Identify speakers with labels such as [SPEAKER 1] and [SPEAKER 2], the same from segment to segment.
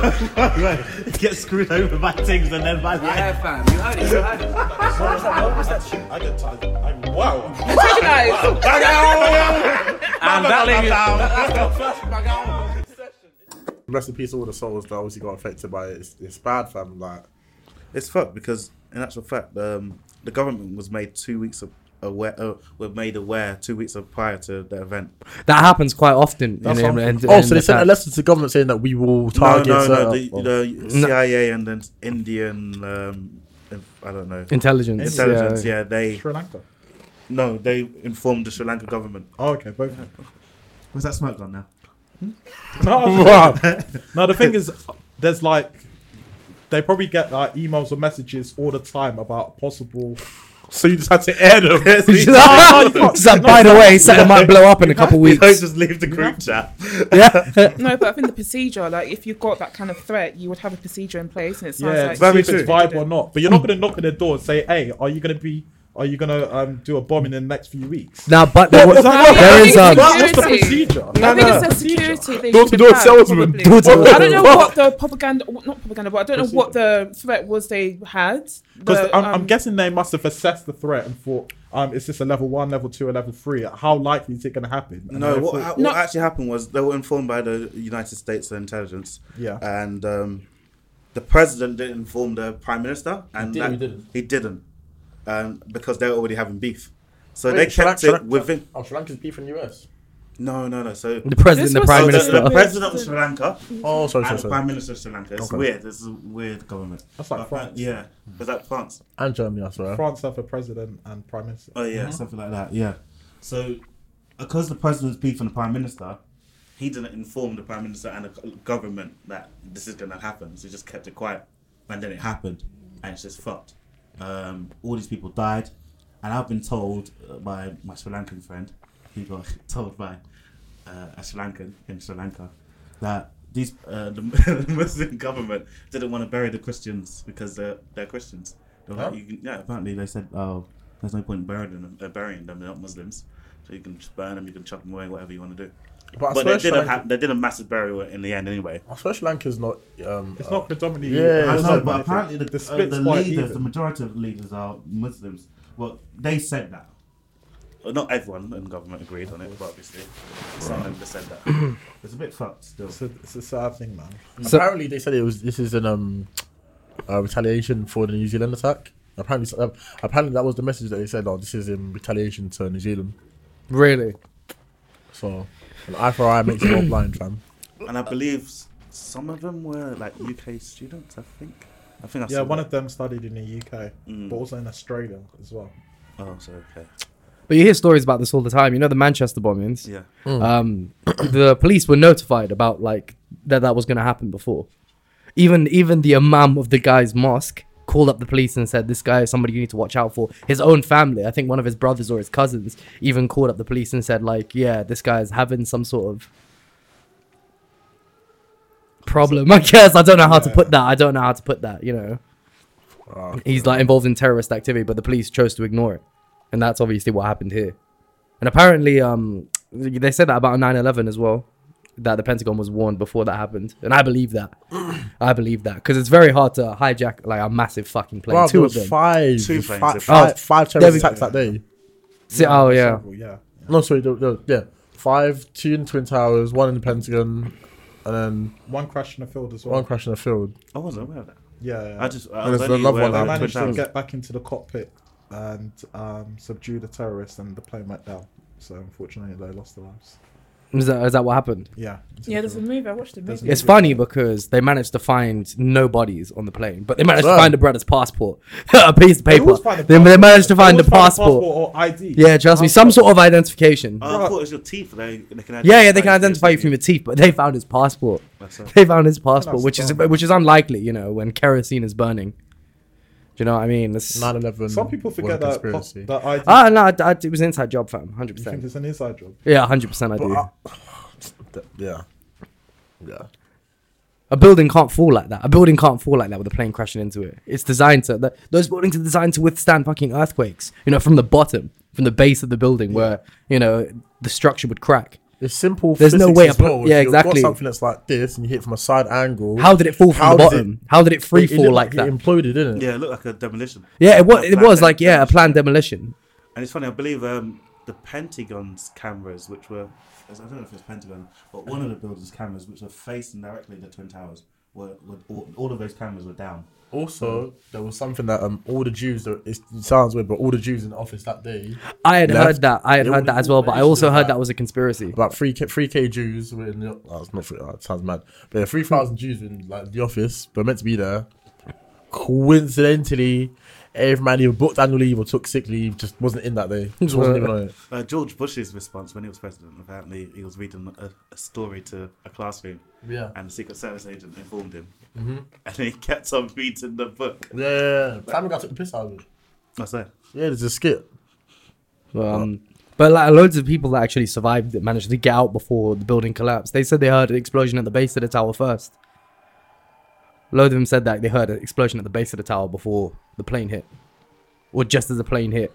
[SPEAKER 1] Get screwed over by things and then by life.
[SPEAKER 2] Yeah, fam. You heard it. You heard it.
[SPEAKER 3] was that? What was that shit? I get tired. I'm wow.
[SPEAKER 2] Guys,
[SPEAKER 1] And that lady.
[SPEAKER 3] Rest in peace, all the souls that obviously got affected by it. It's, it's bad, fam. Like,
[SPEAKER 4] It's fucked because, in actual fact, um, the government was made two weeks of aware, uh, were made aware two weeks of prior to the event.
[SPEAKER 5] That happens quite often.
[SPEAKER 4] That's
[SPEAKER 5] in, in,
[SPEAKER 4] what I'm-
[SPEAKER 5] in,
[SPEAKER 4] Oh,
[SPEAKER 3] oh,
[SPEAKER 5] in
[SPEAKER 3] so
[SPEAKER 5] the
[SPEAKER 3] they sent a
[SPEAKER 5] past.
[SPEAKER 3] letter to the government saying that we will
[SPEAKER 4] No,
[SPEAKER 3] target.
[SPEAKER 4] no,
[SPEAKER 3] uh,
[SPEAKER 4] no. The, the
[SPEAKER 5] No.
[SPEAKER 4] CIA and then Indian, um, inf- I don't know,
[SPEAKER 5] intelligence.
[SPEAKER 4] intelligence.
[SPEAKER 5] yeah.
[SPEAKER 4] Yeah, they
[SPEAKER 6] Sri Lanka.
[SPEAKER 4] no, they informed the Sri Lanka government.
[SPEAKER 6] Oh, okay, both.
[SPEAKER 2] was that smoke gone now?
[SPEAKER 6] no, no, the thing is, there's like, they probably get like emails or messages all the time about possible.
[SPEAKER 3] so you just had to air them.
[SPEAKER 5] It's like, by the way, something might blow up in a couple
[SPEAKER 4] We don't
[SPEAKER 5] weeks.
[SPEAKER 4] just leave the group chat.
[SPEAKER 5] Yeah.
[SPEAKER 7] No, but I think the procedure, like if you got that kind of threat, you would have a procedure in place, and it sounds
[SPEAKER 6] Yeah,
[SPEAKER 7] like
[SPEAKER 4] very
[SPEAKER 6] see if it's
[SPEAKER 4] true.
[SPEAKER 6] vibe or not. But you're not going to knock at their door and say, "Hey, are you going to be? Are you going to um, do a bomb in the next few weeks?"
[SPEAKER 5] Now, but there, was,
[SPEAKER 6] Is that-
[SPEAKER 5] there is
[SPEAKER 7] What?
[SPEAKER 5] um,
[SPEAKER 6] What- what's the
[SPEAKER 7] Security.
[SPEAKER 6] procedure?
[SPEAKER 7] I think it's a
[SPEAKER 6] Procedure.
[SPEAKER 7] security thing.
[SPEAKER 3] Door to door salesman.
[SPEAKER 5] Door to
[SPEAKER 7] I
[SPEAKER 5] door.
[SPEAKER 7] don't know what the propaganda, not propaganda, but I don't know what the threat was they had.
[SPEAKER 6] Because
[SPEAKER 7] The,
[SPEAKER 6] I'm, I'm
[SPEAKER 7] um,
[SPEAKER 6] guessing they must have assessed the threat and thought, um, is this a level one, level two, or level three? How likely is it going to happen? And
[SPEAKER 4] No,
[SPEAKER 6] they
[SPEAKER 4] what,
[SPEAKER 6] thought-
[SPEAKER 4] what
[SPEAKER 7] No.
[SPEAKER 4] actually happened was they were informed by the United States intelligence.
[SPEAKER 6] Yeah.
[SPEAKER 4] And um, the president didn't inform the prime minister, and
[SPEAKER 3] did or he
[SPEAKER 4] that-
[SPEAKER 3] didn't?
[SPEAKER 4] He didn't, um, because they were already having beef. So
[SPEAKER 3] Wait,
[SPEAKER 4] they
[SPEAKER 3] Sri
[SPEAKER 4] kept
[SPEAKER 3] Lanka-
[SPEAKER 4] it within.
[SPEAKER 3] Oh, Sri Lanka's beef in the US.
[SPEAKER 4] No, no, no. So
[SPEAKER 5] the president,
[SPEAKER 7] This
[SPEAKER 5] the
[SPEAKER 7] was
[SPEAKER 4] so
[SPEAKER 5] prime
[SPEAKER 4] the-
[SPEAKER 7] so
[SPEAKER 5] minister.
[SPEAKER 4] the
[SPEAKER 7] weird.
[SPEAKER 4] president of Sri Lanka
[SPEAKER 3] Oh, sorry,
[SPEAKER 4] and
[SPEAKER 3] sorry,
[SPEAKER 4] the
[SPEAKER 3] sorry.
[SPEAKER 4] prime minister of Sri Lanka. It's
[SPEAKER 3] Okay.
[SPEAKER 4] weird. This is a weird government.
[SPEAKER 6] That's like
[SPEAKER 4] But, uh,
[SPEAKER 6] France.
[SPEAKER 4] Yeah, it's like France.
[SPEAKER 3] And Germany, I swear.
[SPEAKER 6] France have a president and prime minister.
[SPEAKER 4] Oh yeah, something like that. Yeah. So, because the president's beef and the prime minister, he didn't inform the prime minister and the go- government that this is going to happen. So he just kept it quiet, and then it happened, and it's just fucked. Um, all these people died, and I've been told uh, by my Sri Lankan friend, he got told by uh, a Sri Lankan in Sri Lanka that. These uh, the Muslim government didn't want to bury the Christians because they're they're Christians. They were like,
[SPEAKER 3] Oh.
[SPEAKER 4] you can, yeah, apparently they said, oh, there's no point in burying them. Uh, burying them. They're not Muslims, so you can just burn them. You can chuck them away, whatever you want to do.
[SPEAKER 3] I
[SPEAKER 4] But
[SPEAKER 3] swear
[SPEAKER 4] they
[SPEAKER 3] Sri
[SPEAKER 4] did a
[SPEAKER 3] Lanka-
[SPEAKER 4] ha- they did a massive burial in the end anyway.
[SPEAKER 3] I swear Sri Lanka's not. Um,
[SPEAKER 6] It's
[SPEAKER 3] uh,
[SPEAKER 6] not predominantly.
[SPEAKER 3] Yeah,
[SPEAKER 4] I
[SPEAKER 3] it's
[SPEAKER 6] it's
[SPEAKER 4] know,
[SPEAKER 6] not
[SPEAKER 3] not
[SPEAKER 4] but
[SPEAKER 6] anything.
[SPEAKER 4] apparently the, uh,
[SPEAKER 6] split's
[SPEAKER 4] the
[SPEAKER 6] quite
[SPEAKER 4] leaders,
[SPEAKER 6] even.
[SPEAKER 4] the majority of leaders are Muslims. Well, they said that. Well, not everyone in government agreed on it, but obviously some of them said that. it's a bit fucked still.
[SPEAKER 6] It's a, it's a sad thing, man.
[SPEAKER 5] So-
[SPEAKER 3] uh, apparently, they said it was. This is an um, uh, retaliation for the New Zealand attack. Apparently, uh, apparently that was the message that they said. Oh, this is in retaliation to New Zealand.
[SPEAKER 5] Really?
[SPEAKER 3] So, an eye for eye makes you all blind, fam.
[SPEAKER 4] And I believe s- some of them were like UK students. I think. I think I
[SPEAKER 6] Yeah,
[SPEAKER 4] saw
[SPEAKER 6] one
[SPEAKER 4] that.
[SPEAKER 6] of them studied in the UK,
[SPEAKER 4] Mm.
[SPEAKER 6] but also in Australia as well.
[SPEAKER 4] Oh, so okay.
[SPEAKER 5] But you hear stories about this all the time. You know the Manchester bombings.
[SPEAKER 4] Yeah.
[SPEAKER 5] um, the police were notified about like that that was going to happen before. Even even the imam of the guy's mosque called up the police and said, "This guy is somebody you need to watch out for." His own family, I think one of his brothers or his cousins, even called up the police and said, "Like, yeah, this guy is having some sort of." Problem, I guess. I don't know how to put that. I don't know how to put that. You know,
[SPEAKER 3] Uh,
[SPEAKER 5] he's like involved in terrorist activity, but the police chose to ignore it, and that's obviously what happened here. And apparently, um, they said that about 9/11 as well, that the Pentagon was warned before that happened, and I believe that. I believe that because it's very hard to hijack like a massive fucking plane.
[SPEAKER 3] bruv, there
[SPEAKER 5] Two of
[SPEAKER 3] was
[SPEAKER 5] them.
[SPEAKER 3] five,
[SPEAKER 4] Two
[SPEAKER 3] fi-
[SPEAKER 4] planes,
[SPEAKER 3] fi-
[SPEAKER 5] oh,
[SPEAKER 3] five
[SPEAKER 5] there
[SPEAKER 3] terrorist
[SPEAKER 5] we-
[SPEAKER 3] attacks that day.
[SPEAKER 5] See- oh yeah,
[SPEAKER 6] Several, yeah.
[SPEAKER 3] No, sorry, there, there, yeah, five, two in the Twin Towers, one in the Pentagon, and then
[SPEAKER 6] One crash in the field as well.
[SPEAKER 3] one crash in the field.
[SPEAKER 4] I wasn't aware of that.
[SPEAKER 6] Yeah. yeah.
[SPEAKER 4] I just I
[SPEAKER 3] And
[SPEAKER 4] was
[SPEAKER 3] there's
[SPEAKER 4] only
[SPEAKER 3] another
[SPEAKER 4] aware
[SPEAKER 6] I
[SPEAKER 3] one that
[SPEAKER 4] of
[SPEAKER 6] managed to
[SPEAKER 4] Twin Towers.
[SPEAKER 6] get back into the cockpit and um, subdue the terrorists, and the plane went down. So unfortunately, they lost their lives.
[SPEAKER 5] is that, is that what happened?
[SPEAKER 6] Yeah.
[SPEAKER 7] yeah, there's a movie. I watched the
[SPEAKER 6] There's
[SPEAKER 7] movie.
[SPEAKER 5] It's funny because they managed to find no bodies on the plane, but they managed
[SPEAKER 3] Bruh.
[SPEAKER 5] to find the brother's passport, a piece of paper.
[SPEAKER 6] always find the
[SPEAKER 5] They, they
[SPEAKER 6] passport.
[SPEAKER 5] managed to
[SPEAKER 6] They
[SPEAKER 5] find the
[SPEAKER 6] always
[SPEAKER 5] passport.
[SPEAKER 6] or ID.
[SPEAKER 5] Yeah, trust me, some sort of identification.
[SPEAKER 4] Oh, I thought it was your teeth. They, they can
[SPEAKER 5] Yeah, yeah, they can identify you from your teeth, but they found his passport. They found his passport,
[SPEAKER 6] That's
[SPEAKER 5] which is
[SPEAKER 6] dumb.
[SPEAKER 5] which is unlikely, you know, when kerosene is burning. Do you know what I mean? It's,
[SPEAKER 3] 9-11
[SPEAKER 6] Some people
[SPEAKER 3] was a
[SPEAKER 6] forget that pos-
[SPEAKER 3] conspiracy.
[SPEAKER 6] that ID.
[SPEAKER 5] ah, no, I, I, it was an inside job, fam, hundred
[SPEAKER 6] you think
[SPEAKER 5] percent.
[SPEAKER 6] it's an inside job?
[SPEAKER 5] Yeah, hundred percent, I do.
[SPEAKER 3] But I- yeah, yeah.
[SPEAKER 5] a building can't fall like that. A building can't fall like that with a plane crashing into it. It's designed to that, those buildings are designed to withstand fucking earthquakes. You know, from the bottom, from the base of the building, where you know the structure would crack.
[SPEAKER 3] It's simple.
[SPEAKER 5] There's no
[SPEAKER 3] physics
[SPEAKER 5] way
[SPEAKER 3] as
[SPEAKER 5] a pla-
[SPEAKER 3] well. If
[SPEAKER 5] yeah,
[SPEAKER 3] you've got
[SPEAKER 5] exactly.
[SPEAKER 3] something that's like this, and you hit it from a side angle.
[SPEAKER 5] How did it fall from
[SPEAKER 3] how
[SPEAKER 5] the
[SPEAKER 3] does
[SPEAKER 5] bottom? how did it free
[SPEAKER 3] it
[SPEAKER 5] fall
[SPEAKER 3] looked
[SPEAKER 5] like that?
[SPEAKER 3] It imploded, didn't it?
[SPEAKER 4] Yeah, it looked like a demolition.
[SPEAKER 5] yeah, it was.
[SPEAKER 4] A
[SPEAKER 5] It
[SPEAKER 4] planned
[SPEAKER 5] was like yeah, a
[SPEAKER 4] demolition.
[SPEAKER 5] planned demolition.
[SPEAKER 4] And it's funny, I believe um, the Pentagon's cameras, which were, I don't know if it's Pentagon, but one of the building's cameras, which were facing directly the Twin Towers, were, were all, all of those cameras were down.
[SPEAKER 3] Also, there was something that um all the Jews. that- It sounds weird, but all the Jews in the office that day,
[SPEAKER 5] I had
[SPEAKER 3] Left.
[SPEAKER 5] heard that. I had
[SPEAKER 3] It
[SPEAKER 5] heard that
[SPEAKER 3] would've
[SPEAKER 5] as well, but I
[SPEAKER 3] been
[SPEAKER 5] also
[SPEAKER 3] like-
[SPEAKER 5] heard that was a conspiracy.
[SPEAKER 3] about three k three k Jews were in the. Oh, it's not three. Oh, it sounds mad. But yeah, three thousand Jews were in like the office, but meant to be there. Coincidentally, every man either booked annual leave or took sick leave just wasn't in that day. Just wasn't even on it.
[SPEAKER 4] Uh, George Bush's response when he was president, apparently he was reading a, a story to a classroom,
[SPEAKER 3] Yeah.
[SPEAKER 4] and the Secret Service agent informed him,
[SPEAKER 5] Mm-hmm.
[SPEAKER 4] and he kept on reading the book.
[SPEAKER 3] Yeah, yeah, yeah. Family guy took the piss out of it.
[SPEAKER 4] I say,
[SPEAKER 3] Yeah, there's a skit.
[SPEAKER 5] Um, but like loads of people that actually survived that managed to get out before the building collapsed. They said they heard an explosion at the base of the tower first. Loads of them said that they heard an explosion at the base of the tower before the plane hit, or just as the plane hit.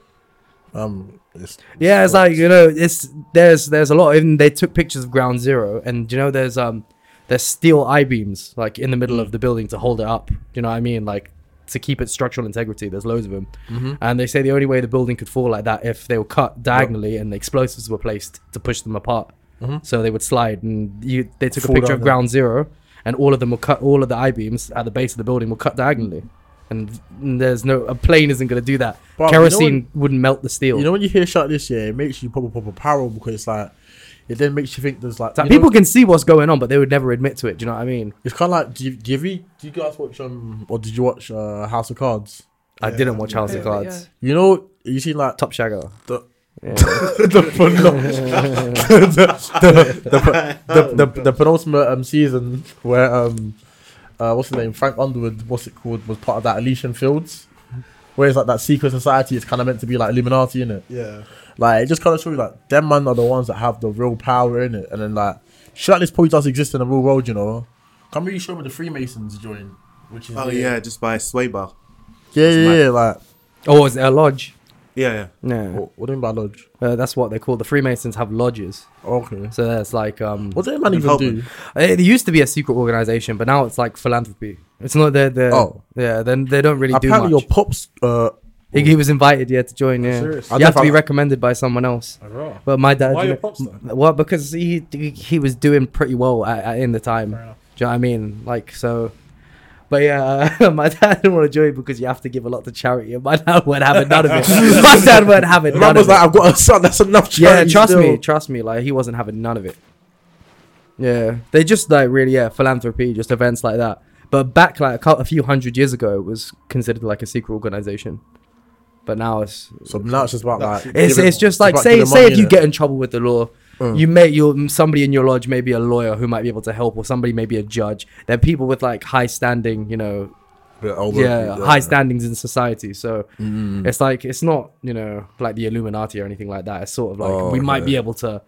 [SPEAKER 3] Um, it's,
[SPEAKER 5] Yeah, it's like you know, it's there's there's a lot. Even they took pictures of Ground Zero, and you know, there's um there's steel I beams like in the middle
[SPEAKER 3] Mm.
[SPEAKER 5] of the building to hold it up. You know what I mean? Like to keep its structural integrity. There's loads of them,
[SPEAKER 3] Mm-hmm.
[SPEAKER 5] and they say the only way the building could fall like that if they were cut diagonally and explosives were placed to push them apart. So they would slide, and you they took
[SPEAKER 3] Mm-hmm. Fall
[SPEAKER 5] a
[SPEAKER 3] down
[SPEAKER 5] picture of
[SPEAKER 3] there.
[SPEAKER 5] Ground Zero, and all of them were cut. All of the I beams at the base of the building were cut diagonally. And there's no a plane isn't going to do that.
[SPEAKER 3] But you know
[SPEAKER 5] Kerosene wouldn't melt the steel.
[SPEAKER 3] You know when you hear shot this year, it makes you pop a pop a parrot because it's like it then makes you think there's like,
[SPEAKER 5] It's like
[SPEAKER 3] you know-
[SPEAKER 5] people can see what's going on, but they would never admit to it. Do you know what I mean?
[SPEAKER 3] It's kind of like do you, do you ever, do you guys watch um or did you watch uh, House of Cards?
[SPEAKER 5] I didn't watch House
[SPEAKER 7] Yeah,
[SPEAKER 5] of
[SPEAKER 7] but
[SPEAKER 5] Cards.
[SPEAKER 7] yeah.
[SPEAKER 3] You know you seen like
[SPEAKER 5] Top Shagger.
[SPEAKER 3] the
[SPEAKER 5] the
[SPEAKER 3] the, the penultimate um season where um uh what's his name Frank Underwood what's it called was part of that Elysian Fields. Where it's like that secret society is kind of meant to be like Illuminati in it.
[SPEAKER 6] Yeah.
[SPEAKER 3] Like it just kind of shows you like them man are the ones that have the real power in it, and then like shit like this probably does exist in the real world, you know. Come really show me the Freemasons join, which is
[SPEAKER 4] oh
[SPEAKER 3] weird.
[SPEAKER 4] yeah, just by Swaybar.
[SPEAKER 3] yeah, yeah, yeah, like
[SPEAKER 5] Oh, is it a lodge?
[SPEAKER 4] Yeah, yeah.
[SPEAKER 5] No,
[SPEAKER 3] what, what do you mean by lodge? Oh,
[SPEAKER 5] uh, that's what they're called. The Freemasons have lodges,
[SPEAKER 3] Okay,
[SPEAKER 5] so that's like um. uh,
[SPEAKER 3] what did that man
[SPEAKER 4] And
[SPEAKER 3] even
[SPEAKER 4] help
[SPEAKER 3] do?
[SPEAKER 4] them.
[SPEAKER 5] It used to be a secret organization, but now it's like philanthropy. It's not they're they're
[SPEAKER 3] Oh.
[SPEAKER 5] yeah. Then they don't really do
[SPEAKER 3] Apparently,
[SPEAKER 5] much.
[SPEAKER 3] your pops. Uh,
[SPEAKER 5] he, he was invited, yeah, to join. Yeah,
[SPEAKER 6] Serious?
[SPEAKER 3] I
[SPEAKER 5] you have
[SPEAKER 3] don't
[SPEAKER 5] to be
[SPEAKER 3] find-
[SPEAKER 5] recommended by someone else.
[SPEAKER 6] Hurrah.
[SPEAKER 5] But my dad.
[SPEAKER 6] Why
[SPEAKER 5] you
[SPEAKER 6] your
[SPEAKER 5] know-
[SPEAKER 6] pops though?
[SPEAKER 5] Well, because he he- he was doing pretty well at, at, in the time. Do
[SPEAKER 6] Fair
[SPEAKER 5] you know
[SPEAKER 6] enough.
[SPEAKER 5] what I mean? Like so. But yeah, uh, my dad didn't want to join because you have to give a lot to charity. And my dad won't have it, none of it. my dad won't have it.
[SPEAKER 3] the
[SPEAKER 5] None
[SPEAKER 3] man
[SPEAKER 5] of
[SPEAKER 3] was
[SPEAKER 5] it.
[SPEAKER 3] like, I've got a son. That's enough.
[SPEAKER 5] yeah,
[SPEAKER 3] charity
[SPEAKER 5] trust
[SPEAKER 3] still."
[SPEAKER 5] me, trust me. Like he wasn't having none of it. Yeah, they just like really yeah philanthropy, just events like that. But back like a, cou- a few hundred years ago, it was considered like a secret organization. But now it's
[SPEAKER 3] So now it's just about like
[SPEAKER 5] it's,
[SPEAKER 3] giving-
[SPEAKER 5] it's just like
[SPEAKER 3] about
[SPEAKER 5] say
[SPEAKER 3] giving
[SPEAKER 5] say
[SPEAKER 3] money,
[SPEAKER 5] if you
[SPEAKER 3] innit? Mm.
[SPEAKER 5] get in trouble with the law, you may you somebody in your lodge, maybe a lawyer who might be able to help, or somebody maybe a judge. They're people with like high standing, you know,
[SPEAKER 3] Yeah, Mm. older,
[SPEAKER 5] yeah, high standings in society. So it's like it's not you know like the Illuminati or anything like that. It's sort of like
[SPEAKER 3] Oh,
[SPEAKER 5] we might
[SPEAKER 3] okay.
[SPEAKER 5] be able to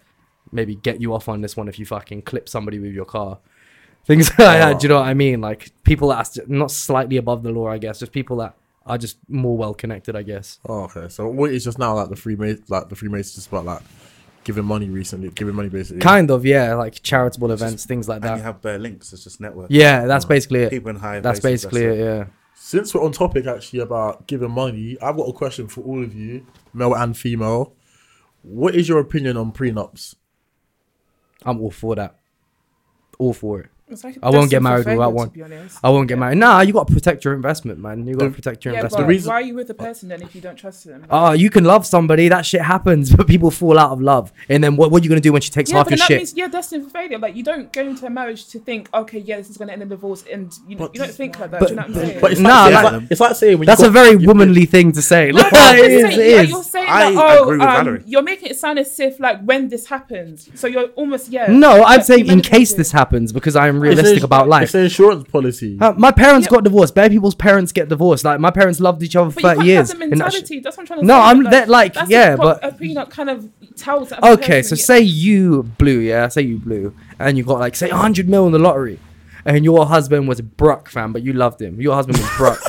[SPEAKER 5] maybe get you off on this one if you fucking clip somebody with your car. Things like
[SPEAKER 3] Oh.
[SPEAKER 5] that. Do you know what I mean? Like people that are s- not slightly above the law, I guess, just people that are just more well connected, I guess.
[SPEAKER 3] Oh, okay. So what is just now like the Freemasons, like the Freemasons, just about like giving money recently, giving money basically.
[SPEAKER 5] Kind of, yeah, like charitable events, things like
[SPEAKER 4] And you
[SPEAKER 5] that.
[SPEAKER 4] have bare links. It's just network.
[SPEAKER 5] Yeah, that's basically it.
[SPEAKER 4] People in high.
[SPEAKER 5] That's
[SPEAKER 4] places,
[SPEAKER 5] basically
[SPEAKER 4] it.
[SPEAKER 5] it. Yeah.
[SPEAKER 3] Since we're on topic actually about giving money, I've got a question for all of you, male and female. What is your opinion on prenups?
[SPEAKER 5] I'm all for that. All for it.
[SPEAKER 7] It's like a
[SPEAKER 5] I won't get
[SPEAKER 7] destined
[SPEAKER 5] married
[SPEAKER 7] failure,
[SPEAKER 5] without one.
[SPEAKER 7] To be honest.
[SPEAKER 5] I won't get married. Nah, you got to protect your investment, man. You got to protect your
[SPEAKER 7] Yeah, but
[SPEAKER 5] investment.
[SPEAKER 3] reason-
[SPEAKER 7] why are you with the person then if you don't trust them?
[SPEAKER 5] Oh, you can love somebody. That shit happens, but people fall out of love. And then what, what are you gonna do when she takes
[SPEAKER 7] yeah,
[SPEAKER 5] half
[SPEAKER 7] but
[SPEAKER 5] your
[SPEAKER 7] then that
[SPEAKER 5] shit?
[SPEAKER 7] means yeah, destined for failure. Like you don't go into a marriage to think, okay, yeah, this is going to end in divorce, and you, know,
[SPEAKER 3] But-
[SPEAKER 7] you don't think like that.
[SPEAKER 5] but-
[SPEAKER 7] do you know what I'm
[SPEAKER 5] but-
[SPEAKER 7] saying?
[SPEAKER 3] But it's
[SPEAKER 5] Nah,
[SPEAKER 3] like,
[SPEAKER 4] like-
[SPEAKER 3] it's, like, it's like saying when
[SPEAKER 5] That's
[SPEAKER 3] you
[SPEAKER 5] a very womanly thing to say.
[SPEAKER 7] No,
[SPEAKER 5] Like,
[SPEAKER 7] but I'm
[SPEAKER 5] it
[SPEAKER 7] just
[SPEAKER 5] is,
[SPEAKER 7] saying,
[SPEAKER 5] it
[SPEAKER 7] yeah,
[SPEAKER 5] is.
[SPEAKER 7] you're saying
[SPEAKER 4] I
[SPEAKER 7] that, oh,
[SPEAKER 4] agree with
[SPEAKER 7] um,
[SPEAKER 4] Valerie.
[SPEAKER 7] you're making it sound as if like when this happens. So you're almost yeah.
[SPEAKER 5] No, I'm saying in
[SPEAKER 7] humanity
[SPEAKER 5] case
[SPEAKER 7] too.
[SPEAKER 5] this happens because I am
[SPEAKER 3] It's an
[SPEAKER 5] realistic
[SPEAKER 3] ins-
[SPEAKER 5] about
[SPEAKER 3] It's
[SPEAKER 5] life.
[SPEAKER 3] an insurance policy.
[SPEAKER 5] Uh, my parents
[SPEAKER 7] Yeah.
[SPEAKER 5] got divorced. Bare people's parents get divorced. Like my parents loved each other for
[SPEAKER 7] But you
[SPEAKER 5] thirty
[SPEAKER 7] can't
[SPEAKER 5] years.
[SPEAKER 7] have the
[SPEAKER 5] and that shit-
[SPEAKER 7] mentality. That's what I'm trying to
[SPEAKER 5] No,
[SPEAKER 7] say.
[SPEAKER 5] I'm- that- like,
[SPEAKER 7] that's
[SPEAKER 5] yeah,
[SPEAKER 7] what
[SPEAKER 5] but-
[SPEAKER 7] a prenup kind of tells. that other
[SPEAKER 5] Okay, so
[SPEAKER 7] person, yeah.
[SPEAKER 5] say you blew, yeah, say you blew, and you got like say 100 mil in the lottery, and your husband was Bruck, fam, but you loved him. Your husband was Bruck,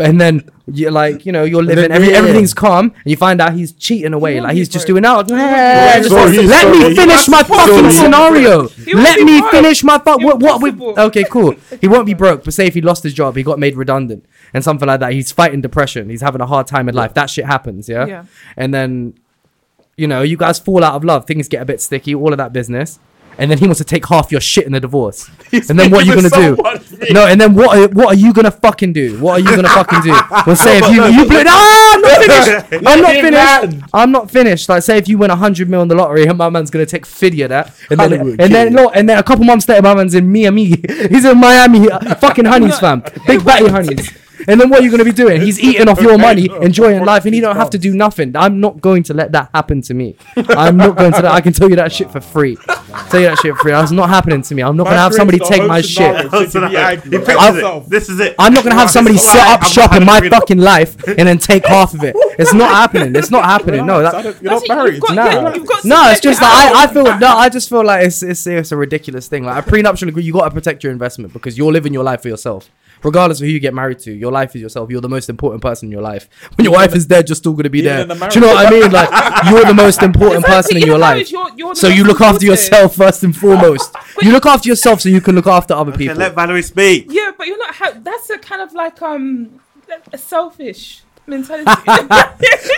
[SPEAKER 5] and then you're like, you know, you're living,
[SPEAKER 3] then-
[SPEAKER 5] every,
[SPEAKER 3] yeah.
[SPEAKER 5] everything's calm, and you find out he's cheating away.
[SPEAKER 7] You
[SPEAKER 5] Like
[SPEAKER 7] want
[SPEAKER 5] he's
[SPEAKER 7] me,
[SPEAKER 5] just
[SPEAKER 7] bro.
[SPEAKER 5] doing out. Yeah, just-
[SPEAKER 3] Sorry,
[SPEAKER 5] Let
[SPEAKER 3] sorry.
[SPEAKER 5] me finish my fucking
[SPEAKER 3] Sorry.
[SPEAKER 5] scenario.
[SPEAKER 7] He won't
[SPEAKER 5] Let
[SPEAKER 7] be
[SPEAKER 5] me
[SPEAKER 7] broke.
[SPEAKER 5] finish my fuck. What? What? We,
[SPEAKER 7] Impossible.
[SPEAKER 5] okay, cool. He won't be broke, but say if he lost his job, he got made redundant and something like that. He's fighting depression. He's having a hard time in life. That shit happens. Yeah.
[SPEAKER 7] Yeah.
[SPEAKER 5] And then, you know, you guys fall out of love. Things get a bit sticky. All of that business. And then he wants to take half your shit in the divorce. and then what are you gonna do? No, and then what? Are, what are you gonna fucking do? What are you gonna fucking do? Well, say if you you blew. Ah, I'm not finished. I'm not
[SPEAKER 6] him
[SPEAKER 5] finished.
[SPEAKER 6] land.
[SPEAKER 5] I'm not finished. Like, say if you win hundred mil in the lottery, my man's gonna take fidya that, and then
[SPEAKER 3] Hollywood
[SPEAKER 5] and then
[SPEAKER 3] kid.
[SPEAKER 5] no, and then a couple months later, my man's in Miami. He's in Miami, uh, fucking honeys, fam, big batty honeys. And then what are you gonna be doing? He's eating off your money, enjoying life, and you don't have to do nothing. I'm not going to let that happen to me. I'm not going to. Let, I can tell you that shit for free. Tell you that shit for free. That's not happening to me. I'm not gonna have somebody take my shit.
[SPEAKER 4] So now- he picked
[SPEAKER 5] I'll-
[SPEAKER 4] it. This is it.
[SPEAKER 5] I'm not gonna have somebody set up shop in my fucking life and then take half of it. It's not happening. It's not happening. No, that,
[SPEAKER 6] you're not
[SPEAKER 7] That's it,
[SPEAKER 6] married.
[SPEAKER 7] You've got,
[SPEAKER 5] Nah.
[SPEAKER 7] yeah, you've got to
[SPEAKER 5] no, it's
[SPEAKER 7] check
[SPEAKER 5] just
[SPEAKER 7] it
[SPEAKER 5] like
[SPEAKER 7] out.
[SPEAKER 5] I, I feel no, I just feel like it's it's it's a ridiculous thing. Like a prenuptial agreement, you gotta protect your investment because you're living your life for yourself. Regardless of who you get married to, your life is yourself. You're the most important person in your life. When your wife is dead, you're still gonna be there.
[SPEAKER 6] Even
[SPEAKER 5] Do
[SPEAKER 6] in the
[SPEAKER 5] you know what I mean? Like you're the most important
[SPEAKER 7] Exactly,
[SPEAKER 5] person in your
[SPEAKER 7] marriage,
[SPEAKER 5] life.
[SPEAKER 7] you're- you're the
[SPEAKER 5] So you
[SPEAKER 7] most
[SPEAKER 5] look after
[SPEAKER 7] important.
[SPEAKER 5] yourself first and foremost. You look after yourself so you can look after other
[SPEAKER 4] Okay,
[SPEAKER 5] people.
[SPEAKER 4] let Valerie speak.
[SPEAKER 7] Yeah, but you're not. Ha- that's a kind of like um, a selfish mentality.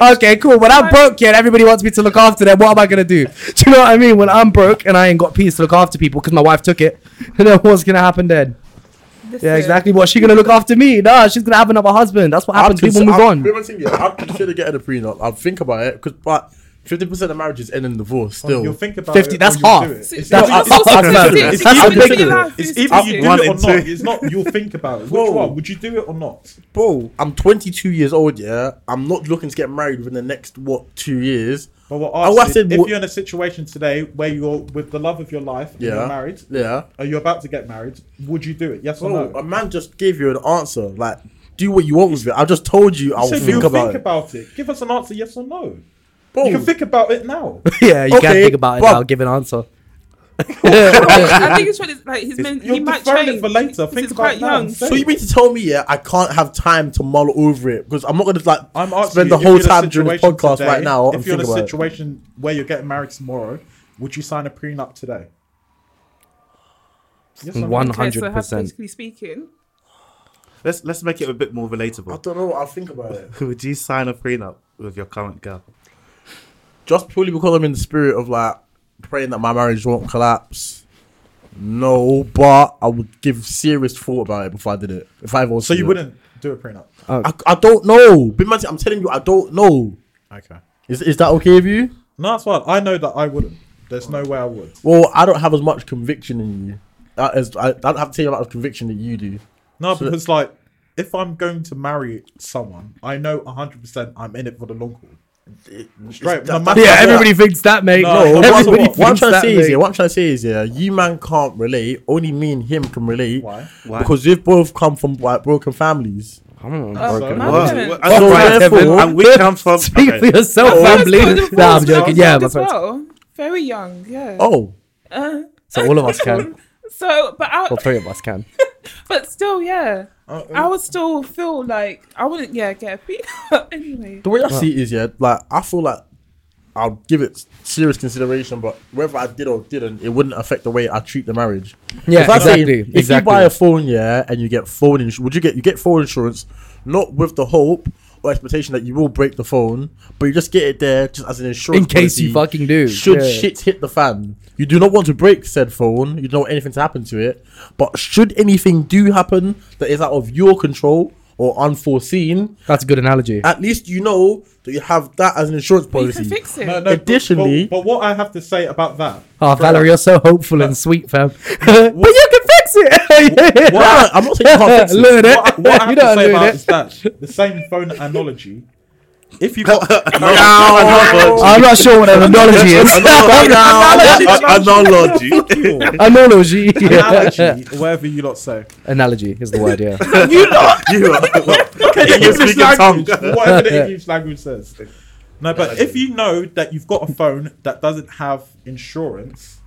[SPEAKER 5] okay, cool. When I'm broke, yeah, and everybody wants me to look after them. What am I gonna do? Do you know what I mean? When I'm broke and I ain't got peace to look after people because my wife took it, then what's gonna happen then? Yeah,
[SPEAKER 7] Listen.
[SPEAKER 5] exactly. What's she gonna look after me? Nah, she's gonna have another husband. That's what happens. People
[SPEAKER 3] consi-
[SPEAKER 5] move
[SPEAKER 3] I'd-
[SPEAKER 5] on.
[SPEAKER 3] pretty much think, yeah, I'd consider getting a prenup. I'd think about it because, but fifty percent of marriages end in divorce. Still,
[SPEAKER 6] You'll think about
[SPEAKER 5] 50
[SPEAKER 6] it
[SPEAKER 5] that's
[SPEAKER 6] or you'll
[SPEAKER 5] half.
[SPEAKER 6] do it.
[SPEAKER 7] So-
[SPEAKER 6] It's
[SPEAKER 7] so
[SPEAKER 6] either-
[SPEAKER 5] That's
[SPEAKER 7] you're
[SPEAKER 5] up-
[SPEAKER 7] supposed to
[SPEAKER 5] up- up-
[SPEAKER 7] do
[SPEAKER 5] up-
[SPEAKER 7] it.
[SPEAKER 5] up-
[SPEAKER 7] It's
[SPEAKER 5] up-
[SPEAKER 7] either you
[SPEAKER 5] up-
[SPEAKER 7] live
[SPEAKER 3] up-
[SPEAKER 7] or
[SPEAKER 6] It's
[SPEAKER 7] it's
[SPEAKER 6] either
[SPEAKER 7] not
[SPEAKER 6] you
[SPEAKER 7] you.
[SPEAKER 6] do
[SPEAKER 4] One
[SPEAKER 6] it or
[SPEAKER 4] and
[SPEAKER 6] not.
[SPEAKER 4] two.
[SPEAKER 6] It's not. You'll think about it. Which
[SPEAKER 3] Whoa.
[SPEAKER 6] one would you do it or not?
[SPEAKER 3] bro, I'm 22 years old. Yeah, I'm not looking to get married within the next what two years.
[SPEAKER 6] But what
[SPEAKER 3] Oh, I
[SPEAKER 6] I said,
[SPEAKER 3] said
[SPEAKER 6] if
[SPEAKER 3] what-
[SPEAKER 6] you're in a situation today where you're with the love of your life, and
[SPEAKER 3] Yeah.
[SPEAKER 6] you're married,
[SPEAKER 3] Yeah.
[SPEAKER 6] or you're about to get married, would you do it? Yes or
[SPEAKER 3] Bro,
[SPEAKER 6] no?
[SPEAKER 3] a man just gave you an answer. Like, do what you want with it. I just told you I
[SPEAKER 6] You
[SPEAKER 3] will
[SPEAKER 6] said
[SPEAKER 3] think
[SPEAKER 6] you'll
[SPEAKER 3] about
[SPEAKER 6] think
[SPEAKER 3] it. Oh.
[SPEAKER 6] about it. Give us an answer, yes or no.
[SPEAKER 3] Bro,
[SPEAKER 6] You can think about it now.
[SPEAKER 5] yeah, you can't
[SPEAKER 3] Okay,
[SPEAKER 5] think about it.
[SPEAKER 3] but-
[SPEAKER 5] I'll give an answer.
[SPEAKER 7] I think it's what it's like. His men,
[SPEAKER 6] You're
[SPEAKER 7] he might
[SPEAKER 6] deferring
[SPEAKER 7] change.
[SPEAKER 6] it for later.
[SPEAKER 7] This
[SPEAKER 6] Think
[SPEAKER 7] is
[SPEAKER 6] about
[SPEAKER 7] quite
[SPEAKER 6] it now.
[SPEAKER 7] young.
[SPEAKER 6] Say
[SPEAKER 3] So you
[SPEAKER 6] it.
[SPEAKER 3] mean to tell me, yeah, I can't have time to mull over it because I'm not gonna like
[SPEAKER 6] I'm asking
[SPEAKER 3] spend
[SPEAKER 6] you,
[SPEAKER 3] the
[SPEAKER 6] if
[SPEAKER 3] whole
[SPEAKER 6] you're in a
[SPEAKER 3] time during this
[SPEAKER 6] situation
[SPEAKER 3] podcast
[SPEAKER 6] today,
[SPEAKER 3] right now and
[SPEAKER 6] If you're in
[SPEAKER 3] think
[SPEAKER 6] a
[SPEAKER 3] about it.
[SPEAKER 6] situation where you're getting married tomorrow, would you sign a prenup today? Yes or no?
[SPEAKER 5] One
[SPEAKER 7] Okay, so
[SPEAKER 5] hundred percent.
[SPEAKER 7] hypothetically speaking,
[SPEAKER 4] Let's let's make it a bit more
[SPEAKER 3] I
[SPEAKER 4] relatable.
[SPEAKER 3] don't know. I'll think about it.
[SPEAKER 4] Would you sign a prenup with your current girl?
[SPEAKER 3] Just purely because I'm in the spirit of like praying that my marriage won't collapse. No, but I would give serious thought about it before I did it. If I ever was
[SPEAKER 6] So
[SPEAKER 3] to
[SPEAKER 6] you
[SPEAKER 3] do it.
[SPEAKER 6] wouldn't do a prenup?
[SPEAKER 3] I, I don't know. Big man, I'm telling you, I don't know.
[SPEAKER 6] Okay.
[SPEAKER 3] Is is that okay with you?
[SPEAKER 6] No, that's fine. I know that I wouldn't. There's no way I would.
[SPEAKER 3] Well, I don't have as much conviction in you. Uh, as I, I don't have the same amount of conviction that you do.
[SPEAKER 6] No,
[SPEAKER 3] So-
[SPEAKER 6] because like, if I'm going to marry someone, I know 100% I'm in it for the long haul. Straight.
[SPEAKER 3] It's-
[SPEAKER 6] no
[SPEAKER 3] that-
[SPEAKER 6] matter
[SPEAKER 5] Yeah,
[SPEAKER 6] what.
[SPEAKER 5] everybody thinks that, mate.
[SPEAKER 6] No,
[SPEAKER 5] No,
[SPEAKER 6] but
[SPEAKER 3] What-
[SPEAKER 5] everybody
[SPEAKER 3] what, what I'm
[SPEAKER 5] thinks
[SPEAKER 3] trying to
[SPEAKER 5] that,
[SPEAKER 3] say is,
[SPEAKER 5] mate.
[SPEAKER 3] yeah, what I'm trying to say is, yeah, you man can't relate. Only me and him can relate.
[SPEAKER 6] Why?
[SPEAKER 4] Why?
[SPEAKER 3] Because you've both come from like broken families.
[SPEAKER 7] uh,
[SPEAKER 6] Broken.
[SPEAKER 7] my
[SPEAKER 4] What?
[SPEAKER 7] parents-
[SPEAKER 4] And
[SPEAKER 5] Oh,
[SPEAKER 3] So
[SPEAKER 4] right,
[SPEAKER 3] therefore-
[SPEAKER 4] Kevin, and we come from.
[SPEAKER 5] Speak
[SPEAKER 4] okay.
[SPEAKER 5] for yourself,
[SPEAKER 7] My
[SPEAKER 5] Oh, I'm
[SPEAKER 7] parents got
[SPEAKER 5] bleeding.
[SPEAKER 7] divorced
[SPEAKER 5] Nah, I'm
[SPEAKER 7] when I was
[SPEAKER 5] joking. Yeah,
[SPEAKER 7] young
[SPEAKER 5] my
[SPEAKER 7] as
[SPEAKER 5] parents.
[SPEAKER 7] well. Very young, yeah.
[SPEAKER 3] Oh,
[SPEAKER 5] So all of us can.
[SPEAKER 7] So, but I,
[SPEAKER 5] Well, three of us can.
[SPEAKER 7] but still, yeah,
[SPEAKER 6] Uh, uh,
[SPEAKER 7] I would still feel like I wouldn't, yeah, get a feet anyway.
[SPEAKER 3] the way I see it is, yeah, like I feel like I'll give it serious consideration, but whether I did or didn't, it wouldn't affect the way I treat the marriage.
[SPEAKER 5] Yeah,
[SPEAKER 3] If I say-
[SPEAKER 5] exactly,
[SPEAKER 3] If
[SPEAKER 5] exactly.
[SPEAKER 3] you buy a phone, yeah, and you get phone insurance, would you get you get phone insurance not with the hope or expectation that you will break the phone, but you just get it there just as an insurance
[SPEAKER 5] In case you
[SPEAKER 3] policy.
[SPEAKER 5] fucking do.
[SPEAKER 3] Should
[SPEAKER 5] Yeah.
[SPEAKER 3] shit hit the fan, you do not want to break said phone. You don't want anything to happen to it. But should anything do happen that is out of your control or unforeseen,
[SPEAKER 5] That's a good analogy.
[SPEAKER 3] at least you know that you have that as an insurance
[SPEAKER 7] But you can
[SPEAKER 3] policy.
[SPEAKER 7] fix it.
[SPEAKER 6] no, no, but-
[SPEAKER 3] Additionally-
[SPEAKER 6] but, but what I have to say about that.
[SPEAKER 5] Oh,
[SPEAKER 6] Fred,
[SPEAKER 5] Valerie, you're so hopeful and sweet, fam. but you can fix it.
[SPEAKER 3] Nah, I'm not saying you can't fix it.
[SPEAKER 5] Learn it.
[SPEAKER 6] What, I- what I have
[SPEAKER 5] you
[SPEAKER 6] to
[SPEAKER 5] don't
[SPEAKER 6] say
[SPEAKER 5] learn
[SPEAKER 6] about
[SPEAKER 5] it.
[SPEAKER 6] is that the same phone analogy. If you
[SPEAKER 5] I'm not sure what an analogy is.
[SPEAKER 4] Analogy.
[SPEAKER 5] analogy. Yeah.
[SPEAKER 6] analogy, whatever you lot say,
[SPEAKER 5] analogy is the word, yeah.
[SPEAKER 4] You are. Can you
[SPEAKER 6] English
[SPEAKER 4] speak your tongue?
[SPEAKER 6] language, whatever the English language says. No, but if you know that you've got a phone that doesn't have insurance,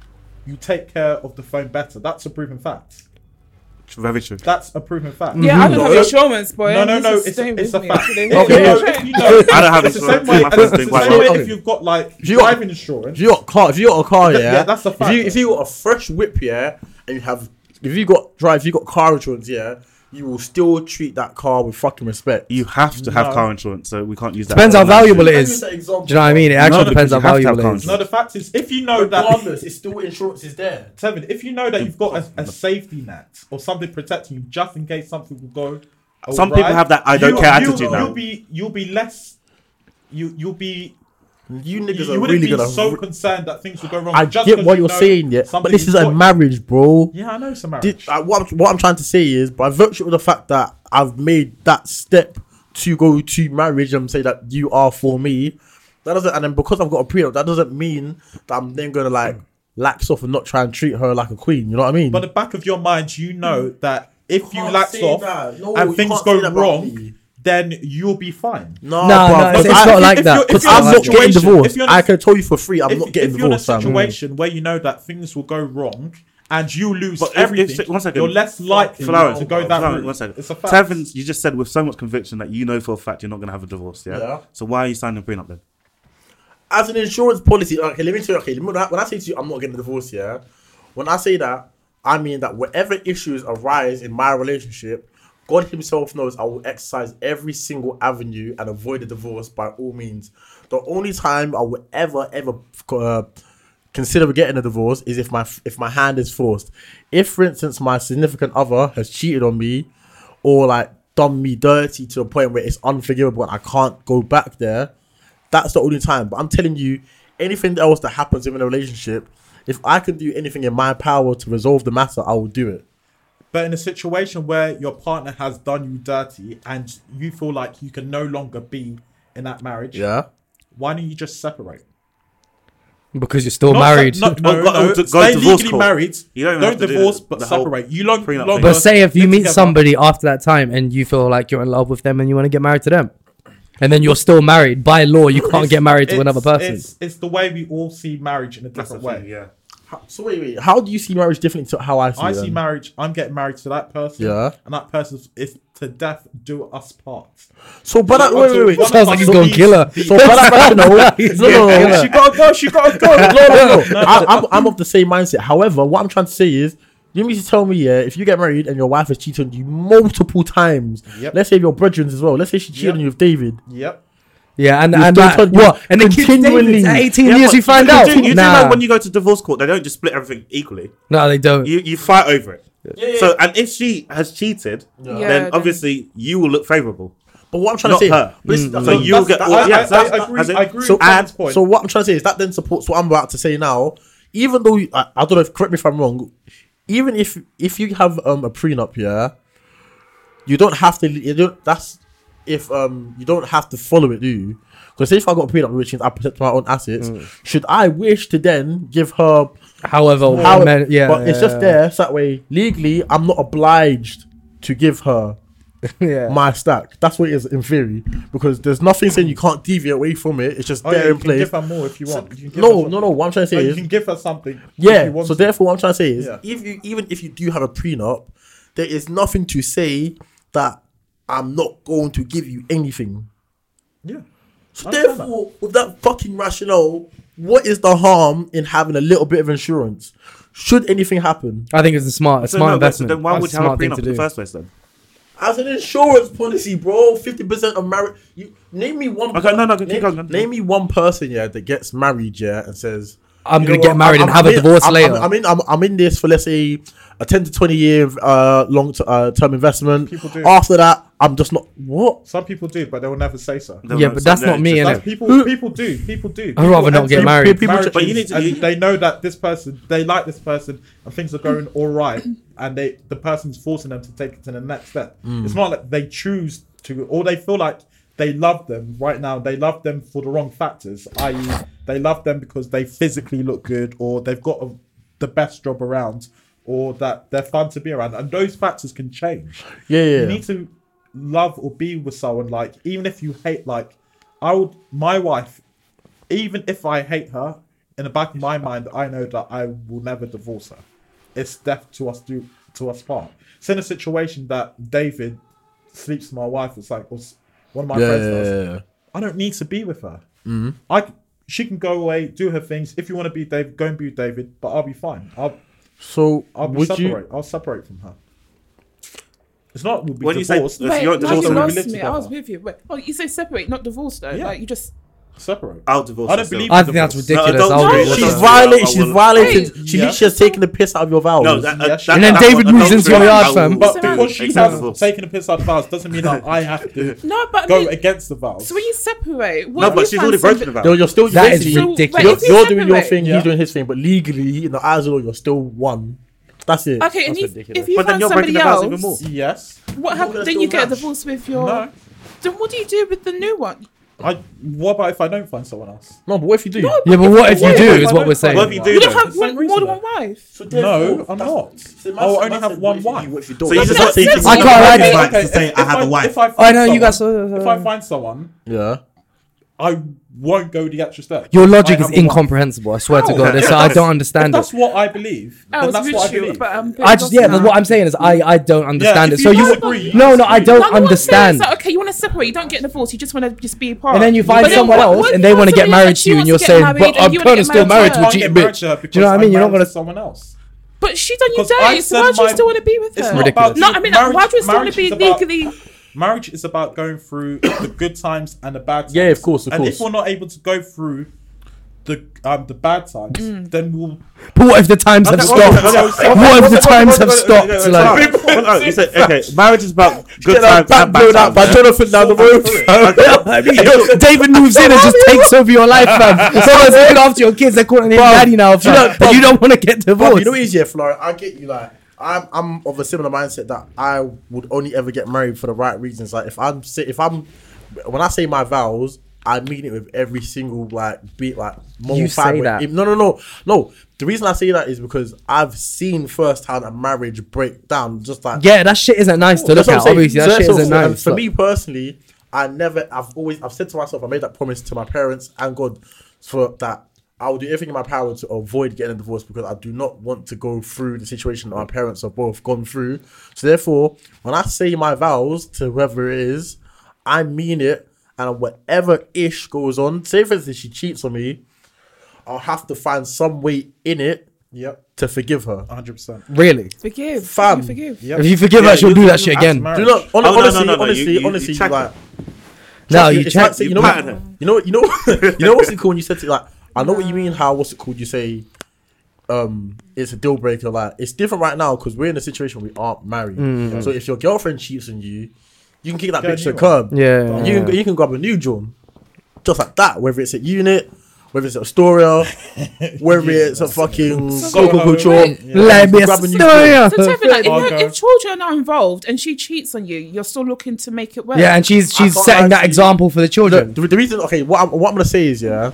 [SPEAKER 6] you take care of the phone better. That's a proven fact.
[SPEAKER 2] Very true.
[SPEAKER 6] That's a proven fact.
[SPEAKER 7] Yeah, I don't
[SPEAKER 6] No,
[SPEAKER 7] have insurance, boy.
[SPEAKER 6] No, no,
[SPEAKER 7] This
[SPEAKER 6] no.
[SPEAKER 7] is
[SPEAKER 6] It's,
[SPEAKER 7] staying
[SPEAKER 6] it's
[SPEAKER 7] with
[SPEAKER 6] a
[SPEAKER 7] me.
[SPEAKER 6] fact.
[SPEAKER 7] Today.
[SPEAKER 6] You know,
[SPEAKER 3] Okay.
[SPEAKER 6] you know,
[SPEAKER 2] I don't have
[SPEAKER 6] it's the same
[SPEAKER 2] insurance.
[SPEAKER 6] way.
[SPEAKER 2] My
[SPEAKER 6] and
[SPEAKER 2] friend's
[SPEAKER 6] It's the
[SPEAKER 2] doing quite
[SPEAKER 6] same way
[SPEAKER 3] well.
[SPEAKER 6] if you've got like
[SPEAKER 3] you got-
[SPEAKER 6] driving insurance.
[SPEAKER 3] If you got a car, if you got a car, yeah,
[SPEAKER 6] Yeah, that's a fact.
[SPEAKER 3] If you, if you got a fresh whip, yeah, and you have, if you got drive, if you got car insurance, yeah, you will still treat that car with fucking respect.
[SPEAKER 4] You have to have
[SPEAKER 6] No.
[SPEAKER 4] car insurance, so we can't use that.
[SPEAKER 5] Depends how
[SPEAKER 4] as an option.
[SPEAKER 5] valuable it
[SPEAKER 3] Can I use
[SPEAKER 5] is.
[SPEAKER 3] that
[SPEAKER 5] Do you
[SPEAKER 3] example?
[SPEAKER 5] know what I mean? It actually
[SPEAKER 4] no,
[SPEAKER 5] depends how
[SPEAKER 4] because you have to have
[SPEAKER 5] valuable it
[SPEAKER 4] confidence.
[SPEAKER 5] is.
[SPEAKER 6] No, the fact is, if you know that,
[SPEAKER 3] Regardless, it's still insurance is there.
[SPEAKER 6] Tevin, if you know that you've got a, a safety net or something protecting you just in case something will go.
[SPEAKER 4] Some people
[SPEAKER 6] awry,
[SPEAKER 4] have that I don't
[SPEAKER 6] you-
[SPEAKER 4] care
[SPEAKER 6] you-
[SPEAKER 4] attitude now.
[SPEAKER 6] You'll be, you'll be less. You, you'll be.
[SPEAKER 3] You
[SPEAKER 6] You,
[SPEAKER 3] niggas
[SPEAKER 6] you
[SPEAKER 3] are
[SPEAKER 6] wouldn't
[SPEAKER 3] really
[SPEAKER 6] be
[SPEAKER 3] gonna.
[SPEAKER 6] so concerned that things will go wrong.
[SPEAKER 3] I
[SPEAKER 6] just
[SPEAKER 3] get
[SPEAKER 6] 'cause
[SPEAKER 3] what
[SPEAKER 6] you
[SPEAKER 3] you're
[SPEAKER 6] know
[SPEAKER 3] saying, yeah, but
[SPEAKER 6] something
[SPEAKER 3] this is
[SPEAKER 6] you've
[SPEAKER 3] a
[SPEAKER 6] got.
[SPEAKER 3] marriage, bro.
[SPEAKER 6] Yeah, I know it's a marriage.
[SPEAKER 3] Did, uh, what, I'm, what I'm trying to say is, by virtue of the fact that I've made that step to go to marriage and say that you are for me, that doesn't, and then because I've got a prenup, that doesn't mean that I'm then gonna like lax off and not try and treat her like a queen. You know what I mean?
[SPEAKER 6] But the back of your mind, you know that if you
[SPEAKER 3] can't
[SPEAKER 6] lax
[SPEAKER 3] say
[SPEAKER 6] off
[SPEAKER 3] that. No, you
[SPEAKER 6] and things
[SPEAKER 3] can't say
[SPEAKER 6] go
[SPEAKER 3] that about me.
[SPEAKER 6] wrong, then you'll be fine.
[SPEAKER 3] no,
[SPEAKER 5] Nah,
[SPEAKER 3] bruv,
[SPEAKER 5] nah, it's-
[SPEAKER 3] because
[SPEAKER 5] it's
[SPEAKER 3] I-
[SPEAKER 5] not
[SPEAKER 6] if-
[SPEAKER 5] like
[SPEAKER 6] if
[SPEAKER 5] that.
[SPEAKER 6] you're- if
[SPEAKER 5] It's
[SPEAKER 6] you're in
[SPEAKER 5] not
[SPEAKER 6] a
[SPEAKER 3] I'm not getting
[SPEAKER 6] situation-
[SPEAKER 3] divorced.
[SPEAKER 6] if you're in a-
[SPEAKER 3] I can tell you for free, I'm
[SPEAKER 6] If,
[SPEAKER 3] not getting
[SPEAKER 6] if you're in a
[SPEAKER 3] divorced, fam.
[SPEAKER 6] situation where you know that things will go wrong and you lose
[SPEAKER 4] But if- if-
[SPEAKER 6] everything,
[SPEAKER 4] one second.
[SPEAKER 6] you're less likely
[SPEAKER 4] Flowers,
[SPEAKER 6] to go that
[SPEAKER 4] Flowers,
[SPEAKER 6] route.
[SPEAKER 4] One second.
[SPEAKER 6] It's a fact.
[SPEAKER 4] Tevin, you just said with so much conviction that you know for a fact you're not going to have a divorce. Yeah?
[SPEAKER 3] Yeah.
[SPEAKER 4] So why are you signing a prenup then?
[SPEAKER 3] as an insurance policy, okay, let me tell you, okay, when I, when I say to you, I'm not getting a divorce, yeah, when I say that, I mean that whatever issues arise in my relationship, God Himself knows I will exercise every single avenue and avoid a divorce by all means. The only time I will ever, ever uh, consider getting a divorce is if my if my hand is forced. If, for instance, my significant other has cheated on me, or like done me dirty to a point where it's unforgivable and I can't go back there, that's the only time. But I'm telling you, anything else that happens in a relationship, if I can do anything in my power to resolve the matter, I will do it.
[SPEAKER 6] But in a situation where your partner has done you dirty and you feel like you can no longer be in that marriage,
[SPEAKER 3] Yeah.
[SPEAKER 6] why don't you just separate?
[SPEAKER 5] Because you're still
[SPEAKER 6] Not
[SPEAKER 5] married.
[SPEAKER 6] se- not- no,
[SPEAKER 4] Or go-
[SPEAKER 6] no,
[SPEAKER 4] or Oh, to- go
[SPEAKER 6] Stay
[SPEAKER 4] divorce
[SPEAKER 6] legally
[SPEAKER 4] court.
[SPEAKER 6] married.
[SPEAKER 4] You don't even have to do
[SPEAKER 6] divorce,
[SPEAKER 4] the-
[SPEAKER 6] but
[SPEAKER 4] the whole
[SPEAKER 6] separate. You long,
[SPEAKER 4] prenup
[SPEAKER 6] longer
[SPEAKER 4] thing.
[SPEAKER 5] but say if you
[SPEAKER 6] live
[SPEAKER 5] meet
[SPEAKER 6] together.
[SPEAKER 5] somebody after that time and you feel like you're in love with them and you want to get married to them, and then you're still married by law, you can't get married to
[SPEAKER 6] It's-
[SPEAKER 5] another person.
[SPEAKER 6] It's, it's the way we all see marriage in a different way.
[SPEAKER 4] yeah.
[SPEAKER 3] How- So wait, wait. How do you see marriage differently to how I see?
[SPEAKER 6] I
[SPEAKER 3] it
[SPEAKER 6] see
[SPEAKER 3] then?
[SPEAKER 6] marriage. I'm getting married to that person.
[SPEAKER 3] Yeah.
[SPEAKER 6] And that person is to death do us part.
[SPEAKER 3] So, but I, wait, wait, wait.
[SPEAKER 6] Sounds
[SPEAKER 5] Sounds like he's gonna
[SPEAKER 6] so
[SPEAKER 5] kill her.
[SPEAKER 3] So, but I rationale. No, no, no, no.
[SPEAKER 6] she gotta go. She gotta go.
[SPEAKER 3] no, no, no. I, I'm, I'm of the same mindset. However, what I'm trying to say is, you need to tell me, yeah, if you get married and your wife has cheated on you multiple times,
[SPEAKER 6] Yep.
[SPEAKER 3] let's say your brethren as well, let's say she cheated
[SPEAKER 6] Yep.
[SPEAKER 3] on you with David.
[SPEAKER 6] Yep.
[SPEAKER 5] Yeah, and
[SPEAKER 3] You're
[SPEAKER 5] and
[SPEAKER 3] still
[SPEAKER 5] that,
[SPEAKER 3] talking-
[SPEAKER 5] what? And the kid's
[SPEAKER 3] continually-
[SPEAKER 5] David's at 18
[SPEAKER 4] Yeah,
[SPEAKER 5] years,
[SPEAKER 4] but
[SPEAKER 5] E, you find
[SPEAKER 4] do-
[SPEAKER 5] out.
[SPEAKER 4] You do
[SPEAKER 5] nah.
[SPEAKER 4] know when you go to divorce court, they don't just split everything equally.
[SPEAKER 5] no, they don't.
[SPEAKER 4] You you fight over it. So and if she has cheated,
[SPEAKER 7] Yeah,
[SPEAKER 4] then
[SPEAKER 7] then-
[SPEAKER 4] obviously you will look favourable.
[SPEAKER 3] But what I'm trying
[SPEAKER 4] Not
[SPEAKER 3] to say,
[SPEAKER 4] her. Mm,
[SPEAKER 3] but this- that's
[SPEAKER 4] So
[SPEAKER 3] what-
[SPEAKER 4] you'll
[SPEAKER 3] that's-
[SPEAKER 4] get
[SPEAKER 3] that-
[SPEAKER 4] all-
[SPEAKER 3] I-
[SPEAKER 6] I,
[SPEAKER 4] yeah,
[SPEAKER 6] I,
[SPEAKER 4] that's-
[SPEAKER 6] I
[SPEAKER 4] that's-
[SPEAKER 6] agree.
[SPEAKER 4] that's it.
[SPEAKER 6] I agree.
[SPEAKER 3] So,
[SPEAKER 6] with Kevin's point.
[SPEAKER 3] so what I'm trying to say is that then supports what I'm about to say now. Even though I, I don't know, if, correct me if I'm wrong. Even if if you have um a prenup, yeah, you don't have to. You don't, that's if um you don't have to follow it, do you? Because if I got a prenup, which means I protect my own assets,
[SPEAKER 6] Mm.
[SPEAKER 3] should I wish to then give her?
[SPEAKER 6] Oh,
[SPEAKER 5] However,
[SPEAKER 3] How,
[SPEAKER 5] men- yeah,
[SPEAKER 3] but it's just uh,
[SPEAKER 5] yeah,
[SPEAKER 3] there. So that way, legally, I'm not obliged to give her
[SPEAKER 5] Yeah.
[SPEAKER 3] my stack. That's what it is in theory, because there's nothing saying you can't deviate away from it. It's just
[SPEAKER 6] Oh, yeah,
[SPEAKER 3] there
[SPEAKER 6] you
[SPEAKER 3] in
[SPEAKER 6] can
[SPEAKER 3] place.
[SPEAKER 6] give her more if you want. You can give her
[SPEAKER 3] No,
[SPEAKER 6] something.
[SPEAKER 3] no, no. What I'm trying to say
[SPEAKER 6] Oh, you
[SPEAKER 3] is,
[SPEAKER 6] can give her something. if you
[SPEAKER 3] yeah.
[SPEAKER 6] want
[SPEAKER 3] So
[SPEAKER 6] to.
[SPEAKER 3] therefore, what I'm trying to say is,
[SPEAKER 6] Yeah.
[SPEAKER 3] if you even if you do have a prenup, there is nothing to say that I'm not going to give you anything.
[SPEAKER 6] yeah.
[SPEAKER 3] So
[SPEAKER 6] I understand
[SPEAKER 3] therefore, with that fucking rationale, what is the harm in having a little bit of insurance? Should anything happen,
[SPEAKER 5] I think it's a smart, a
[SPEAKER 4] So
[SPEAKER 5] smart
[SPEAKER 4] no, but- so
[SPEAKER 5] investment.
[SPEAKER 4] then why
[SPEAKER 5] That's
[SPEAKER 4] would
[SPEAKER 5] a
[SPEAKER 4] you have a
[SPEAKER 5] smart thing
[SPEAKER 4] prenup
[SPEAKER 5] to
[SPEAKER 4] in the
[SPEAKER 5] do.
[SPEAKER 4] first place then?
[SPEAKER 3] as an insurance policy, bro, fifty percent of marriage. You name me one.
[SPEAKER 4] Okay, no, no, keep
[SPEAKER 3] name,
[SPEAKER 4] going, keep
[SPEAKER 3] Name
[SPEAKER 4] going.
[SPEAKER 3] me one person, yeah, that gets married, yeah, and says,
[SPEAKER 5] I'm
[SPEAKER 3] you
[SPEAKER 5] gonna
[SPEAKER 3] know
[SPEAKER 5] get
[SPEAKER 3] what,
[SPEAKER 5] married and
[SPEAKER 3] I'm-
[SPEAKER 5] have
[SPEAKER 3] I'm
[SPEAKER 5] a
[SPEAKER 3] in-
[SPEAKER 5] divorce
[SPEAKER 3] I'm-
[SPEAKER 5] later.
[SPEAKER 3] I'm, I'm in. I'm, I'm in this for let's say a ten to twenty year uh, long t- uh, term investment.
[SPEAKER 6] People do.
[SPEAKER 3] After that, I'm just not what.
[SPEAKER 6] Some people do, but they will never say so.
[SPEAKER 4] They'll
[SPEAKER 5] Yeah,
[SPEAKER 4] know
[SPEAKER 5] but that's
[SPEAKER 4] someday
[SPEAKER 5] not me,
[SPEAKER 4] just-
[SPEAKER 5] innit?
[SPEAKER 6] Like, people, people do, people do.
[SPEAKER 5] I'd rather not
[SPEAKER 6] and
[SPEAKER 5] get
[SPEAKER 6] people-
[SPEAKER 5] married.
[SPEAKER 6] people-
[SPEAKER 3] Marriage
[SPEAKER 6] but you
[SPEAKER 4] is-
[SPEAKER 6] need to,
[SPEAKER 4] and
[SPEAKER 6] you- they know that this person, they like this person, and things are going all right, and they, the person's forcing them to take it to the next step.
[SPEAKER 5] Mm.
[SPEAKER 6] It's not like they choose to, or they feel like they love them right now. They love them for the wrong factors, i.e., they love them because they physically look good, or they've got a, the best job around, or that they're fun to be around, and those factors can change
[SPEAKER 3] Yeah, yeah.
[SPEAKER 6] you need to love or be with someone like even if you hate like i would my wife even if i hate her in the back of my mind i know that i will never divorce her it's death to us do to us part It's in a situation that David sleeps with my wife. It's like, or s- one of my
[SPEAKER 3] Yeah,
[SPEAKER 6] friends
[SPEAKER 3] yeah,
[SPEAKER 6] does.
[SPEAKER 3] yeah, yeah.
[SPEAKER 6] I don't need to be with her.
[SPEAKER 3] Mhm.
[SPEAKER 6] I c- she can go away, do her things. If you want to be David, go and be David. But I'll be fine. I'll
[SPEAKER 3] So
[SPEAKER 6] I'll be
[SPEAKER 3] would you?
[SPEAKER 6] separate. I'll separate from her. It's not we'll be
[SPEAKER 4] When you say-
[SPEAKER 6] divorced.
[SPEAKER 4] If you're
[SPEAKER 7] Wait, now you
[SPEAKER 4] divorced, then we
[SPEAKER 7] lost
[SPEAKER 6] live
[SPEAKER 7] me. I was
[SPEAKER 6] together.
[SPEAKER 7] with you. Wait, oh, you say separate, not divorce though.
[SPEAKER 6] Yeah.
[SPEAKER 7] Like you just
[SPEAKER 6] separate.
[SPEAKER 5] Uh,
[SPEAKER 4] I'll divorce
[SPEAKER 6] I don't
[SPEAKER 4] myself.
[SPEAKER 6] believe-
[SPEAKER 5] I think that's ridiculous.
[SPEAKER 4] don't-
[SPEAKER 5] I'll
[SPEAKER 4] no,
[SPEAKER 5] be-
[SPEAKER 4] no,
[SPEAKER 3] She's
[SPEAKER 4] no, no, I
[SPEAKER 3] violated. She's
[SPEAKER 4] won't.
[SPEAKER 3] violated. She
[SPEAKER 6] Yeah.
[SPEAKER 3] literally has taken the piss out of your vows.
[SPEAKER 4] No, that, that,
[SPEAKER 6] Yeah,
[SPEAKER 4] that,
[SPEAKER 6] sure.
[SPEAKER 5] And then
[SPEAKER 4] that's
[SPEAKER 5] David
[SPEAKER 4] what-
[SPEAKER 5] moves into your yard,
[SPEAKER 4] I will
[SPEAKER 5] fam.
[SPEAKER 4] do
[SPEAKER 6] But
[SPEAKER 7] Sarah-
[SPEAKER 6] because she
[SPEAKER 4] accept
[SPEAKER 6] has
[SPEAKER 4] divorce.
[SPEAKER 6] taken a piss out of vows doesn't mean that I have to
[SPEAKER 7] no, but I
[SPEAKER 6] go
[SPEAKER 7] mean,
[SPEAKER 6] against the vows.
[SPEAKER 7] so when you separate, what
[SPEAKER 4] No,
[SPEAKER 7] if
[SPEAKER 4] but
[SPEAKER 7] you
[SPEAKER 4] she's
[SPEAKER 7] find
[SPEAKER 4] already
[SPEAKER 7] somebody-
[SPEAKER 4] broken about
[SPEAKER 3] You're,
[SPEAKER 4] it.
[SPEAKER 3] you're still you're
[SPEAKER 5] That is
[SPEAKER 3] basically-
[SPEAKER 5] ridiculous.
[SPEAKER 7] But
[SPEAKER 3] You're,
[SPEAKER 7] if you
[SPEAKER 3] you're doing your
[SPEAKER 7] separate-
[SPEAKER 3] thing.
[SPEAKER 6] Yeah.
[SPEAKER 3] He's doing his thing. But legally, in the eyes of the law, you're still one. That's it.
[SPEAKER 7] Okay, and
[SPEAKER 3] That's
[SPEAKER 7] if,
[SPEAKER 3] ridiculous.
[SPEAKER 7] if you
[SPEAKER 4] But then
[SPEAKER 7] find
[SPEAKER 4] you're
[SPEAKER 7] somebody
[SPEAKER 4] breaking the vows even
[SPEAKER 7] else,
[SPEAKER 4] more.
[SPEAKER 6] yes,
[SPEAKER 7] what happens?
[SPEAKER 4] gonna
[SPEAKER 7] Then
[SPEAKER 4] still
[SPEAKER 7] you get a
[SPEAKER 4] match.
[SPEAKER 7] divorce with your.
[SPEAKER 6] no.
[SPEAKER 7] Then what do you do with the new one?
[SPEAKER 6] I what about if I don't find someone else?
[SPEAKER 3] no, but what if you do?
[SPEAKER 7] No,
[SPEAKER 5] Yeah, but what if you
[SPEAKER 7] Yeah,
[SPEAKER 5] do?
[SPEAKER 6] but
[SPEAKER 5] Is
[SPEAKER 6] I
[SPEAKER 5] what
[SPEAKER 6] don't
[SPEAKER 5] we're
[SPEAKER 6] find
[SPEAKER 5] saying.
[SPEAKER 4] What if you
[SPEAKER 7] You
[SPEAKER 4] do
[SPEAKER 7] don't
[SPEAKER 4] that?
[SPEAKER 7] have
[SPEAKER 6] Same
[SPEAKER 7] one,
[SPEAKER 6] reason
[SPEAKER 7] more than
[SPEAKER 6] then.
[SPEAKER 7] one wife.
[SPEAKER 6] No, I'm not. I
[SPEAKER 3] Oh,
[SPEAKER 6] will only have one wife.
[SPEAKER 4] So you just
[SPEAKER 7] that's
[SPEAKER 4] want to
[SPEAKER 7] sensible.
[SPEAKER 5] I can't lie to
[SPEAKER 4] Okay,
[SPEAKER 5] you.
[SPEAKER 4] back to say
[SPEAKER 6] if-
[SPEAKER 4] I
[SPEAKER 6] if
[SPEAKER 4] have a wife.
[SPEAKER 6] If I,
[SPEAKER 5] I
[SPEAKER 6] find
[SPEAKER 5] know
[SPEAKER 6] someone-
[SPEAKER 5] you guys. uh,
[SPEAKER 6] If I find someone,
[SPEAKER 3] Yeah.
[SPEAKER 6] I won't go the extra step.
[SPEAKER 5] Your logic
[SPEAKER 6] I
[SPEAKER 5] is
[SPEAKER 6] have a wife.
[SPEAKER 5] incomprehensible. I swear to
[SPEAKER 6] How?
[SPEAKER 5] God,
[SPEAKER 4] Yeah,
[SPEAKER 5] it's-
[SPEAKER 4] yeah,
[SPEAKER 5] I
[SPEAKER 4] that's-
[SPEAKER 5] don't
[SPEAKER 6] If
[SPEAKER 5] understand it.
[SPEAKER 6] that's what I believe,
[SPEAKER 7] I
[SPEAKER 6] then
[SPEAKER 7] was
[SPEAKER 6] that's what
[SPEAKER 7] with
[SPEAKER 6] I
[SPEAKER 7] you,
[SPEAKER 6] believe.
[SPEAKER 7] but um,
[SPEAKER 5] I just yeah. that's What I'm saying is, I I don't understand
[SPEAKER 6] if
[SPEAKER 5] it. So
[SPEAKER 6] you
[SPEAKER 5] you
[SPEAKER 6] disagree,
[SPEAKER 5] no
[SPEAKER 6] you
[SPEAKER 5] no I
[SPEAKER 6] disagree.
[SPEAKER 7] No, but
[SPEAKER 5] don't
[SPEAKER 7] what I'm saying
[SPEAKER 5] understand.
[SPEAKER 7] is that, okay, you want to separate. You don't get a divorce. You just want to just be apart.
[SPEAKER 5] And then you find
[SPEAKER 7] But then
[SPEAKER 5] someone
[SPEAKER 7] what-
[SPEAKER 5] else,
[SPEAKER 7] what if
[SPEAKER 5] and they
[SPEAKER 7] you
[SPEAKER 5] want to get
[SPEAKER 7] somebody
[SPEAKER 5] married
[SPEAKER 7] that
[SPEAKER 5] to you, and
[SPEAKER 7] wants
[SPEAKER 5] you're
[SPEAKER 7] get
[SPEAKER 5] saying,
[SPEAKER 7] married
[SPEAKER 5] "But
[SPEAKER 7] and
[SPEAKER 5] I'm
[SPEAKER 7] you wanna get
[SPEAKER 5] still married to
[SPEAKER 6] I
[SPEAKER 5] a
[SPEAKER 7] her."
[SPEAKER 6] can't
[SPEAKER 5] cheating
[SPEAKER 6] get married
[SPEAKER 5] bitch."
[SPEAKER 6] to her
[SPEAKER 5] Do you know
[SPEAKER 6] because
[SPEAKER 5] what I
[SPEAKER 6] I'm
[SPEAKER 5] mean? You're not
[SPEAKER 6] married
[SPEAKER 5] gonna.
[SPEAKER 6] to someone else.
[SPEAKER 7] But she done you
[SPEAKER 6] Because I
[SPEAKER 7] dirty, so
[SPEAKER 6] said
[SPEAKER 7] why do you
[SPEAKER 6] my-
[SPEAKER 7] still want to be with
[SPEAKER 6] It's
[SPEAKER 7] her?
[SPEAKER 6] not about-
[SPEAKER 7] No, I mean,
[SPEAKER 6] marriage-
[SPEAKER 7] why do you still want
[SPEAKER 6] marriage
[SPEAKER 7] to be
[SPEAKER 6] is about-
[SPEAKER 7] legally?
[SPEAKER 6] Marriage is about going through the good times and the bad times.
[SPEAKER 3] Yeah, of course, of
[SPEAKER 6] and
[SPEAKER 3] course.
[SPEAKER 6] if we're not able to go through the um, the bad times, then we'll
[SPEAKER 5] But what if the times have stopped? What if the times have stopped? Like,
[SPEAKER 4] Like, you said, okay, marriage is about good
[SPEAKER 3] Get that
[SPEAKER 4] times
[SPEAKER 3] back
[SPEAKER 4] and
[SPEAKER 3] blown
[SPEAKER 4] bad
[SPEAKER 3] out by
[SPEAKER 4] times.
[SPEAKER 3] Jonathan down the road.
[SPEAKER 5] Yo, David moves in and just takes over your life, man. Someone's looking after your kids. They're calling him daddy now,
[SPEAKER 3] you know-
[SPEAKER 5] fam. And you don't want to get
[SPEAKER 3] But you
[SPEAKER 5] divorced.
[SPEAKER 3] know what it is, yeah, Flora. I get you. Like, I'm, I'm of a similar mindset that I would only ever get married for the right reasons. Like, if I'm, si- if I'm, when I say my vows, I mean it with every single like beat, like moral
[SPEAKER 5] You say
[SPEAKER 3] fibre.
[SPEAKER 5] that.
[SPEAKER 3] If- no, no, no, no. The reason I say that is because I've seen firsthand a marriage break down. Just like
[SPEAKER 5] Yeah, that shit isn't nice to
[SPEAKER 3] That's what
[SPEAKER 5] look
[SPEAKER 3] I'm
[SPEAKER 5] at.
[SPEAKER 3] saying.
[SPEAKER 5] Obviously,
[SPEAKER 3] So
[SPEAKER 5] that shit
[SPEAKER 3] that's
[SPEAKER 5] isn't
[SPEAKER 3] what- and
[SPEAKER 5] nice.
[SPEAKER 3] For
[SPEAKER 5] like-
[SPEAKER 3] me personally, I never, I've always, I've said to myself, I made that promise to my parents and God for that. I will do everything in my power to avoid getting a divorce because I do not want to go through the situation that my parents have both gone through. So therefore, when I say my vows to whoever it is, I mean it. And whatever ish goes on, say for instance she cheats on me, I'll have to find some way in it
[SPEAKER 6] yep,
[SPEAKER 3] to forgive her.
[SPEAKER 6] 100. percent
[SPEAKER 5] Really?
[SPEAKER 7] Forgive,
[SPEAKER 3] Fam.
[SPEAKER 7] You forgive.
[SPEAKER 6] Yep.
[SPEAKER 5] If you forgive
[SPEAKER 4] Yeah,
[SPEAKER 5] her, she'll
[SPEAKER 4] you-
[SPEAKER 5] do
[SPEAKER 4] you
[SPEAKER 5] that shit
[SPEAKER 4] ask
[SPEAKER 5] again.
[SPEAKER 3] Do you know? hon-
[SPEAKER 4] Oh, no, no,
[SPEAKER 3] honestly,
[SPEAKER 4] no, no, you-
[SPEAKER 3] honestly,
[SPEAKER 4] you- you
[SPEAKER 3] honestly,
[SPEAKER 4] check
[SPEAKER 3] like.
[SPEAKER 5] No,
[SPEAKER 3] It's
[SPEAKER 5] you
[SPEAKER 3] like-
[SPEAKER 5] check.
[SPEAKER 3] so you
[SPEAKER 4] you
[SPEAKER 3] know,
[SPEAKER 4] pattern it.
[SPEAKER 3] you know, you know, you know what's it called when you said to like, I know what you mean. How what's it called? You say, um, it's a deal breaker. Like it's different right now because we're in a situation where we aren't married.
[SPEAKER 5] Mm.
[SPEAKER 3] So if your girlfriend cheats on you, you can kick that
[SPEAKER 6] Get a
[SPEAKER 3] bitch to
[SPEAKER 6] new
[SPEAKER 3] the
[SPEAKER 6] one.
[SPEAKER 3] curb.
[SPEAKER 5] Yeah.
[SPEAKER 3] you can you can grab a new John, just like that. Whether it's at unit, whether it's at Astoria, whether it's at fucking
[SPEAKER 6] Go
[SPEAKER 3] Coco
[SPEAKER 6] home.
[SPEAKER 3] Couture,
[SPEAKER 5] Let me
[SPEAKER 3] grab a new
[SPEAKER 5] story.
[SPEAKER 7] So Tevin, like, if,
[SPEAKER 6] I'll
[SPEAKER 7] you-
[SPEAKER 6] go.
[SPEAKER 7] if children are not involved and she cheats on you, you're still looking to make it work.
[SPEAKER 5] Yeah, and she's
[SPEAKER 3] I
[SPEAKER 5] she's
[SPEAKER 3] can't
[SPEAKER 5] setting that
[SPEAKER 3] actually-
[SPEAKER 5] example for the children.
[SPEAKER 3] The, the reason, okay, what I'm, what I'm gonna say is, yeah,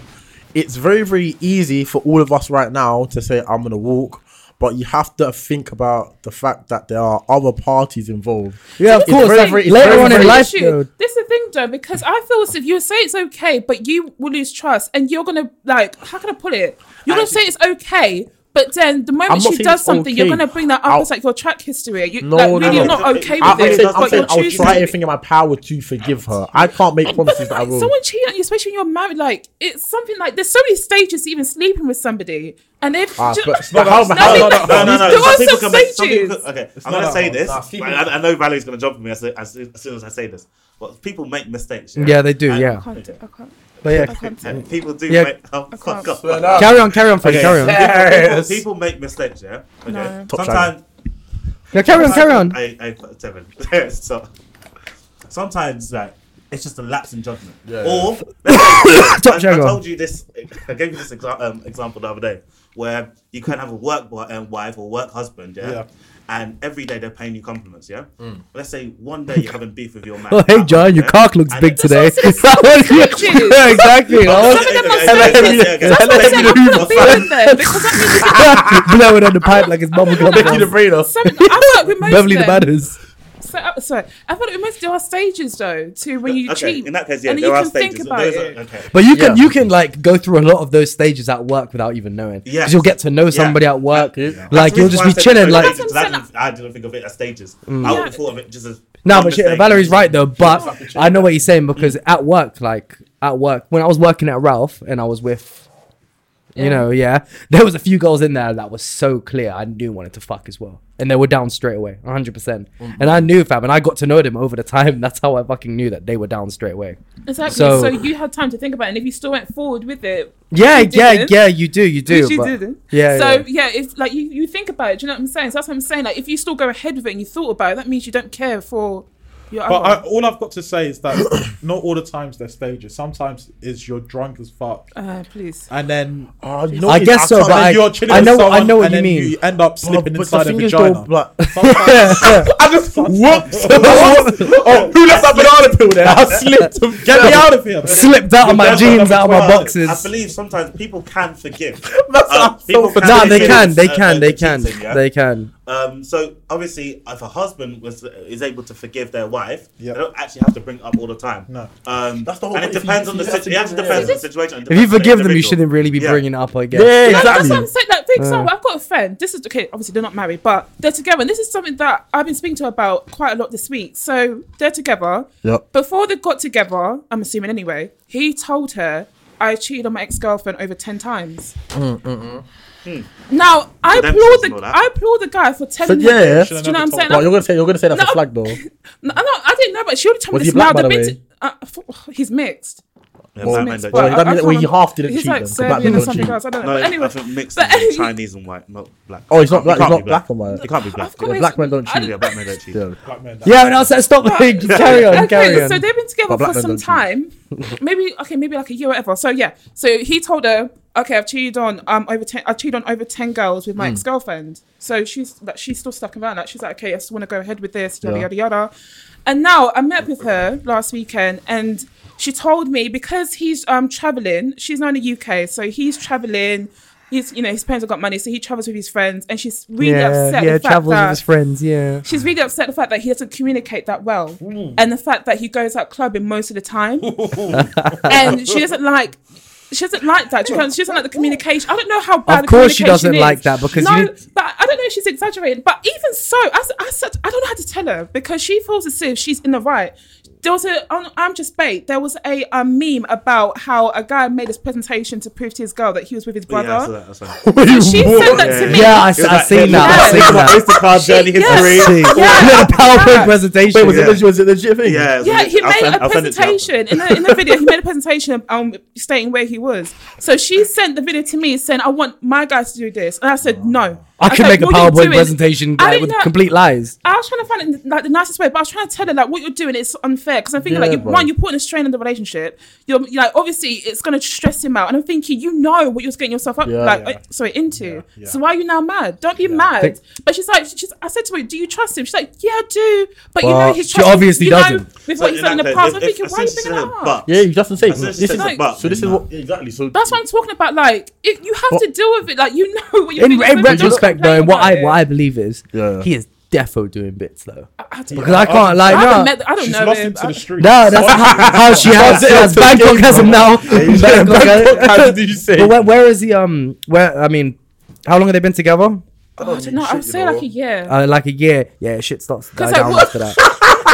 [SPEAKER 3] it's very, very easy for all of us right now to say I'm gonna walk, but you have to think about the fact that there are other parties involved.
[SPEAKER 5] Yeah, of
[SPEAKER 3] It's
[SPEAKER 5] course.
[SPEAKER 3] very,
[SPEAKER 5] like,
[SPEAKER 3] very- it's
[SPEAKER 5] Later
[SPEAKER 3] very,
[SPEAKER 5] on in
[SPEAKER 3] very
[SPEAKER 5] life,
[SPEAKER 7] issue.
[SPEAKER 5] though,
[SPEAKER 7] This is the thing though, because I feel as if you say it's okay, but you will lose trust, and you're gonna like, how can I put it? You're gonna say it's okay. But then, the
[SPEAKER 3] I'm
[SPEAKER 7] moment
[SPEAKER 3] not
[SPEAKER 7] she
[SPEAKER 3] saying
[SPEAKER 7] does
[SPEAKER 3] it's
[SPEAKER 7] something, you're
[SPEAKER 3] okay.
[SPEAKER 7] gonna bring that up
[SPEAKER 3] I'll-
[SPEAKER 7] as like your track history. You,
[SPEAKER 3] No,
[SPEAKER 7] like,
[SPEAKER 3] no,
[SPEAKER 7] really,
[SPEAKER 3] no.
[SPEAKER 7] you're not okay
[SPEAKER 3] I,
[SPEAKER 7] with
[SPEAKER 3] am
[SPEAKER 7] it.
[SPEAKER 3] saying,
[SPEAKER 7] but
[SPEAKER 3] I'm
[SPEAKER 7] you're
[SPEAKER 3] saying I'll
[SPEAKER 7] choosing
[SPEAKER 3] try
[SPEAKER 7] to-
[SPEAKER 3] everything in my power to forgive her. I can't make promises that I
[SPEAKER 7] Like,
[SPEAKER 3] will.
[SPEAKER 7] someone cheating on you, especially when you're married, like it's something like there's so many stages to even sleeping with somebody, and if
[SPEAKER 3] Ah,
[SPEAKER 7] ju-
[SPEAKER 3] but it's
[SPEAKER 7] No,
[SPEAKER 3] not how-
[SPEAKER 7] I mean,
[SPEAKER 3] how-
[SPEAKER 7] like,
[SPEAKER 4] No, no, no.
[SPEAKER 7] there
[SPEAKER 4] Some
[SPEAKER 7] are
[SPEAKER 4] people
[SPEAKER 7] some
[SPEAKER 4] can make. Some
[SPEAKER 7] stages.
[SPEAKER 4] people can, okay, I'm
[SPEAKER 6] not
[SPEAKER 4] gonna
[SPEAKER 6] that
[SPEAKER 4] say
[SPEAKER 6] hard.
[SPEAKER 4] this.
[SPEAKER 6] Nah,
[SPEAKER 4] but I, I know Vale's gonna jump on me as, soon- as, soon- as soon as I say this. But people make mistakes.
[SPEAKER 5] Yeah, they do, yeah.
[SPEAKER 7] I can't do- I can't.
[SPEAKER 5] but yeah,
[SPEAKER 7] can't do
[SPEAKER 4] And people do
[SPEAKER 5] Yeah.
[SPEAKER 4] make. Oh,
[SPEAKER 7] I
[SPEAKER 4] fuck
[SPEAKER 7] can't.
[SPEAKER 4] off.
[SPEAKER 5] carry on, carry on, Frank, carry on.
[SPEAKER 4] People, people, people make mistakes. Yeah. Okay.
[SPEAKER 7] No.
[SPEAKER 3] Top
[SPEAKER 4] Sometimes
[SPEAKER 5] Yeah, carry on, carry on.
[SPEAKER 4] I, I, Devin. so, sometimes like it's just a lapse in judgment. Or
[SPEAKER 5] Top
[SPEAKER 4] I, I
[SPEAKER 5] channel.
[SPEAKER 4] told you this. I gave you this exa- um, example the other day where you can have a work bo- um, wife or work husband, yeah.
[SPEAKER 6] Yeah.
[SPEAKER 4] And every day they're paying you compliments, yeah. Let's say one day you're having beef with your man.
[SPEAKER 5] Oh, hey, John, your
[SPEAKER 4] yeah?
[SPEAKER 5] cock looks
[SPEAKER 4] And
[SPEAKER 5] big
[SPEAKER 4] then-
[SPEAKER 5] today.
[SPEAKER 7] That's what I'm saying.
[SPEAKER 5] yeah, exactly. I
[SPEAKER 4] Okay,
[SPEAKER 7] Some of
[SPEAKER 5] was
[SPEAKER 7] them are
[SPEAKER 4] okay,
[SPEAKER 7] so
[SPEAKER 4] okay,
[SPEAKER 7] good.
[SPEAKER 4] okay, okay.
[SPEAKER 7] That's what I'm saying. I'm not feeling them because that means that
[SPEAKER 5] blowing on the pipe like it's bubblegum.
[SPEAKER 3] Becky the brainer.
[SPEAKER 7] some, I work with most
[SPEAKER 5] Beverly
[SPEAKER 7] of
[SPEAKER 5] the
[SPEAKER 7] them.
[SPEAKER 5] Badders.
[SPEAKER 7] so uh, sorry. I thought it almost there are stages though to when you
[SPEAKER 4] Okay,
[SPEAKER 7] cheat.
[SPEAKER 4] in that case, yeah,
[SPEAKER 7] and
[SPEAKER 4] there
[SPEAKER 7] you
[SPEAKER 4] are
[SPEAKER 7] can
[SPEAKER 4] stages.
[SPEAKER 7] think about
[SPEAKER 4] Those are-
[SPEAKER 7] it.
[SPEAKER 4] okay.
[SPEAKER 5] But you can
[SPEAKER 3] Yeah.
[SPEAKER 5] you can like go through a lot of those stages at work without even knowing.
[SPEAKER 4] Yes.
[SPEAKER 5] Because you'll get to know somebody at work.
[SPEAKER 3] Yeah.
[SPEAKER 5] Like you'll just be chilling. Like
[SPEAKER 7] That's what I'm
[SPEAKER 4] I
[SPEAKER 7] saying.
[SPEAKER 4] didn't, I didn't think of it as stages. I would have thought of it just as.
[SPEAKER 5] no,
[SPEAKER 4] one
[SPEAKER 5] but shit,
[SPEAKER 4] mistake.
[SPEAKER 5] Valerie's right though. But I know what he's saying because at work, like at work, when I was working at Ralph and I was with, you know, yeah, there was a few girls in there that was so clear. I knew wanted to fuck as well, and they were down straight away, 100. percent
[SPEAKER 6] Mm-hmm.
[SPEAKER 5] And I knew fam, and I got to know them over the time. That's how I fucking knew that they were down straight away.
[SPEAKER 7] Exactly. So,
[SPEAKER 5] So-
[SPEAKER 7] you had time to think about it, and if you still went forward with it,
[SPEAKER 5] Yeah,
[SPEAKER 7] You
[SPEAKER 5] yeah,
[SPEAKER 7] didn't.
[SPEAKER 5] yeah. You do, you do.
[SPEAKER 7] which you
[SPEAKER 5] but-
[SPEAKER 7] didn't.
[SPEAKER 5] Yeah.
[SPEAKER 7] So
[SPEAKER 5] yeah.
[SPEAKER 7] yeah. if like you, you think about it, do you know what I'm saying? So that's what I'm saying. Like if you still go ahead with it and you thought about it, that means you don't care for your
[SPEAKER 6] But I,
[SPEAKER 7] other.
[SPEAKER 6] all I've got to say is that not all the times they're stages. Sometimes is you're drunk as fuck,
[SPEAKER 7] uh, please.
[SPEAKER 6] and then
[SPEAKER 3] Ah,
[SPEAKER 5] I guess so,
[SPEAKER 6] and
[SPEAKER 5] but
[SPEAKER 6] then
[SPEAKER 5] I,
[SPEAKER 6] you're chilling
[SPEAKER 5] I
[SPEAKER 6] with
[SPEAKER 5] know I
[SPEAKER 6] someone
[SPEAKER 5] know what
[SPEAKER 6] and
[SPEAKER 5] you
[SPEAKER 6] then
[SPEAKER 5] mean.
[SPEAKER 6] You end up
[SPEAKER 3] But
[SPEAKER 6] slipping
[SPEAKER 3] the
[SPEAKER 6] inside a
[SPEAKER 3] thing is
[SPEAKER 6] vagina.
[SPEAKER 3] though, like,
[SPEAKER 6] I just whoops. oh, who left that banana peel there?
[SPEAKER 5] I slipped,
[SPEAKER 6] Get me out of here.
[SPEAKER 5] slipped out of my
[SPEAKER 6] You're
[SPEAKER 5] jeans,
[SPEAKER 6] definitely
[SPEAKER 5] out of my
[SPEAKER 6] quite honest.
[SPEAKER 4] I
[SPEAKER 5] boxes.
[SPEAKER 4] believe sometimes people can forgive. Uh,
[SPEAKER 3] I'm so
[SPEAKER 4] people
[SPEAKER 3] forgive-
[SPEAKER 5] Nah, they
[SPEAKER 4] forgive,
[SPEAKER 5] can, they
[SPEAKER 4] uh,
[SPEAKER 5] can,
[SPEAKER 4] uh,
[SPEAKER 5] they
[SPEAKER 4] the
[SPEAKER 5] can,
[SPEAKER 4] cheating, yeah?
[SPEAKER 5] they can.
[SPEAKER 4] Um, so obviously, if a husband was is able to forgive their wife,
[SPEAKER 6] Yeah.
[SPEAKER 4] they don't actually have to bring it up all the time.
[SPEAKER 6] No.
[SPEAKER 4] um,
[SPEAKER 2] That's the whole
[SPEAKER 4] And
[SPEAKER 2] point.
[SPEAKER 4] it
[SPEAKER 2] If you-
[SPEAKER 4] depends on
[SPEAKER 2] if
[SPEAKER 4] the
[SPEAKER 2] you have to
[SPEAKER 4] situation. It actually
[SPEAKER 2] do it,
[SPEAKER 4] depends
[SPEAKER 7] yeah.
[SPEAKER 4] on the situation. and
[SPEAKER 5] If you
[SPEAKER 4] depends on the
[SPEAKER 5] forgive them, you
[SPEAKER 4] individual.
[SPEAKER 5] shouldn't really be
[SPEAKER 4] Yeah.
[SPEAKER 5] bringing it up again.
[SPEAKER 3] yeah,
[SPEAKER 7] No, That's what I'm
[SPEAKER 3] exactly.
[SPEAKER 7] saying. Like, for
[SPEAKER 5] Uh.
[SPEAKER 7] example, I've got a friend. This is okay. Obviously, they're not married, but they're together. And this is something that I've been speaking to her about quite a lot this week. So they're together.
[SPEAKER 3] Yep.
[SPEAKER 7] Before they got together, I'm assuming anyway, he told her I cheated on my ex girlfriend over ten times.
[SPEAKER 4] Mm,
[SPEAKER 7] Now I
[SPEAKER 4] Redemption's
[SPEAKER 7] applaud
[SPEAKER 4] not
[SPEAKER 7] the
[SPEAKER 4] that.
[SPEAKER 7] I applaud the guy for telling
[SPEAKER 3] yeah,
[SPEAKER 7] her.
[SPEAKER 3] yeah.
[SPEAKER 7] this. Do you know what I'm saying?
[SPEAKER 3] Well, you're gonna say you're gonna say that's
[SPEAKER 7] No.
[SPEAKER 3] a flag though.
[SPEAKER 7] No, no, I didn't know, but she already told
[SPEAKER 3] Was
[SPEAKER 7] me
[SPEAKER 3] he
[SPEAKER 7] this
[SPEAKER 3] black,
[SPEAKER 7] now. The
[SPEAKER 3] by the
[SPEAKER 7] bit
[SPEAKER 3] way?
[SPEAKER 7] uh, f- he's mixed.
[SPEAKER 4] Yeah,
[SPEAKER 3] Well,
[SPEAKER 4] man,
[SPEAKER 7] mixed,
[SPEAKER 4] man,
[SPEAKER 7] but
[SPEAKER 3] well,
[SPEAKER 4] don't-
[SPEAKER 3] that
[SPEAKER 7] I
[SPEAKER 3] means that- well, he
[SPEAKER 7] can't-
[SPEAKER 3] half didn't
[SPEAKER 7] He's
[SPEAKER 3] cheat
[SPEAKER 7] like
[SPEAKER 3] then, 'cause black
[SPEAKER 7] Serbian or
[SPEAKER 3] people
[SPEAKER 7] something
[SPEAKER 3] cheat.
[SPEAKER 7] else. I don't know.
[SPEAKER 4] No,
[SPEAKER 7] but anyway,
[SPEAKER 4] I think mixed
[SPEAKER 7] but
[SPEAKER 4] is
[SPEAKER 7] anyway-
[SPEAKER 4] Chinese and white, not black.
[SPEAKER 3] Oh, he's not
[SPEAKER 4] You
[SPEAKER 3] black. He's
[SPEAKER 4] can't
[SPEAKER 3] not
[SPEAKER 4] be
[SPEAKER 3] black or white.
[SPEAKER 4] You can't be black.
[SPEAKER 7] I've got
[SPEAKER 3] Yeah,
[SPEAKER 7] it.
[SPEAKER 3] black men don't cheat.
[SPEAKER 4] Yeah, black men don't cheat.
[SPEAKER 3] Yeah.
[SPEAKER 6] Black man, that-
[SPEAKER 5] Yeah, and I said, stop the thing. Carry on, carry
[SPEAKER 7] okay,
[SPEAKER 5] on.
[SPEAKER 7] so they've been together
[SPEAKER 3] But black
[SPEAKER 7] for
[SPEAKER 3] men
[SPEAKER 7] some
[SPEAKER 3] don't cheat.
[SPEAKER 7] time. maybe okay, maybe like a year or whatever. So yeah. So he told her, Okay, I've cheated on um over ten I cheated on over ten girls
[SPEAKER 3] Hmm.
[SPEAKER 7] with my ex girlfriend. So she's like she's still stuck around. Like she's like, Okay, I just wanna go ahead with this, yada
[SPEAKER 3] Yeah.
[SPEAKER 7] yada yada. And now I met with her last weekend and she told me because he's um traveling, she's not in the UK, so he's traveling. He's, you know, his parents have got money, so he travels with his friends, and she's really upset. the fact that,
[SPEAKER 5] friends. Yeah.
[SPEAKER 7] She's really upset the fact that he doesn't communicate that well,
[SPEAKER 5] Hmm.
[SPEAKER 7] and the fact that he goes out clubbing most of the time, and she doesn't like. She doesn't like that. She can't- she doesn't like the communication. I don't know how bad.
[SPEAKER 5] Of
[SPEAKER 7] the
[SPEAKER 5] course she doesn't
[SPEAKER 7] communication is.
[SPEAKER 5] like that because
[SPEAKER 7] no,
[SPEAKER 5] you need-
[SPEAKER 7] but I don't know. if She's exaggerating. But even so, I, s- I said I don't know how to tell her because she feels as if she's in the right. There was a on I'm just bait. There was a, a meme about how a guy made this presentation to prove to his girl that he was with his brother.
[SPEAKER 4] Yeah, I saw that, I saw that.
[SPEAKER 7] And she said that to me.
[SPEAKER 5] Yeah, I, s- I seen that. I seen that.
[SPEAKER 4] Instacart journey
[SPEAKER 7] She- yes.
[SPEAKER 4] history.
[SPEAKER 5] See,
[SPEAKER 7] Yeah.
[SPEAKER 5] you had a PowerPoint
[SPEAKER 7] Yeah.
[SPEAKER 5] presentation.
[SPEAKER 3] Wait, was
[SPEAKER 4] Yeah.
[SPEAKER 3] it was it legit thing?
[SPEAKER 4] Yeah,
[SPEAKER 7] Yeah, he
[SPEAKER 4] I'll
[SPEAKER 7] made
[SPEAKER 4] send-
[SPEAKER 7] a
[SPEAKER 4] I'll send it to you after.
[SPEAKER 7] presentation in the, in the video. He made a presentation um, stating where he was. So she sent the video to me saying, "I want my guys to do this," and I said,
[SPEAKER 4] Oh.
[SPEAKER 7] "No."
[SPEAKER 5] I could
[SPEAKER 7] said,
[SPEAKER 5] make a
[SPEAKER 7] "What you're
[SPEAKER 5] PowerPoint
[SPEAKER 7] doing-
[SPEAKER 5] presentation
[SPEAKER 7] I
[SPEAKER 5] like,
[SPEAKER 7] didn't
[SPEAKER 5] with
[SPEAKER 7] know-
[SPEAKER 5] complete lies.
[SPEAKER 7] I was trying to find it in, like the nicest way, but I was trying to tell her like what you're doing is unfair because I'm thinking like
[SPEAKER 3] Yeah,
[SPEAKER 7] you,
[SPEAKER 3] bro.
[SPEAKER 7] one, you're putting a strain on the relationship. You're, you're, like obviously it's gonna stress him out, and I'm thinking you know what you're getting yourself up
[SPEAKER 3] Yeah.
[SPEAKER 7] like
[SPEAKER 6] Yeah.
[SPEAKER 7] uh, sorry into.
[SPEAKER 6] yeah.
[SPEAKER 7] So why are you now mad? Don't be mad.
[SPEAKER 5] Think-
[SPEAKER 7] but she's like, she's, I said to her, do you trust him? She's like, yeah, I do. But you know
[SPEAKER 5] Well,
[SPEAKER 7] he's
[SPEAKER 5] she
[SPEAKER 7] trusting,
[SPEAKER 5] obviously
[SPEAKER 7] you know,
[SPEAKER 5] doesn't.
[SPEAKER 7] With
[SPEAKER 4] So
[SPEAKER 7] what he's done in the
[SPEAKER 4] that
[SPEAKER 7] past,
[SPEAKER 4] case,
[SPEAKER 7] I'm
[SPEAKER 4] if-
[SPEAKER 7] thinking
[SPEAKER 4] if
[SPEAKER 7] why are you
[SPEAKER 4] since
[SPEAKER 7] bringing
[SPEAKER 4] it's
[SPEAKER 7] it
[SPEAKER 4] a
[SPEAKER 7] up?
[SPEAKER 4] but,
[SPEAKER 3] Yeah, you just say
[SPEAKER 4] That's
[SPEAKER 3] this
[SPEAKER 4] just
[SPEAKER 3] is
[SPEAKER 4] a
[SPEAKER 7] like-
[SPEAKER 4] but.
[SPEAKER 3] so. This is what exactly. So
[SPEAKER 7] That's what I'm talking about. Like, it, you have to deal with it. Like, you know what you're
[SPEAKER 5] In,
[SPEAKER 7] doing.
[SPEAKER 5] in retrospect, though, what I what I believe is
[SPEAKER 3] Yeah.
[SPEAKER 5] he is defo doing bits though.
[SPEAKER 7] I don't
[SPEAKER 5] Because I can't
[SPEAKER 7] I
[SPEAKER 5] like
[SPEAKER 7] haven't
[SPEAKER 5] no.
[SPEAKER 7] met. I don't
[SPEAKER 6] She's
[SPEAKER 7] know.
[SPEAKER 6] lost
[SPEAKER 7] him.
[SPEAKER 6] into
[SPEAKER 7] I-
[SPEAKER 6] the streets.
[SPEAKER 5] No, that's how, how she has, she has Bangkok has him now. Bangkok has-
[SPEAKER 3] did you say?
[SPEAKER 5] But where, where is he? Um, where I mean, how long have they been together?
[SPEAKER 7] I don't know. I would say like a year.
[SPEAKER 5] uh, like a year. Yeah, shit starts to die
[SPEAKER 7] like,
[SPEAKER 5] down
[SPEAKER 7] what-
[SPEAKER 5] after that.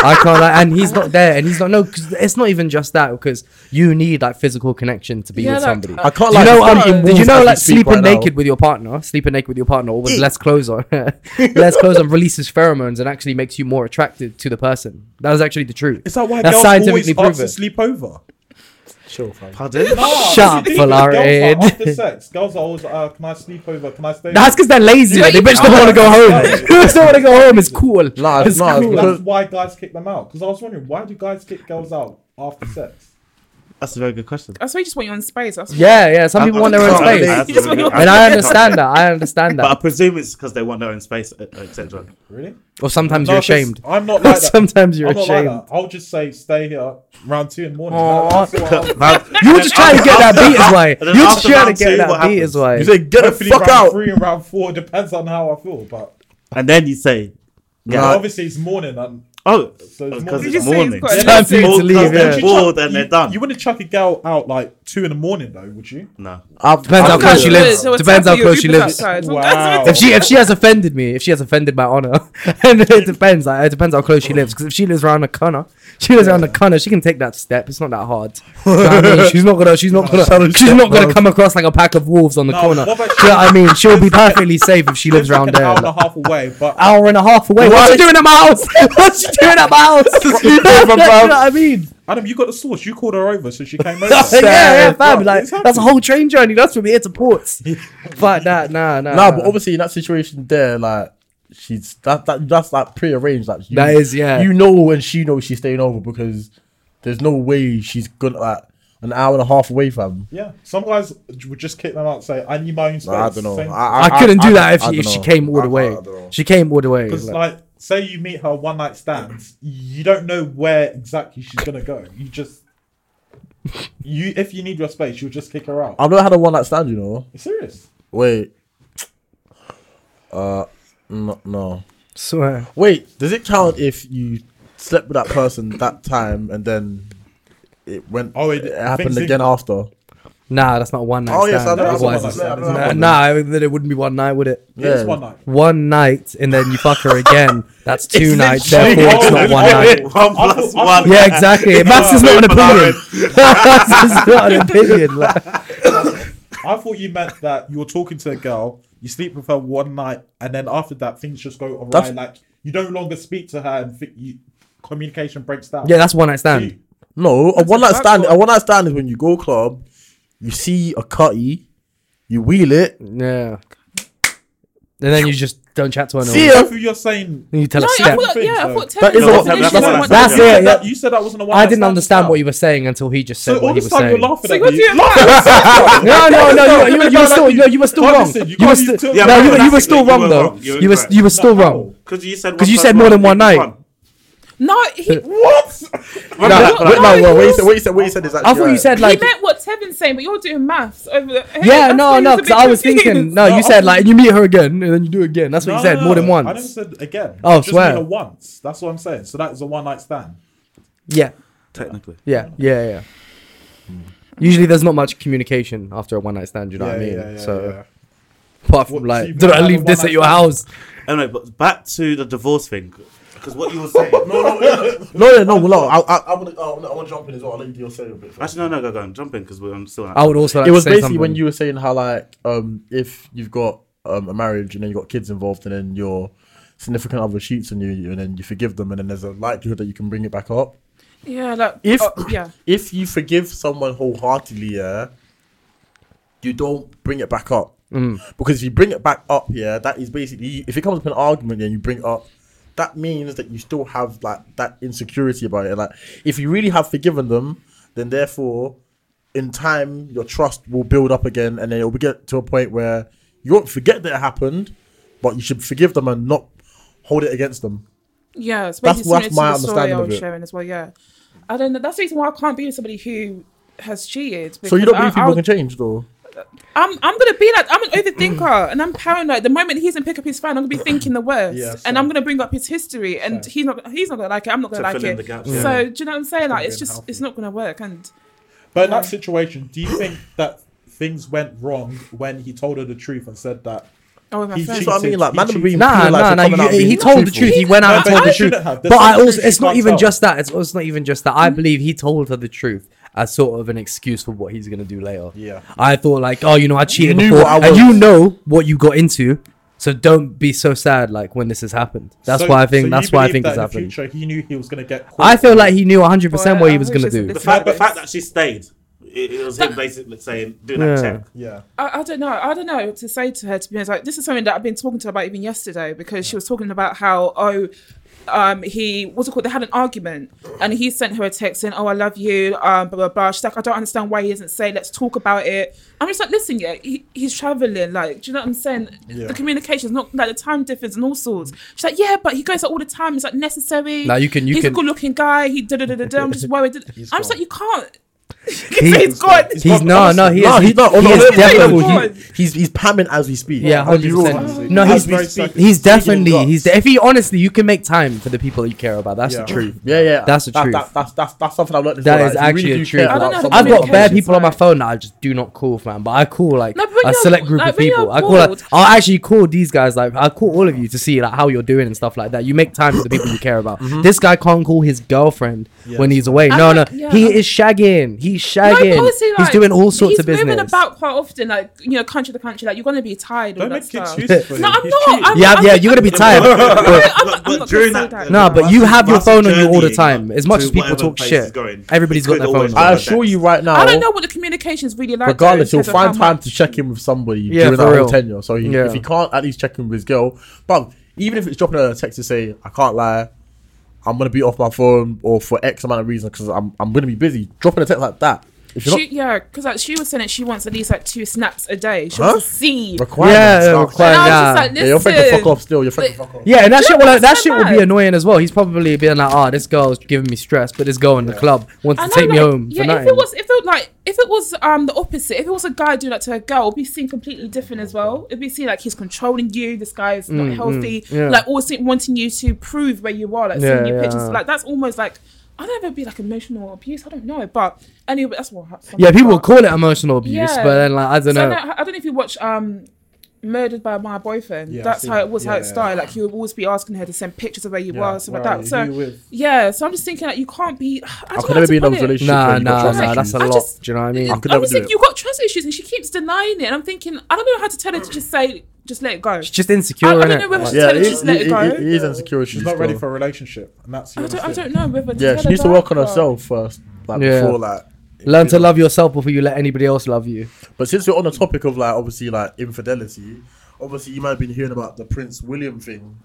[SPEAKER 5] I can't, like, and he's not there, and he's not. No, 'cause it's not even just that because you need like physical connection to be
[SPEAKER 7] Yeah,
[SPEAKER 5] with
[SPEAKER 7] like,
[SPEAKER 5] somebody.
[SPEAKER 7] I
[SPEAKER 3] can't,
[SPEAKER 5] Do you
[SPEAKER 3] like,
[SPEAKER 5] know,
[SPEAKER 3] fucking
[SPEAKER 5] um, did you
[SPEAKER 3] walls
[SPEAKER 5] know
[SPEAKER 3] as we
[SPEAKER 5] like
[SPEAKER 3] speak
[SPEAKER 5] sleeping
[SPEAKER 3] right now.
[SPEAKER 5] naked with your partner, sleeping naked with your partner, or with less clothes on, less clothes on, releases pheromones and actually makes you more attracted to the person. That is actually the truth.
[SPEAKER 6] Is that why
[SPEAKER 5] That's
[SPEAKER 6] girls
[SPEAKER 5] scientifically
[SPEAKER 6] always ask
[SPEAKER 5] proven.
[SPEAKER 6] to sleep over?
[SPEAKER 4] Pardon?
[SPEAKER 5] Shut up,
[SPEAKER 6] Girls
[SPEAKER 5] Valari.
[SPEAKER 6] are After sex, girls are always, uh, can I sleep over? Can I stay? over?"
[SPEAKER 5] That's because they're lazy.
[SPEAKER 7] Yeah,
[SPEAKER 5] man. They
[SPEAKER 7] you-
[SPEAKER 5] bitch don't want to go home.
[SPEAKER 6] Yeah.
[SPEAKER 5] They bitch don't want to go home. It's cool.
[SPEAKER 3] Nah, it's not.
[SPEAKER 5] cool.
[SPEAKER 6] That's
[SPEAKER 3] because-
[SPEAKER 6] why guys kick them out. Because I was wondering, why do guys kick girls out after sex?
[SPEAKER 4] That's a very good question.
[SPEAKER 7] I swear, you just want your own space. That's
[SPEAKER 5] Yeah, yeah. Some people want their own
[SPEAKER 4] Oh, That's a
[SPEAKER 5] space,
[SPEAKER 4] good
[SPEAKER 7] You
[SPEAKER 4] question.
[SPEAKER 7] just want your-
[SPEAKER 5] and I understand that. I understand that.
[SPEAKER 4] But I presume it's because they want their own space, etc.
[SPEAKER 6] Really?
[SPEAKER 5] Or sometimes
[SPEAKER 6] No,
[SPEAKER 5] you're
[SPEAKER 6] 'cause
[SPEAKER 5] ashamed.
[SPEAKER 6] I'm not like that.
[SPEAKER 5] sometimes you're
[SPEAKER 6] I'm not like
[SPEAKER 5] ashamed.
[SPEAKER 6] that. I'll just say, stay here round two in the morning.
[SPEAKER 5] Aw.
[SPEAKER 6] That's what I'll-
[SPEAKER 5] You were just trying to get that beat is why.
[SPEAKER 4] And then
[SPEAKER 5] You were just
[SPEAKER 4] after
[SPEAKER 5] trying
[SPEAKER 4] round
[SPEAKER 5] to get
[SPEAKER 4] two, what
[SPEAKER 5] that beat
[SPEAKER 4] happens?
[SPEAKER 5] is why.
[SPEAKER 3] You say get the
[SPEAKER 6] Hopefully,
[SPEAKER 3] fuck
[SPEAKER 6] round
[SPEAKER 3] out.
[SPEAKER 6] three and round four depends on how I feel. But
[SPEAKER 4] And then you say,
[SPEAKER 6] but
[SPEAKER 3] Nah,
[SPEAKER 5] Uh,
[SPEAKER 6] obviously, it's morning. And
[SPEAKER 4] Oh,
[SPEAKER 6] So it's
[SPEAKER 4] because
[SPEAKER 7] Did
[SPEAKER 4] it's
[SPEAKER 7] you say
[SPEAKER 4] morning.
[SPEAKER 7] it's got a
[SPEAKER 5] Time for you
[SPEAKER 4] Oh,
[SPEAKER 5] to leave.
[SPEAKER 6] Would
[SPEAKER 4] cousin.
[SPEAKER 5] Yeah.
[SPEAKER 4] They're
[SPEAKER 6] you
[SPEAKER 4] bored
[SPEAKER 6] chuck-
[SPEAKER 4] and they're
[SPEAKER 6] you-
[SPEAKER 4] done.
[SPEAKER 6] You wouldn't chuck a girl out like two in the morning though, would you?
[SPEAKER 4] No.
[SPEAKER 3] I've,
[SPEAKER 5] Depends how
[SPEAKER 3] I've-
[SPEAKER 5] close she
[SPEAKER 7] There
[SPEAKER 5] lives.
[SPEAKER 7] were
[SPEAKER 5] Depends how
[SPEAKER 7] tattoo
[SPEAKER 5] close she
[SPEAKER 7] people
[SPEAKER 5] lives.
[SPEAKER 7] outside.
[SPEAKER 6] Wow.
[SPEAKER 5] If she if she has offended me, if she has offended my honor, and it depends. Like, it depends how close she lives. Because if she lives around the corner, she lives around the corner. She can take that step. It's not that hard. You know what I mean? She's not gonna. She's not gonna. She's not gonna come across like a pack of wolves on the
[SPEAKER 6] No,
[SPEAKER 5] corner.
[SPEAKER 6] what about
[SPEAKER 5] Do you know what I mean? She'll be perfectly safe if she
[SPEAKER 6] It's
[SPEAKER 5] lives
[SPEAKER 6] like
[SPEAKER 5] around
[SPEAKER 6] an
[SPEAKER 5] there.
[SPEAKER 6] hour and a
[SPEAKER 5] Like,
[SPEAKER 6] half away, but
[SPEAKER 5] hour and a half away. What's she doing at my house? What's she doing at my house? you know what I mean?
[SPEAKER 6] Adam, you got the source. You called her over, so she came over.
[SPEAKER 5] yeah, yeah, fam.
[SPEAKER 6] What
[SPEAKER 5] Like
[SPEAKER 6] is
[SPEAKER 5] that's a whole train journey. That's from here to ports. But nah, nah, nah.
[SPEAKER 3] nah,
[SPEAKER 5] nah.
[SPEAKER 3] but obviously in that situation there, like she's that, that that's like prearranged. Like you,
[SPEAKER 5] That is, yeah.
[SPEAKER 3] You know, and she knows she's staying over because there's no way she's gonna like an hour and a half away from.
[SPEAKER 6] Yeah, some guys would just kick them out and say, "I need my own space."
[SPEAKER 3] I don't know.
[SPEAKER 5] I, couldn't do that if,
[SPEAKER 3] I
[SPEAKER 5] she, if
[SPEAKER 3] don't
[SPEAKER 5] she
[SPEAKER 3] know.
[SPEAKER 5] came all
[SPEAKER 3] I-
[SPEAKER 5] the
[SPEAKER 3] I
[SPEAKER 5] way.
[SPEAKER 3] don't know.
[SPEAKER 5] she came all the way.
[SPEAKER 6] Because
[SPEAKER 5] like-
[SPEAKER 6] like, say you meet her one night stands, you don't know where exactly she's gonna go. You just you if you need your space, you'll just kick her out.
[SPEAKER 3] I've never had a one night stand, you know.
[SPEAKER 6] you serious?
[SPEAKER 3] Wait. Uh, no, no.
[SPEAKER 5] swear.
[SPEAKER 3] Wait, does it count if you slept with that person that time and then it went?
[SPEAKER 6] Oh, it-
[SPEAKER 3] it happened
[SPEAKER 6] things-
[SPEAKER 3] again after.
[SPEAKER 5] Nah, that's not one night.
[SPEAKER 3] Oh, yes, I
[SPEAKER 5] stand.
[SPEAKER 3] know
[SPEAKER 6] that's
[SPEAKER 5] Otherwise
[SPEAKER 6] one
[SPEAKER 5] it's-
[SPEAKER 6] night stand.
[SPEAKER 5] nah,
[SPEAKER 3] That's one
[SPEAKER 5] nah, I mean, then it wouldn't be one night, would it?
[SPEAKER 6] Yeah. It's one night.
[SPEAKER 5] One night and then you fuck her again. That's two nights.
[SPEAKER 3] literally-
[SPEAKER 5] Therefore, it's not one night.
[SPEAKER 4] One plus
[SPEAKER 6] thought-
[SPEAKER 4] one.
[SPEAKER 5] Yeah, exactly. Maths is not an opinion. Maths is not an opinion. like-
[SPEAKER 6] I thought you meant that you were talking to a girl, you sleep with her one night, and then after that things just go awry.
[SPEAKER 3] That's-
[SPEAKER 6] Like you no longer speak to her, and thi- you, communication breaks down.
[SPEAKER 5] yeah, that's one night
[SPEAKER 6] You-
[SPEAKER 5] stand.
[SPEAKER 3] No, a one night
[SPEAKER 6] that's
[SPEAKER 3] stand.
[SPEAKER 6] what-
[SPEAKER 3] A one night stand is when you go club, you see a cutty, you wheel it.
[SPEAKER 5] Yeah. And then you just don't chat to her. no
[SPEAKER 3] See
[SPEAKER 5] more.
[SPEAKER 3] ya.
[SPEAKER 6] both of you are saying
[SPEAKER 5] And you tell
[SPEAKER 7] No,
[SPEAKER 5] her
[SPEAKER 7] I
[SPEAKER 5] step.
[SPEAKER 7] thought, yeah, I thought
[SPEAKER 3] That is
[SPEAKER 7] Taylor's
[SPEAKER 3] a-
[SPEAKER 7] definition
[SPEAKER 3] that's
[SPEAKER 7] was
[SPEAKER 3] what-
[SPEAKER 7] one
[SPEAKER 5] that's
[SPEAKER 7] night.
[SPEAKER 5] it.
[SPEAKER 6] said
[SPEAKER 5] yeah.
[SPEAKER 6] that- you said that wasn't a one.
[SPEAKER 5] I didn't understand what you were saying until he just said
[SPEAKER 6] So all
[SPEAKER 5] what he
[SPEAKER 6] this
[SPEAKER 5] was
[SPEAKER 6] time
[SPEAKER 5] saying.
[SPEAKER 6] you're laughing
[SPEAKER 7] So
[SPEAKER 6] at
[SPEAKER 7] you're
[SPEAKER 6] me.
[SPEAKER 7] doing
[SPEAKER 5] No, no, no, you, you, you were
[SPEAKER 6] no,
[SPEAKER 5] still,
[SPEAKER 6] like,
[SPEAKER 5] no, you were still
[SPEAKER 6] no,
[SPEAKER 5] wrong.
[SPEAKER 6] listen, you
[SPEAKER 5] you were
[SPEAKER 6] can't
[SPEAKER 5] still,
[SPEAKER 6] be too-
[SPEAKER 5] no,
[SPEAKER 4] Yeah,
[SPEAKER 5] you
[SPEAKER 4] but
[SPEAKER 5] were, you were
[SPEAKER 4] that's
[SPEAKER 5] still
[SPEAKER 4] it, you
[SPEAKER 5] wrong
[SPEAKER 4] were
[SPEAKER 5] though.
[SPEAKER 4] wrong, you were
[SPEAKER 5] You were,
[SPEAKER 4] correct.
[SPEAKER 5] you were still
[SPEAKER 6] No,
[SPEAKER 5] wrong.
[SPEAKER 4] Because you said
[SPEAKER 5] Because you
[SPEAKER 4] plus
[SPEAKER 5] said more than one
[SPEAKER 4] equals
[SPEAKER 5] night.
[SPEAKER 7] No, he,
[SPEAKER 6] What?
[SPEAKER 3] No,
[SPEAKER 4] Remember
[SPEAKER 3] no,
[SPEAKER 4] that?
[SPEAKER 3] wait,
[SPEAKER 7] no,
[SPEAKER 3] no, well, what you
[SPEAKER 7] you-
[SPEAKER 3] said, what you said, what you said is actually.
[SPEAKER 5] I thought you
[SPEAKER 3] right.
[SPEAKER 5] said like,
[SPEAKER 7] he meant what Tevin's saying, but you're doing maths over. The, hey,
[SPEAKER 5] yeah,
[SPEAKER 7] that's why
[SPEAKER 5] no,
[SPEAKER 7] he
[SPEAKER 5] no,
[SPEAKER 7] was a bit
[SPEAKER 5] because I was
[SPEAKER 7] confused.
[SPEAKER 5] thinking, no, you said like, you meet her again and then you do it again. That's what you
[SPEAKER 6] No,
[SPEAKER 5] said
[SPEAKER 6] no,
[SPEAKER 5] more than
[SPEAKER 6] no. I never
[SPEAKER 5] once.
[SPEAKER 6] said again.
[SPEAKER 5] Oh,
[SPEAKER 6] I just
[SPEAKER 5] swear.
[SPEAKER 6] mean a once. That's what I'm saying. So that is a one night stand.
[SPEAKER 5] Yeah,
[SPEAKER 4] Technically.
[SPEAKER 5] yeah, yeah, yeah. Usually there's not much communication after a one night stand. You know
[SPEAKER 6] yeah,
[SPEAKER 5] what I mean?
[SPEAKER 6] yeah, yeah,
[SPEAKER 5] so
[SPEAKER 6] yeah.
[SPEAKER 5] apart
[SPEAKER 6] What-
[SPEAKER 5] from
[SPEAKER 6] so
[SPEAKER 5] like,
[SPEAKER 6] you've
[SPEAKER 5] did
[SPEAKER 6] never
[SPEAKER 5] I
[SPEAKER 6] had a
[SPEAKER 5] leave this
[SPEAKER 6] one-night
[SPEAKER 5] at your
[SPEAKER 6] stand?
[SPEAKER 5] house?
[SPEAKER 4] Anyway, but back to the divorce thing. Because what you were saying. no, no,
[SPEAKER 3] No, no, no, well, no. I, I, I want to, I want to jump in as well. I'll let you do your say a bit. First.
[SPEAKER 4] Actually, no, no, go, go on. Jump in because we're I'm still on.
[SPEAKER 5] I would also. Like
[SPEAKER 3] it
[SPEAKER 5] to
[SPEAKER 3] was
[SPEAKER 5] say
[SPEAKER 3] basically
[SPEAKER 5] something.
[SPEAKER 3] when you were saying how like um if you've got um a marriage and then you have got kids involved and then your significant other cheats on you and then you forgive them and then there's a likelihood that you can bring it back up.
[SPEAKER 7] yeah, like
[SPEAKER 3] If-
[SPEAKER 7] oh, yeah,
[SPEAKER 3] If you forgive someone wholeheartedly, yeah, you don't bring it back up because if you bring it back up, yeah, that is basically if it comes up in an argument and you bring it up. That means that you still have like that insecurity about it. Like, if you really have forgiven them, then therefore in time, your trust will build up again, and then it'll get to a point where you won't forget that it happened, but you should forgive them and not hold it against them.
[SPEAKER 7] yeah. It's
[SPEAKER 3] That's-
[SPEAKER 7] basically
[SPEAKER 3] that's
[SPEAKER 7] similar
[SPEAKER 3] my
[SPEAKER 7] to the story
[SPEAKER 3] understanding
[SPEAKER 7] I
[SPEAKER 3] of
[SPEAKER 7] was
[SPEAKER 3] it.
[SPEAKER 7] sharing as well. Yeah, I don't know. That's the reason why I can't be with somebody who has cheated.
[SPEAKER 3] So
[SPEAKER 7] because
[SPEAKER 3] you don't believe
[SPEAKER 7] I,
[SPEAKER 3] people
[SPEAKER 7] I'll-
[SPEAKER 3] can change, though.
[SPEAKER 7] I'm I'm gonna be like I'm an overthinker and I'm paranoid. The moment he doesn't pick up his phone, I'm gonna be thinking the worst,
[SPEAKER 6] Yeah,
[SPEAKER 7] and
[SPEAKER 6] same.
[SPEAKER 7] I'm gonna bring up his history, and he's not he's not gonna like it. I'm not
[SPEAKER 4] to
[SPEAKER 7] gonna
[SPEAKER 4] fill in
[SPEAKER 7] like
[SPEAKER 4] the
[SPEAKER 7] it.
[SPEAKER 4] gaps.
[SPEAKER 7] So do you know what I'm saying? Like it's
[SPEAKER 6] been
[SPEAKER 7] just
[SPEAKER 6] healthy.
[SPEAKER 7] it's not gonna work. And
[SPEAKER 6] But in that situation, do you think that things went wrong when he told her the truth and said that?
[SPEAKER 7] oh, with my
[SPEAKER 6] He
[SPEAKER 7] friends.
[SPEAKER 3] That's what I mean. Like,
[SPEAKER 6] He
[SPEAKER 3] man, are
[SPEAKER 6] cheated.
[SPEAKER 3] being
[SPEAKER 5] Nah,
[SPEAKER 3] penalised
[SPEAKER 5] nah,
[SPEAKER 3] for
[SPEAKER 5] nah.
[SPEAKER 3] coming
[SPEAKER 5] you-
[SPEAKER 3] out being
[SPEAKER 5] he, told the
[SPEAKER 3] truthful.
[SPEAKER 5] truth. He went out
[SPEAKER 6] No,
[SPEAKER 5] and
[SPEAKER 6] but
[SPEAKER 5] told
[SPEAKER 6] you
[SPEAKER 5] the truth.
[SPEAKER 6] shouldn't have. There's
[SPEAKER 5] But I
[SPEAKER 6] some
[SPEAKER 5] also,
[SPEAKER 6] truth
[SPEAKER 5] it's
[SPEAKER 6] you
[SPEAKER 5] not
[SPEAKER 6] can't
[SPEAKER 5] even
[SPEAKER 6] tell.
[SPEAKER 5] just that. It's also not even just that. I believe he told her the truth as sort of an excuse for what he's gonna do later.
[SPEAKER 6] Yeah.
[SPEAKER 5] I thought like, oh, you know, I cheated
[SPEAKER 3] knew
[SPEAKER 5] before,
[SPEAKER 3] what I
[SPEAKER 5] and
[SPEAKER 3] was.
[SPEAKER 5] you know what you got into, so don't be so sad like when this has happened. That's
[SPEAKER 6] So-
[SPEAKER 5] why I
[SPEAKER 6] so
[SPEAKER 5] think.
[SPEAKER 6] you
[SPEAKER 5] that's why I
[SPEAKER 6] believe
[SPEAKER 5] think
[SPEAKER 6] that in
[SPEAKER 5] it's
[SPEAKER 6] the
[SPEAKER 5] happened.
[SPEAKER 6] Future, he knew he was going to get. Caught.
[SPEAKER 5] I feel like he knew 100 percent
[SPEAKER 7] Boy,
[SPEAKER 5] what
[SPEAKER 7] I
[SPEAKER 5] he was
[SPEAKER 7] wish
[SPEAKER 5] gonna
[SPEAKER 7] it's a
[SPEAKER 5] do.
[SPEAKER 4] The
[SPEAKER 7] different
[SPEAKER 4] fact, the
[SPEAKER 7] race.
[SPEAKER 4] fact that she stayed, it, it was him basically saying, do that
[SPEAKER 5] Yeah.
[SPEAKER 4] check.
[SPEAKER 6] Yeah.
[SPEAKER 7] I, I don't know. I don't know what to say to her. To be honest, like this is something that I've been talking to her about even yesterday because she was talking about how oh, um, he what's it called? They had an argument and he sent her a text saying, "Oh, I love you," um, blah blah blah. She's like, "I don't understand why he doesn't say let's talk about it." I'm just like, listen, yeah, he, he's traveling. Like, do you know what I'm saying? The communication's not like the time difference and all sorts. She's like, "Yeah, but he goes out all the time. It's like necessary."
[SPEAKER 5] Nah, you can- you
[SPEAKER 7] he's
[SPEAKER 5] can-
[SPEAKER 7] a good-looking guy. He da da da da. I'm just worried. I'm just
[SPEAKER 6] gone.
[SPEAKER 7] like, you can't. He's gone.
[SPEAKER 3] He's
[SPEAKER 5] He's
[SPEAKER 3] gone.
[SPEAKER 5] no, no. He
[SPEAKER 3] No,
[SPEAKER 5] is,
[SPEAKER 3] he's not- oh,
[SPEAKER 5] he
[SPEAKER 3] no,
[SPEAKER 5] is
[SPEAKER 3] wait, wait,
[SPEAKER 5] definitely.
[SPEAKER 7] wait, wait.
[SPEAKER 5] he-
[SPEAKER 3] He's he's pamming as we speak.
[SPEAKER 5] yeah,
[SPEAKER 3] As we
[SPEAKER 5] hundred
[SPEAKER 3] roll.
[SPEAKER 5] percent. No,
[SPEAKER 3] As
[SPEAKER 5] he's
[SPEAKER 3] we speak.
[SPEAKER 5] he's
[SPEAKER 3] Speaking
[SPEAKER 5] definitely.
[SPEAKER 3] dots.
[SPEAKER 5] He's de- if he honestly, you can make time for the people that you care about. That's
[SPEAKER 6] Yeah.
[SPEAKER 5] the truth.
[SPEAKER 3] Yeah, yeah.
[SPEAKER 5] That's the
[SPEAKER 3] that,
[SPEAKER 5] truth.
[SPEAKER 3] That, that's, that's, that's something I've learned.
[SPEAKER 5] That
[SPEAKER 3] That
[SPEAKER 5] is
[SPEAKER 3] is
[SPEAKER 5] actually the truth.
[SPEAKER 7] I don't know
[SPEAKER 5] I've got
[SPEAKER 7] Communication's
[SPEAKER 5] bad people on my
[SPEAKER 7] right.
[SPEAKER 5] phone that I just do not call, fam. But I call like
[SPEAKER 7] No, but when
[SPEAKER 5] a
[SPEAKER 7] you're-
[SPEAKER 5] select group
[SPEAKER 7] like,
[SPEAKER 5] of
[SPEAKER 7] when you're
[SPEAKER 5] people. I call. Like,
[SPEAKER 7] bored-
[SPEAKER 5] I'll actually call these guys. Like I call all of you to see like how you're doing and stuff like that. You make time for the people you care about.
[SPEAKER 7] Mm-hmm.
[SPEAKER 5] This guy can't call his girlfriend when he's away.
[SPEAKER 7] I'm
[SPEAKER 5] No, no,
[SPEAKER 7] like- yeah.
[SPEAKER 5] he is shagging. He's shagging.
[SPEAKER 7] honestly,
[SPEAKER 5] he's
[SPEAKER 7] like,
[SPEAKER 5] doing all sorts
[SPEAKER 7] he's
[SPEAKER 5] of
[SPEAKER 7] moving
[SPEAKER 5] business.
[SPEAKER 7] about quite often, like you know, country to country. Like you're gonna be tired. all
[SPEAKER 6] Don't
[SPEAKER 7] that
[SPEAKER 6] make
[SPEAKER 7] stuff.
[SPEAKER 6] excuses for him.
[SPEAKER 7] No, I'm
[SPEAKER 6] He's
[SPEAKER 7] not.
[SPEAKER 6] cute.
[SPEAKER 7] I'm,
[SPEAKER 5] yeah,
[SPEAKER 7] I'm,
[SPEAKER 5] yeah,
[SPEAKER 7] I'm,
[SPEAKER 5] you're gonna be tired.
[SPEAKER 7] I'm not- I'm
[SPEAKER 4] but
[SPEAKER 7] not
[SPEAKER 4] during
[SPEAKER 7] gonna say
[SPEAKER 4] that,
[SPEAKER 7] that.
[SPEAKER 5] No, but you have your
[SPEAKER 4] bus-
[SPEAKER 5] phone on you all the
[SPEAKER 4] journey
[SPEAKER 5] time. As much
[SPEAKER 4] to
[SPEAKER 5] as people
[SPEAKER 4] whatever
[SPEAKER 5] talk
[SPEAKER 4] place
[SPEAKER 5] shit,
[SPEAKER 4] he's going,
[SPEAKER 5] everybody's
[SPEAKER 4] it
[SPEAKER 5] got
[SPEAKER 4] could
[SPEAKER 5] their
[SPEAKER 4] always
[SPEAKER 5] phone
[SPEAKER 4] be
[SPEAKER 5] on.
[SPEAKER 3] I
[SPEAKER 4] a
[SPEAKER 3] assure
[SPEAKER 4] text.
[SPEAKER 3] you right now.
[SPEAKER 7] I don't know what the communication is really like.
[SPEAKER 3] Regardless,
[SPEAKER 7] though,
[SPEAKER 3] he'll
[SPEAKER 7] in terms of
[SPEAKER 3] find
[SPEAKER 7] how
[SPEAKER 3] time
[SPEAKER 7] much-
[SPEAKER 3] to check in with somebody
[SPEAKER 5] Yeah,
[SPEAKER 3] during
[SPEAKER 5] for
[SPEAKER 3] that
[SPEAKER 5] real.
[SPEAKER 3] whole tenure. So he,
[SPEAKER 5] Yeah.
[SPEAKER 3] if he can't, at least check in with his girl. But even if it's dropping her a text to say, "I can't lie, I'm gonna be off my phone," or for X amount of reason, because I'm I'm gonna be busy, dropping a text like that. If you're
[SPEAKER 7] She, yeah, because like, she was saying that she wants at least like two snaps a day. She
[SPEAKER 3] Huh?
[SPEAKER 7] wants to see.
[SPEAKER 3] not
[SPEAKER 5] Yeah,
[SPEAKER 3] required,
[SPEAKER 5] yeah,
[SPEAKER 3] stop.
[SPEAKER 5] required,
[SPEAKER 7] And I was
[SPEAKER 5] yeah.
[SPEAKER 7] just like,
[SPEAKER 3] yeah, your friend can fuck
[SPEAKER 7] listen.
[SPEAKER 3] off still. Your friend can fuck off.
[SPEAKER 5] Yeah, and that shit will
[SPEAKER 7] Yeah,
[SPEAKER 5] that
[SPEAKER 7] so
[SPEAKER 5] shit will be
[SPEAKER 7] bad.
[SPEAKER 5] annoying as well. He's probably being like, "Ah, this girl's giving me stress, but this girl in the club wants
[SPEAKER 7] I
[SPEAKER 5] to
[SPEAKER 7] know,
[SPEAKER 5] take me
[SPEAKER 7] like,
[SPEAKER 5] home for
[SPEAKER 7] Yeah, if
[SPEAKER 5] nothing."
[SPEAKER 7] it was, if it like, if it was um the opposite, if it was a guy doing that to a girl, it'd be seen completely different as well. It'd be seen like he's controlling you. This guy is not healthy.
[SPEAKER 5] Mm, yeah.
[SPEAKER 7] Like always think- wanting you to prove where you are. Like
[SPEAKER 5] Yeah,
[SPEAKER 7] sending you
[SPEAKER 5] yeah.
[SPEAKER 7] pictures. Like that's almost like I don't know. It'd be like emotional abuse. I don't know, but anyway, that's what. hap-
[SPEAKER 5] yeah, people
[SPEAKER 7] but-
[SPEAKER 5] will call it emotional abuse,
[SPEAKER 7] Yeah.
[SPEAKER 5] but then like I don't
[SPEAKER 7] So I,
[SPEAKER 5] know.
[SPEAKER 7] know- I don't know if you watch um, Murdered by My Boyfriend.
[SPEAKER 6] Yeah, I've
[SPEAKER 7] That's
[SPEAKER 6] seen
[SPEAKER 7] how
[SPEAKER 6] it.
[SPEAKER 7] it was,
[SPEAKER 6] Yeah,
[SPEAKER 7] how it
[SPEAKER 6] yeah,
[SPEAKER 7] started. Like you would always be asking her to send pictures of where you
[SPEAKER 6] Yeah,
[SPEAKER 7] were, stuff like
[SPEAKER 6] where are
[SPEAKER 7] that.
[SPEAKER 6] you?
[SPEAKER 7] So
[SPEAKER 6] Who you with?
[SPEAKER 7] yeah, so I'm just thinking like you can't be. I
[SPEAKER 3] I
[SPEAKER 7] don't know
[SPEAKER 3] could
[SPEAKER 7] how
[SPEAKER 3] never
[SPEAKER 7] to
[SPEAKER 3] be in
[SPEAKER 7] put
[SPEAKER 3] those
[SPEAKER 7] it.
[SPEAKER 3] relationships.
[SPEAKER 5] Nah,
[SPEAKER 3] where you got
[SPEAKER 5] nah,
[SPEAKER 3] trust
[SPEAKER 5] nah. That's
[SPEAKER 3] issues.
[SPEAKER 5] a
[SPEAKER 7] I
[SPEAKER 5] lot.
[SPEAKER 7] just-
[SPEAKER 5] do you know what I mean?
[SPEAKER 3] I could
[SPEAKER 7] I'm
[SPEAKER 3] never
[SPEAKER 7] just
[SPEAKER 3] do
[SPEAKER 7] thinking
[SPEAKER 3] it.
[SPEAKER 7] you've got trust issues, and she keeps denying it. And I'm thinking I don't know how to tell her to just say, just let it go.
[SPEAKER 5] She's just
[SPEAKER 7] I,
[SPEAKER 5] insecure,
[SPEAKER 7] I
[SPEAKER 5] innit?
[SPEAKER 7] don't know whether to
[SPEAKER 3] Yeah,
[SPEAKER 7] tell
[SPEAKER 3] it
[SPEAKER 7] her to
[SPEAKER 3] is,
[SPEAKER 7] just let
[SPEAKER 3] it,
[SPEAKER 7] it
[SPEAKER 3] it,
[SPEAKER 7] go.
[SPEAKER 3] it is insecure.
[SPEAKER 6] She's not ready for a relationship, and that's
[SPEAKER 7] I
[SPEAKER 6] your
[SPEAKER 7] don't, I
[SPEAKER 6] mistake.
[SPEAKER 7] don't know whether. to
[SPEAKER 3] Yeah,
[SPEAKER 7] tell
[SPEAKER 3] she
[SPEAKER 7] her
[SPEAKER 3] needs to
[SPEAKER 7] that,
[SPEAKER 3] work on
[SPEAKER 7] but-
[SPEAKER 3] herself first, like
[SPEAKER 5] Yeah.
[SPEAKER 3] before like.
[SPEAKER 5] Learn to love yourself before you let anybody else love you.
[SPEAKER 3] But since we're on the topic of like obviously like infidelity, obviously you might have been hearing about the Prince William thing,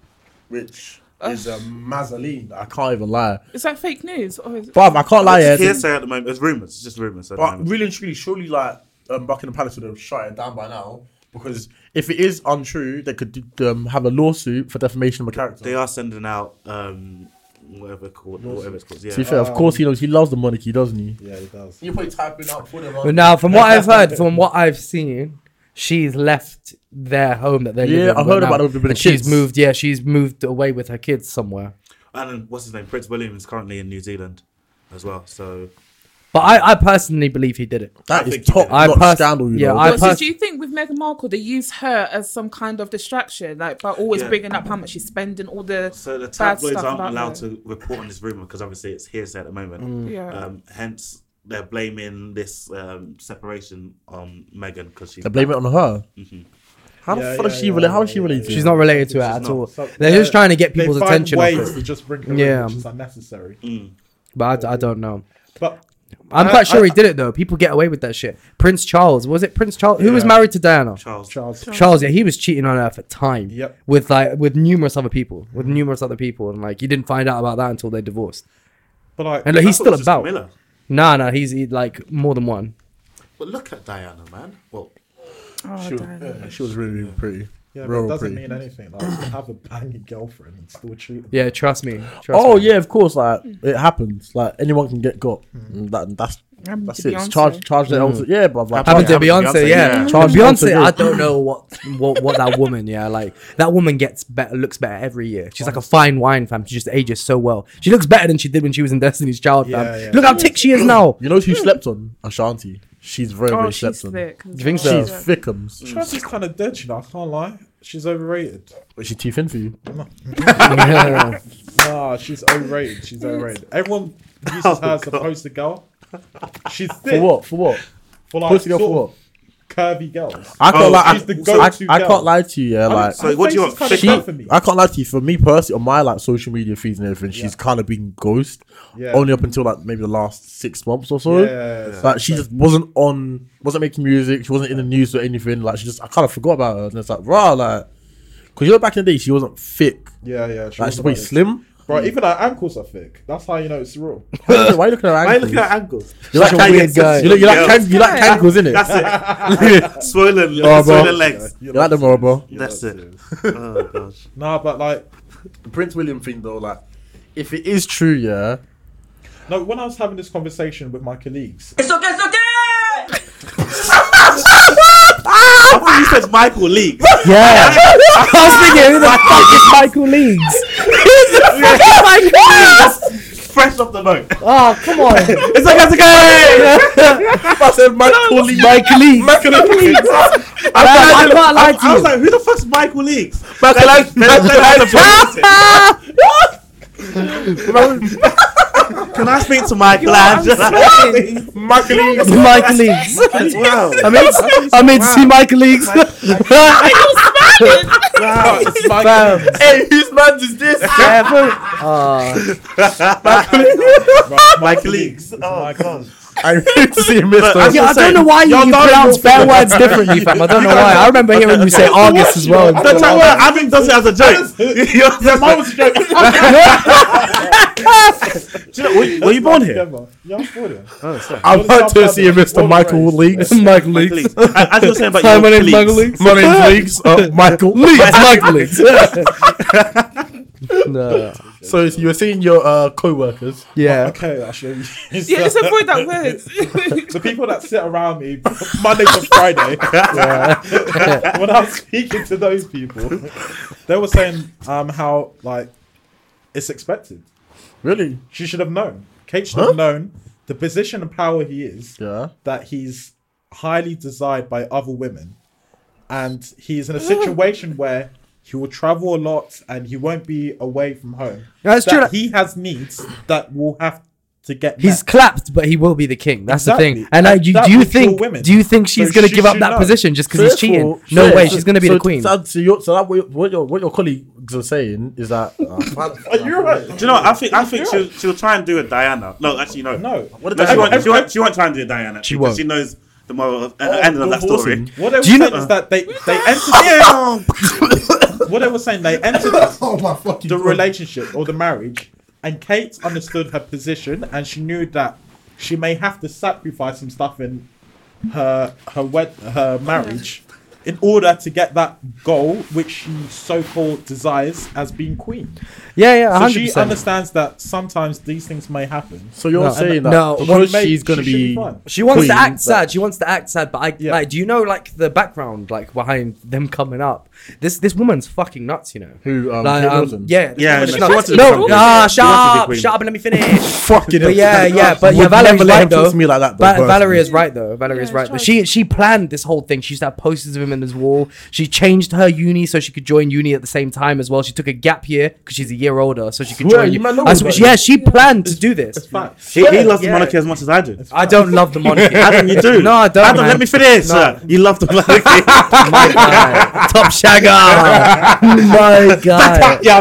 [SPEAKER 3] which is a mazzoline. I can't even lie,
[SPEAKER 7] It's like fake news. Or is it-
[SPEAKER 3] but I can't lie.
[SPEAKER 4] It's
[SPEAKER 3] Yeah,
[SPEAKER 4] hearsay at the moment. It's rumors. It's just rumors.
[SPEAKER 3] but really and truly, surely like um, Buckingham Palace would have shut it down by now because if it is untrue, they could um, have a lawsuit for defamation of a character.
[SPEAKER 4] They are sending out um whatever called whatever it's called. Yeah.
[SPEAKER 3] to be fair, of course he knows he loves the monarchy, doesn't he?
[SPEAKER 6] Yeah, it does.
[SPEAKER 3] You probably typing up for the
[SPEAKER 5] But now, from what I've heard, from what I've seen, she's left their home that they're
[SPEAKER 3] Yeah,
[SPEAKER 5] living
[SPEAKER 3] I
[SPEAKER 5] in
[SPEAKER 3] heard
[SPEAKER 5] now,
[SPEAKER 3] about it with the
[SPEAKER 5] and She's
[SPEAKER 3] kids.
[SPEAKER 5] moved. Yeah, she's moved away with her kids somewhere.
[SPEAKER 4] And then what's his name? Prince William is currently in New Zealand as well. So
[SPEAKER 5] But I, I personally believe he did it.
[SPEAKER 3] That
[SPEAKER 4] I
[SPEAKER 3] is
[SPEAKER 4] think he
[SPEAKER 3] top
[SPEAKER 4] did.
[SPEAKER 5] I
[SPEAKER 3] notch
[SPEAKER 5] pers-
[SPEAKER 3] scandal, you
[SPEAKER 5] yeah,
[SPEAKER 3] know.
[SPEAKER 5] I
[SPEAKER 7] Well, so
[SPEAKER 5] pers-
[SPEAKER 7] do you think with Meghan Markle they use her as some kind of distraction, like by always
[SPEAKER 4] Yeah.
[SPEAKER 7] bringing up how much she's spending, all the
[SPEAKER 4] so the
[SPEAKER 7] bad
[SPEAKER 4] tabloids
[SPEAKER 7] stuff
[SPEAKER 4] aren't
[SPEAKER 7] about
[SPEAKER 4] allowed
[SPEAKER 7] her.
[SPEAKER 4] to report on this rumor because obviously it's hearsay at the moment.
[SPEAKER 5] Mm.
[SPEAKER 7] Yeah.
[SPEAKER 4] Um, hence they're blaming this um, separation on Meghan because she.
[SPEAKER 3] They blame it on her. Mm-hmm. How the
[SPEAKER 6] Yeah,
[SPEAKER 3] fuck is
[SPEAKER 6] yeah,
[SPEAKER 3] she
[SPEAKER 6] yeah,
[SPEAKER 3] related? How is
[SPEAKER 6] yeah,
[SPEAKER 3] she
[SPEAKER 6] yeah,
[SPEAKER 3] related?
[SPEAKER 5] She's not related to it
[SPEAKER 4] She's
[SPEAKER 5] at
[SPEAKER 4] not.
[SPEAKER 5] all.
[SPEAKER 6] So-
[SPEAKER 5] They're just trying to get
[SPEAKER 6] they
[SPEAKER 5] people's
[SPEAKER 6] find
[SPEAKER 5] attention. off
[SPEAKER 6] Ways
[SPEAKER 5] it.
[SPEAKER 6] to just bring her
[SPEAKER 5] Yeah.
[SPEAKER 6] in, which is unnecessary.
[SPEAKER 5] But I, I don't know.
[SPEAKER 6] But
[SPEAKER 5] I'm
[SPEAKER 6] I-
[SPEAKER 5] quite sure
[SPEAKER 6] I-
[SPEAKER 5] he did it though. People get away with that shit. Prince Charles was it? Prince Charles who was
[SPEAKER 6] Yeah.
[SPEAKER 5] married to Diana?
[SPEAKER 4] Charles.
[SPEAKER 6] Charles,
[SPEAKER 5] Charles, yeah, he was cheating on her for time.
[SPEAKER 6] Yep.
[SPEAKER 5] With like with numerous other people, with numerous other people, and like you didn't find out about that until they divorced.
[SPEAKER 6] but like,
[SPEAKER 5] And like,
[SPEAKER 4] I
[SPEAKER 5] he's
[SPEAKER 4] thought
[SPEAKER 5] still
[SPEAKER 4] it was just
[SPEAKER 5] about.
[SPEAKER 4] Camilla.
[SPEAKER 5] Nah, nah, he's he, like more than one.
[SPEAKER 4] But look at Diana, man. Well,
[SPEAKER 7] Oh, damn.
[SPEAKER 3] She was really, really pretty.
[SPEAKER 6] yeah, but
[SPEAKER 3] Real
[SPEAKER 6] it doesn't
[SPEAKER 3] pretty.
[SPEAKER 6] mean anything. Like, you have a banging girlfriend and still cheat.
[SPEAKER 5] Yeah, trust me. Trust
[SPEAKER 3] Oh
[SPEAKER 5] me.
[SPEAKER 3] yeah, of course. Like it happens. Like anyone can get got. Mm, That, that's
[SPEAKER 7] Happened
[SPEAKER 3] that's
[SPEAKER 7] to
[SPEAKER 3] it. It's
[SPEAKER 7] Beyonce.
[SPEAKER 3] charge charge their
[SPEAKER 6] Mm.
[SPEAKER 3] own. Yeah, but like,
[SPEAKER 5] Happened to
[SPEAKER 3] charge-
[SPEAKER 5] Beyonce, yeah.
[SPEAKER 3] Charge
[SPEAKER 5] Beyonce,
[SPEAKER 3] Beyonce,
[SPEAKER 5] I don't know what, what what that woman, yeah, like that woman gets better, looks better every year. She's like a fine wine, fam. She just ages so well. She looks better than she did when she was in Destiny's Child, fam.
[SPEAKER 6] Yeah, yeah.
[SPEAKER 5] Look how thick she is now.
[SPEAKER 3] You know who slept on Ashanti? She's very
[SPEAKER 7] Oh,
[SPEAKER 3] very
[SPEAKER 7] she's
[SPEAKER 3] slept on.
[SPEAKER 7] thick. Do
[SPEAKER 5] you think so?
[SPEAKER 3] She's thickums.
[SPEAKER 6] Charles is kind of dead, you know. I can't lie. She's overrated.
[SPEAKER 3] But she teeth in for you.
[SPEAKER 5] Yeah.
[SPEAKER 6] Nah, she's overrated. She's overrated. Everyone uses her as a poster girl. She's thick
[SPEAKER 3] Oh, For what? For what?
[SPEAKER 6] For like
[SPEAKER 3] Pussy girl
[SPEAKER 6] sort
[SPEAKER 3] for what?
[SPEAKER 6] of curvy girls.
[SPEAKER 3] I can't
[SPEAKER 4] Oh,
[SPEAKER 3] lie.
[SPEAKER 6] she's the
[SPEAKER 3] I,
[SPEAKER 6] go-to
[SPEAKER 3] I
[SPEAKER 6] girl.
[SPEAKER 3] can't lie to you. Yeah, like
[SPEAKER 4] so what do you want?
[SPEAKER 6] Kind
[SPEAKER 4] Thick
[SPEAKER 3] she,
[SPEAKER 6] of for me.
[SPEAKER 3] I can't lie to you. For me personally, on my like social media feeds and everything, she's kind of been ghost.
[SPEAKER 6] Yeah.
[SPEAKER 3] Only up until like maybe the last six months or so.
[SPEAKER 6] Yeah, yeah, yeah.
[SPEAKER 3] Like she just wasn't on, wasn't making music. She wasn't in the news or anything. Like she just, I kind of forgot about her. And it's like, rah, like, cause you know back in the day she wasn't thick.
[SPEAKER 6] yeah, yeah. She
[SPEAKER 3] Like
[SPEAKER 6] was
[SPEAKER 3] she's pretty
[SPEAKER 6] about it.
[SPEAKER 3] slim.
[SPEAKER 6] Bro, even her ankles are thick. That's how you know it's real.
[SPEAKER 3] Why are you looking at her
[SPEAKER 4] Why are you
[SPEAKER 3] ankles?
[SPEAKER 4] looking at angles?
[SPEAKER 3] You like
[SPEAKER 5] Such a weird
[SPEAKER 3] tangles,
[SPEAKER 5] guy.
[SPEAKER 3] You, like- you like
[SPEAKER 4] Yeah.
[SPEAKER 3] tang- you like tangles, innit?
[SPEAKER 4] That's it. swollen,
[SPEAKER 3] Oh, bro.
[SPEAKER 4] swollen legs.
[SPEAKER 3] You like them, bro, bro.
[SPEAKER 4] That's it. Oh gosh.
[SPEAKER 6] Nah, but like,
[SPEAKER 3] The Prince William thing though, like, if it is true, yeah,
[SPEAKER 6] No, when I was having this conversation with my colleagues,
[SPEAKER 1] It's okay, it's okay!
[SPEAKER 4] I thought you said Michael League.
[SPEAKER 5] Yeah. I was thinking, who the fuck is Michael Leagues? Who the fuck is Michael Leagues?
[SPEAKER 4] Fresh off the boat.
[SPEAKER 5] Oh, come on.
[SPEAKER 4] It's like it's okay.
[SPEAKER 3] I said Michael League.
[SPEAKER 5] Michael Leagues.
[SPEAKER 3] Michael League.
[SPEAKER 5] I
[SPEAKER 4] I,
[SPEAKER 5] can't lie to
[SPEAKER 4] I was
[SPEAKER 5] you.
[SPEAKER 4] like, who the fuck's Michael Leagues? Can I speak to Michael Angela?
[SPEAKER 3] Michael League.
[SPEAKER 5] Michael Leagues.
[SPEAKER 4] wow.
[SPEAKER 5] I mean, I mean, see Michael Leagues.
[SPEAKER 4] Wow.
[SPEAKER 5] Fam.
[SPEAKER 3] Hey, whose man is this?
[SPEAKER 5] Uh,
[SPEAKER 4] Michael Leagues. Oh, God.
[SPEAKER 3] I need to see him miss those.
[SPEAKER 5] yeah, I don't know why you, you pronounce bad words differently, fam. I don't know why. I remember hearing you say August as well.
[SPEAKER 4] Don't try well. I think does it as a joke. Your mom was joking. Were you born here?
[SPEAKER 6] Yeah, I'm born here.
[SPEAKER 3] I want to see him miss the Michael Leagues.
[SPEAKER 5] Michael Leagues.
[SPEAKER 4] Leagues. I- As you were saying about
[SPEAKER 5] Hi,
[SPEAKER 4] your
[SPEAKER 5] my name's
[SPEAKER 4] colleagues.
[SPEAKER 5] Michael Leagues.
[SPEAKER 3] My name's Leagues. Uh, Michael Leagues.
[SPEAKER 5] Michael Leagues. No.
[SPEAKER 3] So you were seeing your uh, co-workers.
[SPEAKER 5] Yeah.
[SPEAKER 6] Okay, I'll show you.
[SPEAKER 7] Yeah, just avoid that word.
[SPEAKER 6] the people that sit around me Monday to Friday, when I was speaking to those people, they were saying um, how like it's expected.
[SPEAKER 3] Really?
[SPEAKER 6] She should have known. Kate should have known the position of power he is.
[SPEAKER 3] Yeah.
[SPEAKER 6] That he's highly desired by other women, and he's in a situation where he will travel a lot and he won't be away from home.
[SPEAKER 5] That's
[SPEAKER 6] that
[SPEAKER 5] true.
[SPEAKER 6] He has needs that will have to get.
[SPEAKER 5] He's
[SPEAKER 6] met.
[SPEAKER 5] clapped, but he will be the king. That's the thing.
[SPEAKER 6] Exactly.
[SPEAKER 5] And like, you,
[SPEAKER 6] That
[SPEAKER 5] do you
[SPEAKER 6] would draw
[SPEAKER 5] think?
[SPEAKER 6] women.
[SPEAKER 5] Do you think she's
[SPEAKER 6] So
[SPEAKER 5] gonna
[SPEAKER 6] she
[SPEAKER 5] give up
[SPEAKER 6] should
[SPEAKER 5] that
[SPEAKER 6] know.
[SPEAKER 5] position just because he's cheating?
[SPEAKER 3] Therefore-
[SPEAKER 5] No
[SPEAKER 3] yeah,
[SPEAKER 5] way.
[SPEAKER 3] so-
[SPEAKER 5] She's gonna be
[SPEAKER 3] so-
[SPEAKER 5] the queen.
[SPEAKER 3] So, so, your- so that what, what your what your colleagues are saying is that uh,
[SPEAKER 6] Are you right?
[SPEAKER 4] Do you know? what? I think I think she'll she'll try and do a Diana. No, actually no.
[SPEAKER 6] No. No,
[SPEAKER 4] What did she,
[SPEAKER 6] every-
[SPEAKER 4] won't, she,
[SPEAKER 6] every-
[SPEAKER 4] won't, she won't try and do a Diana.
[SPEAKER 5] She
[SPEAKER 4] because
[SPEAKER 5] won't.
[SPEAKER 4] She knows the moral of,
[SPEAKER 5] Oh,
[SPEAKER 4] uh, end of that story.
[SPEAKER 6] What they were
[SPEAKER 5] Do you
[SPEAKER 6] saying
[SPEAKER 5] know-
[SPEAKER 6] is that they they entered. what they were saying they entered
[SPEAKER 2] Oh my fucking
[SPEAKER 6] the
[SPEAKER 2] God.
[SPEAKER 6] relationship or the marriage, and Kate understood her position, and she knew that she may have to sacrifice some stuff in her her wed her marriage in order to get that goal which she so called desires as being queen.
[SPEAKER 5] yeah, yeah,
[SPEAKER 6] So
[SPEAKER 5] hundred
[SPEAKER 6] she
[SPEAKER 5] percent.
[SPEAKER 6] understands that sometimes these things may happen.
[SPEAKER 3] so you're
[SPEAKER 5] No.
[SPEAKER 3] saying that
[SPEAKER 5] No,
[SPEAKER 3] because
[SPEAKER 6] she may-
[SPEAKER 3] she's going to
[SPEAKER 6] she should
[SPEAKER 3] be,
[SPEAKER 6] be fine.
[SPEAKER 5] She wants
[SPEAKER 3] queen,
[SPEAKER 5] to act
[SPEAKER 3] but-
[SPEAKER 5] sad. She wants to act sad, but I
[SPEAKER 6] Yeah.
[SPEAKER 5] like. Do you know like the background like behind them coming up? This this woman's fucking nuts, you know.
[SPEAKER 3] Who, um,
[SPEAKER 5] like,
[SPEAKER 3] Kate
[SPEAKER 5] um,
[SPEAKER 3] Middleton?
[SPEAKER 5] yeah, this
[SPEAKER 4] Yeah,
[SPEAKER 5] woman
[SPEAKER 4] no,
[SPEAKER 5] is
[SPEAKER 4] she
[SPEAKER 5] nuts.
[SPEAKER 4] wanted to
[SPEAKER 5] no,
[SPEAKER 4] become-
[SPEAKER 5] nah,
[SPEAKER 4] she
[SPEAKER 5] shut
[SPEAKER 4] wanted to be
[SPEAKER 5] up,
[SPEAKER 4] queen.
[SPEAKER 5] shut up, and let me finish.
[SPEAKER 3] fucking.
[SPEAKER 5] But yeah, yeah, but yeah,
[SPEAKER 3] Would
[SPEAKER 5] Valerie's
[SPEAKER 3] never let him
[SPEAKER 5] right
[SPEAKER 3] talk
[SPEAKER 5] though.
[SPEAKER 3] to me like that, though,
[SPEAKER 5] Va-
[SPEAKER 3] personally.
[SPEAKER 5] Valerie is right though. Valerie
[SPEAKER 7] Yeah,
[SPEAKER 5] is right.
[SPEAKER 7] it's right.
[SPEAKER 5] She she planned this whole thing. She used to have posters of him in his wall. She changed her uni so she could join uni at the same time as well. She took a gap year because she's a year older, so she could
[SPEAKER 3] Swear,
[SPEAKER 5] join.
[SPEAKER 3] you
[SPEAKER 5] uni.
[SPEAKER 3] might know
[SPEAKER 5] I swear-
[SPEAKER 3] about
[SPEAKER 5] yeah, she planned to do this.
[SPEAKER 6] Facts.
[SPEAKER 4] He, he loves
[SPEAKER 5] Yeah.
[SPEAKER 4] the monarchy as much as I do.
[SPEAKER 5] I don't love the monarchy.
[SPEAKER 4] Adam, you do.
[SPEAKER 5] No, I don't.
[SPEAKER 4] Adam,
[SPEAKER 5] man.
[SPEAKER 4] let me finish.
[SPEAKER 5] No.
[SPEAKER 4] sir. You love the monarchy.
[SPEAKER 5] My guy. Top shagger. My guy.
[SPEAKER 4] yeah,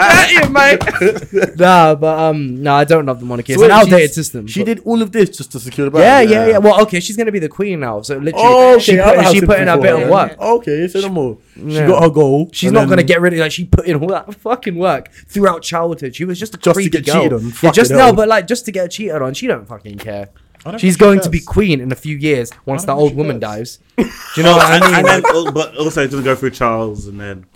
[SPEAKER 4] I'm like,
[SPEAKER 5] Nah, but um, no, I don't love the monarchy. It's
[SPEAKER 3] So
[SPEAKER 5] an
[SPEAKER 3] wait,
[SPEAKER 5] outdated
[SPEAKER 3] she's-
[SPEAKER 5] system.
[SPEAKER 3] She
[SPEAKER 5] but-
[SPEAKER 3] did all of this just to secure the
[SPEAKER 5] Yeah,
[SPEAKER 3] bag.
[SPEAKER 5] yeah, yeah. Well, okay, she's gonna be the queen now. So literally,
[SPEAKER 3] Oh, okay,
[SPEAKER 5] she
[SPEAKER 3] I
[SPEAKER 5] put,
[SPEAKER 3] have
[SPEAKER 5] she
[SPEAKER 3] seen
[SPEAKER 5] put in a bit
[SPEAKER 3] before.
[SPEAKER 5] of work.
[SPEAKER 3] Okay, say no more.
[SPEAKER 5] Yeah.
[SPEAKER 3] She got her goal.
[SPEAKER 5] She's
[SPEAKER 3] and
[SPEAKER 5] not
[SPEAKER 3] then-
[SPEAKER 5] gonna get rid of like she put in all that fucking work throughout childhood. She was just a
[SPEAKER 3] Just to
[SPEAKER 5] creepy
[SPEAKER 3] get
[SPEAKER 5] girl.
[SPEAKER 3] cheated on,
[SPEAKER 5] Yeah,
[SPEAKER 3] fucking
[SPEAKER 5] just now,
[SPEAKER 3] hell.
[SPEAKER 5] but like just to get cheated on, she don't fucking care.
[SPEAKER 6] I don't think
[SPEAKER 5] She's
[SPEAKER 6] she
[SPEAKER 5] going to be
[SPEAKER 6] cares.
[SPEAKER 5] queen in a few years once that
[SPEAKER 6] don't
[SPEAKER 5] old
[SPEAKER 6] think she
[SPEAKER 5] woman dies.
[SPEAKER 6] cares.
[SPEAKER 5] Do you know what I
[SPEAKER 4] and,
[SPEAKER 5] mean?
[SPEAKER 4] and then, al- but also it doesn't go through Charles and then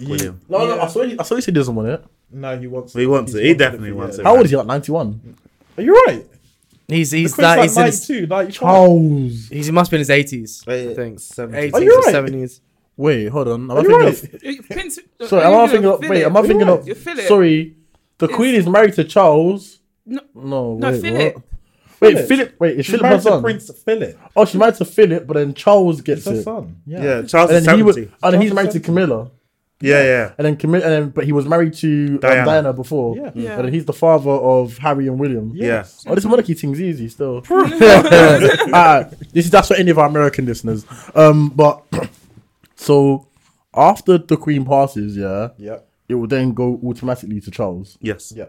[SPEAKER 4] William.
[SPEAKER 3] No, no, I saw you. I saw you said he doesn't want it.
[SPEAKER 6] No, he wants.
[SPEAKER 4] He wants
[SPEAKER 6] he's
[SPEAKER 4] it. He
[SPEAKER 6] wanted
[SPEAKER 4] definitely
[SPEAKER 6] for
[SPEAKER 4] wants
[SPEAKER 6] years.
[SPEAKER 4] it.
[SPEAKER 3] How old is he? Like ninety-one.
[SPEAKER 6] Are you right?
[SPEAKER 5] He's
[SPEAKER 6] The
[SPEAKER 5] he's
[SPEAKER 6] queen's
[SPEAKER 5] that
[SPEAKER 6] like
[SPEAKER 5] he's in his,
[SPEAKER 6] 92, 91.
[SPEAKER 3] Oh,
[SPEAKER 5] he's, he must be in his eighties. I
[SPEAKER 4] Wait,
[SPEAKER 5] think
[SPEAKER 4] 70s.
[SPEAKER 5] eighties
[SPEAKER 6] Are you
[SPEAKER 5] or
[SPEAKER 6] right?
[SPEAKER 5] seventies.
[SPEAKER 3] wait, hold on. Am I
[SPEAKER 6] Are you
[SPEAKER 3] thinking
[SPEAKER 6] right?
[SPEAKER 3] of?
[SPEAKER 7] Prince,
[SPEAKER 3] Sorry, am I thinking of? Wait, am I thinking of?
[SPEAKER 7] You feel it.
[SPEAKER 3] Sorry, the Queen is married to Charles.
[SPEAKER 7] No,
[SPEAKER 3] No,
[SPEAKER 7] no,
[SPEAKER 3] wait,
[SPEAKER 7] Philip.
[SPEAKER 3] what? Wait,
[SPEAKER 6] Philip.
[SPEAKER 3] Philip. Wait, is
[SPEAKER 6] She's
[SPEAKER 3] Philip her
[SPEAKER 6] married to
[SPEAKER 3] son?
[SPEAKER 6] Prince Philip.
[SPEAKER 3] Oh, she's married to Philip, but then Charles
[SPEAKER 6] It's
[SPEAKER 3] gets
[SPEAKER 6] her
[SPEAKER 3] it.
[SPEAKER 6] son.
[SPEAKER 5] Oh,
[SPEAKER 6] Yeah.
[SPEAKER 4] Yeah, Charles
[SPEAKER 3] And
[SPEAKER 4] is
[SPEAKER 3] then he was,
[SPEAKER 4] seventy.
[SPEAKER 3] and he's
[SPEAKER 6] Charles
[SPEAKER 3] married to
[SPEAKER 6] is
[SPEAKER 3] Camilla,
[SPEAKER 4] Yeah, yeah.
[SPEAKER 3] and then Camilla, and then but he was married to um, Diana,
[SPEAKER 4] Diana.
[SPEAKER 3] before,
[SPEAKER 6] Yeah.
[SPEAKER 7] Yeah.
[SPEAKER 3] and then he's the father of Harry and William.
[SPEAKER 4] Yes.
[SPEAKER 3] Oh, this monarchy thing's easy still. Alright, this is that's for any of our American listeners. Um, but so after the Queen passes, yeah,
[SPEAKER 6] Yeah.
[SPEAKER 3] it will then go automatically to Charles.
[SPEAKER 4] Yes.
[SPEAKER 6] Yeah.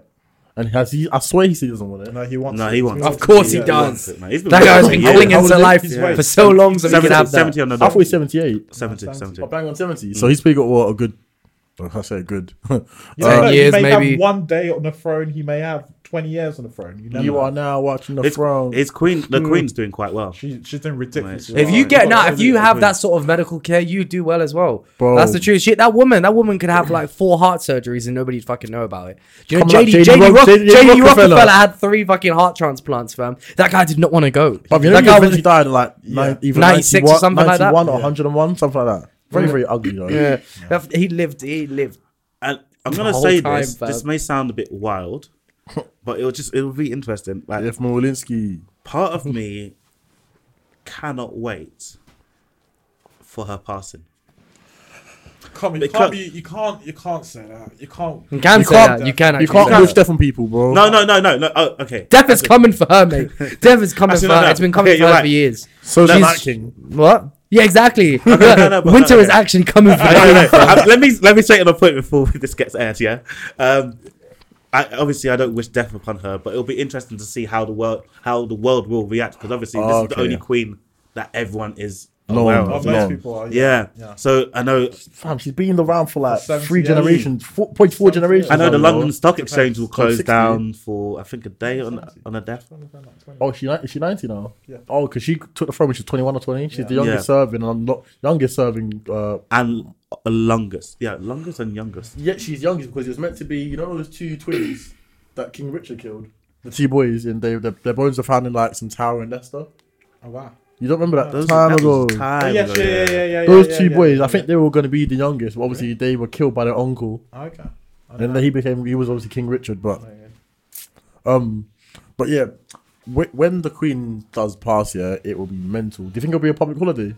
[SPEAKER 3] And has he? I swear he still doesn't want it.
[SPEAKER 6] No, he wants.
[SPEAKER 4] No,
[SPEAKER 6] it.
[SPEAKER 4] he wants
[SPEAKER 5] Of
[SPEAKER 4] it.
[SPEAKER 5] course he
[SPEAKER 6] Yeah.
[SPEAKER 5] does.
[SPEAKER 4] Man, he's been
[SPEAKER 5] That guy's been
[SPEAKER 4] Yeah.
[SPEAKER 5] clinging
[SPEAKER 3] How old
[SPEAKER 5] to
[SPEAKER 3] is he?
[SPEAKER 5] life
[SPEAKER 4] He's right.
[SPEAKER 5] for so long so he can
[SPEAKER 4] 70,
[SPEAKER 5] have that.
[SPEAKER 4] 70 on the
[SPEAKER 3] I thought
[SPEAKER 4] dot. Mm.
[SPEAKER 3] he's seventy-eight.
[SPEAKER 4] 70, 70.
[SPEAKER 3] Oh, bang on seventy. So he's probably got what a good I say good.
[SPEAKER 6] You
[SPEAKER 5] Ten
[SPEAKER 6] know, he
[SPEAKER 5] years,
[SPEAKER 6] may
[SPEAKER 5] maybe.
[SPEAKER 6] have one day on the throne. He may have twenty years on the throne. You know,
[SPEAKER 3] you are now watching the
[SPEAKER 4] It's,
[SPEAKER 3] throne.
[SPEAKER 4] it's Queen. The
[SPEAKER 5] Hmm.
[SPEAKER 4] Queen's doing quite well.
[SPEAKER 6] She, she's doing ridiculous.
[SPEAKER 4] Mate.
[SPEAKER 5] If you
[SPEAKER 4] Right.
[SPEAKER 5] get
[SPEAKER 4] You've
[SPEAKER 5] now,
[SPEAKER 4] got
[SPEAKER 5] if you
[SPEAKER 4] everything
[SPEAKER 5] have
[SPEAKER 4] between.
[SPEAKER 5] that sort of medical care, you do well as well.
[SPEAKER 3] Bro.
[SPEAKER 5] That's the truth. Shit, that woman, that woman could have like four heart surgeries and nobody'd fucking know about it. Do you know,
[SPEAKER 3] Come on, JD
[SPEAKER 5] JD, JD,
[SPEAKER 3] Rock-
[SPEAKER 5] Rock-
[SPEAKER 3] JD
[SPEAKER 5] JD
[SPEAKER 3] Rockefeller.
[SPEAKER 5] Rockefeller. had three fucking heart transplants, fam. That guy did not want to go.
[SPEAKER 3] But you know,
[SPEAKER 5] that
[SPEAKER 3] he
[SPEAKER 5] guy
[SPEAKER 3] eventually died at like nine, either
[SPEAKER 5] 96 or
[SPEAKER 3] 91
[SPEAKER 5] something like that?
[SPEAKER 3] 91 or 101, something like that. Very, very ugly, though.
[SPEAKER 5] yeah. That- He lived. He lived.
[SPEAKER 4] And I'm gonna
[SPEAKER 5] whole
[SPEAKER 4] say
[SPEAKER 5] time,
[SPEAKER 4] this.
[SPEAKER 5] fam.
[SPEAKER 4] This may sound a bit wild, but it'll just it'll be interesting. Like
[SPEAKER 3] If Molinsky.
[SPEAKER 4] part of me cannot wait for her passing.
[SPEAKER 6] Come on, you
[SPEAKER 4] Because-
[SPEAKER 6] can't, be, you can't, you can't say that. You can't.
[SPEAKER 5] You can
[SPEAKER 3] You
[SPEAKER 5] say
[SPEAKER 3] can't-
[SPEAKER 5] that. You can.
[SPEAKER 3] You
[SPEAKER 5] actually
[SPEAKER 3] can't
[SPEAKER 5] say
[SPEAKER 3] move
[SPEAKER 5] that.
[SPEAKER 3] stuff on people, bro.
[SPEAKER 4] No, no, no, no, no. Oh, okay.
[SPEAKER 5] Death is coming for her, mate. Death is coming for
[SPEAKER 4] Actually,
[SPEAKER 5] her.
[SPEAKER 4] no, no.
[SPEAKER 5] It's been coming
[SPEAKER 4] Okay,
[SPEAKER 5] for her
[SPEAKER 4] you're
[SPEAKER 5] for
[SPEAKER 4] right.
[SPEAKER 5] years.
[SPEAKER 3] So
[SPEAKER 4] No,
[SPEAKER 3] she's
[SPEAKER 4] like-
[SPEAKER 3] king.
[SPEAKER 5] What? Yeah, exactly.
[SPEAKER 4] no, no, but
[SPEAKER 5] Winter
[SPEAKER 4] no,
[SPEAKER 5] is
[SPEAKER 4] okay.
[SPEAKER 5] actually coming for
[SPEAKER 4] No, no,
[SPEAKER 5] her.
[SPEAKER 4] no. Um, let me let me say an point before this gets aired. Yeah, um, I, obviously I don't wish death upon her, but it'll be interesting to see how the world how the world will react because obviously this is the
[SPEAKER 3] Okay.
[SPEAKER 4] only queen that everyone is
[SPEAKER 3] No,
[SPEAKER 4] aware
[SPEAKER 3] no,
[SPEAKER 4] of.
[SPEAKER 6] Oh, Most
[SPEAKER 3] no.
[SPEAKER 6] people are.
[SPEAKER 4] Yeah.
[SPEAKER 6] Yeah.
[SPEAKER 4] so I know
[SPEAKER 3] Fam, she's been around for like
[SPEAKER 6] For 70
[SPEAKER 3] three
[SPEAKER 6] years.
[SPEAKER 3] generations, four, point four generations.
[SPEAKER 4] I know the
[SPEAKER 3] now,
[SPEAKER 4] London
[SPEAKER 3] bro.
[SPEAKER 4] Stock Exchange will close
[SPEAKER 3] 60.
[SPEAKER 4] down for I think a day on on a death.
[SPEAKER 3] Oh, she ni- is she ninety now?
[SPEAKER 6] Yeah.
[SPEAKER 3] Oh, because she took the throne when she was twenty one or twenty. She's the
[SPEAKER 4] Yeah.
[SPEAKER 3] youngest serving, and I'm not youngest serving. Uh,
[SPEAKER 4] and a longest. Yeah, longest and youngest.
[SPEAKER 3] yet she's youngest because it was meant to be. You know those two twins that King Richard killed. The two boys, and they, their, their bones were found in like some tower in Leicester.
[SPEAKER 6] Oh wow.
[SPEAKER 3] You don't remember that
[SPEAKER 4] Those
[SPEAKER 3] time
[SPEAKER 4] that
[SPEAKER 3] ago?
[SPEAKER 4] was time
[SPEAKER 6] Oh, yeah,
[SPEAKER 4] ago,
[SPEAKER 6] yeah, yeah, yeah, yeah.
[SPEAKER 3] Those
[SPEAKER 6] yeah,
[SPEAKER 3] two
[SPEAKER 6] yeah,
[SPEAKER 3] boys,
[SPEAKER 6] yeah,
[SPEAKER 3] I think they were going to be the youngest. But obviously, they were killed by their uncle,
[SPEAKER 6] yeah. Okay.
[SPEAKER 3] and then he became. He was obviously King Richard, but um, but yeah, wh- when the Queen does pass, yeah, it will be mental. Do you think it'll be a public holiday?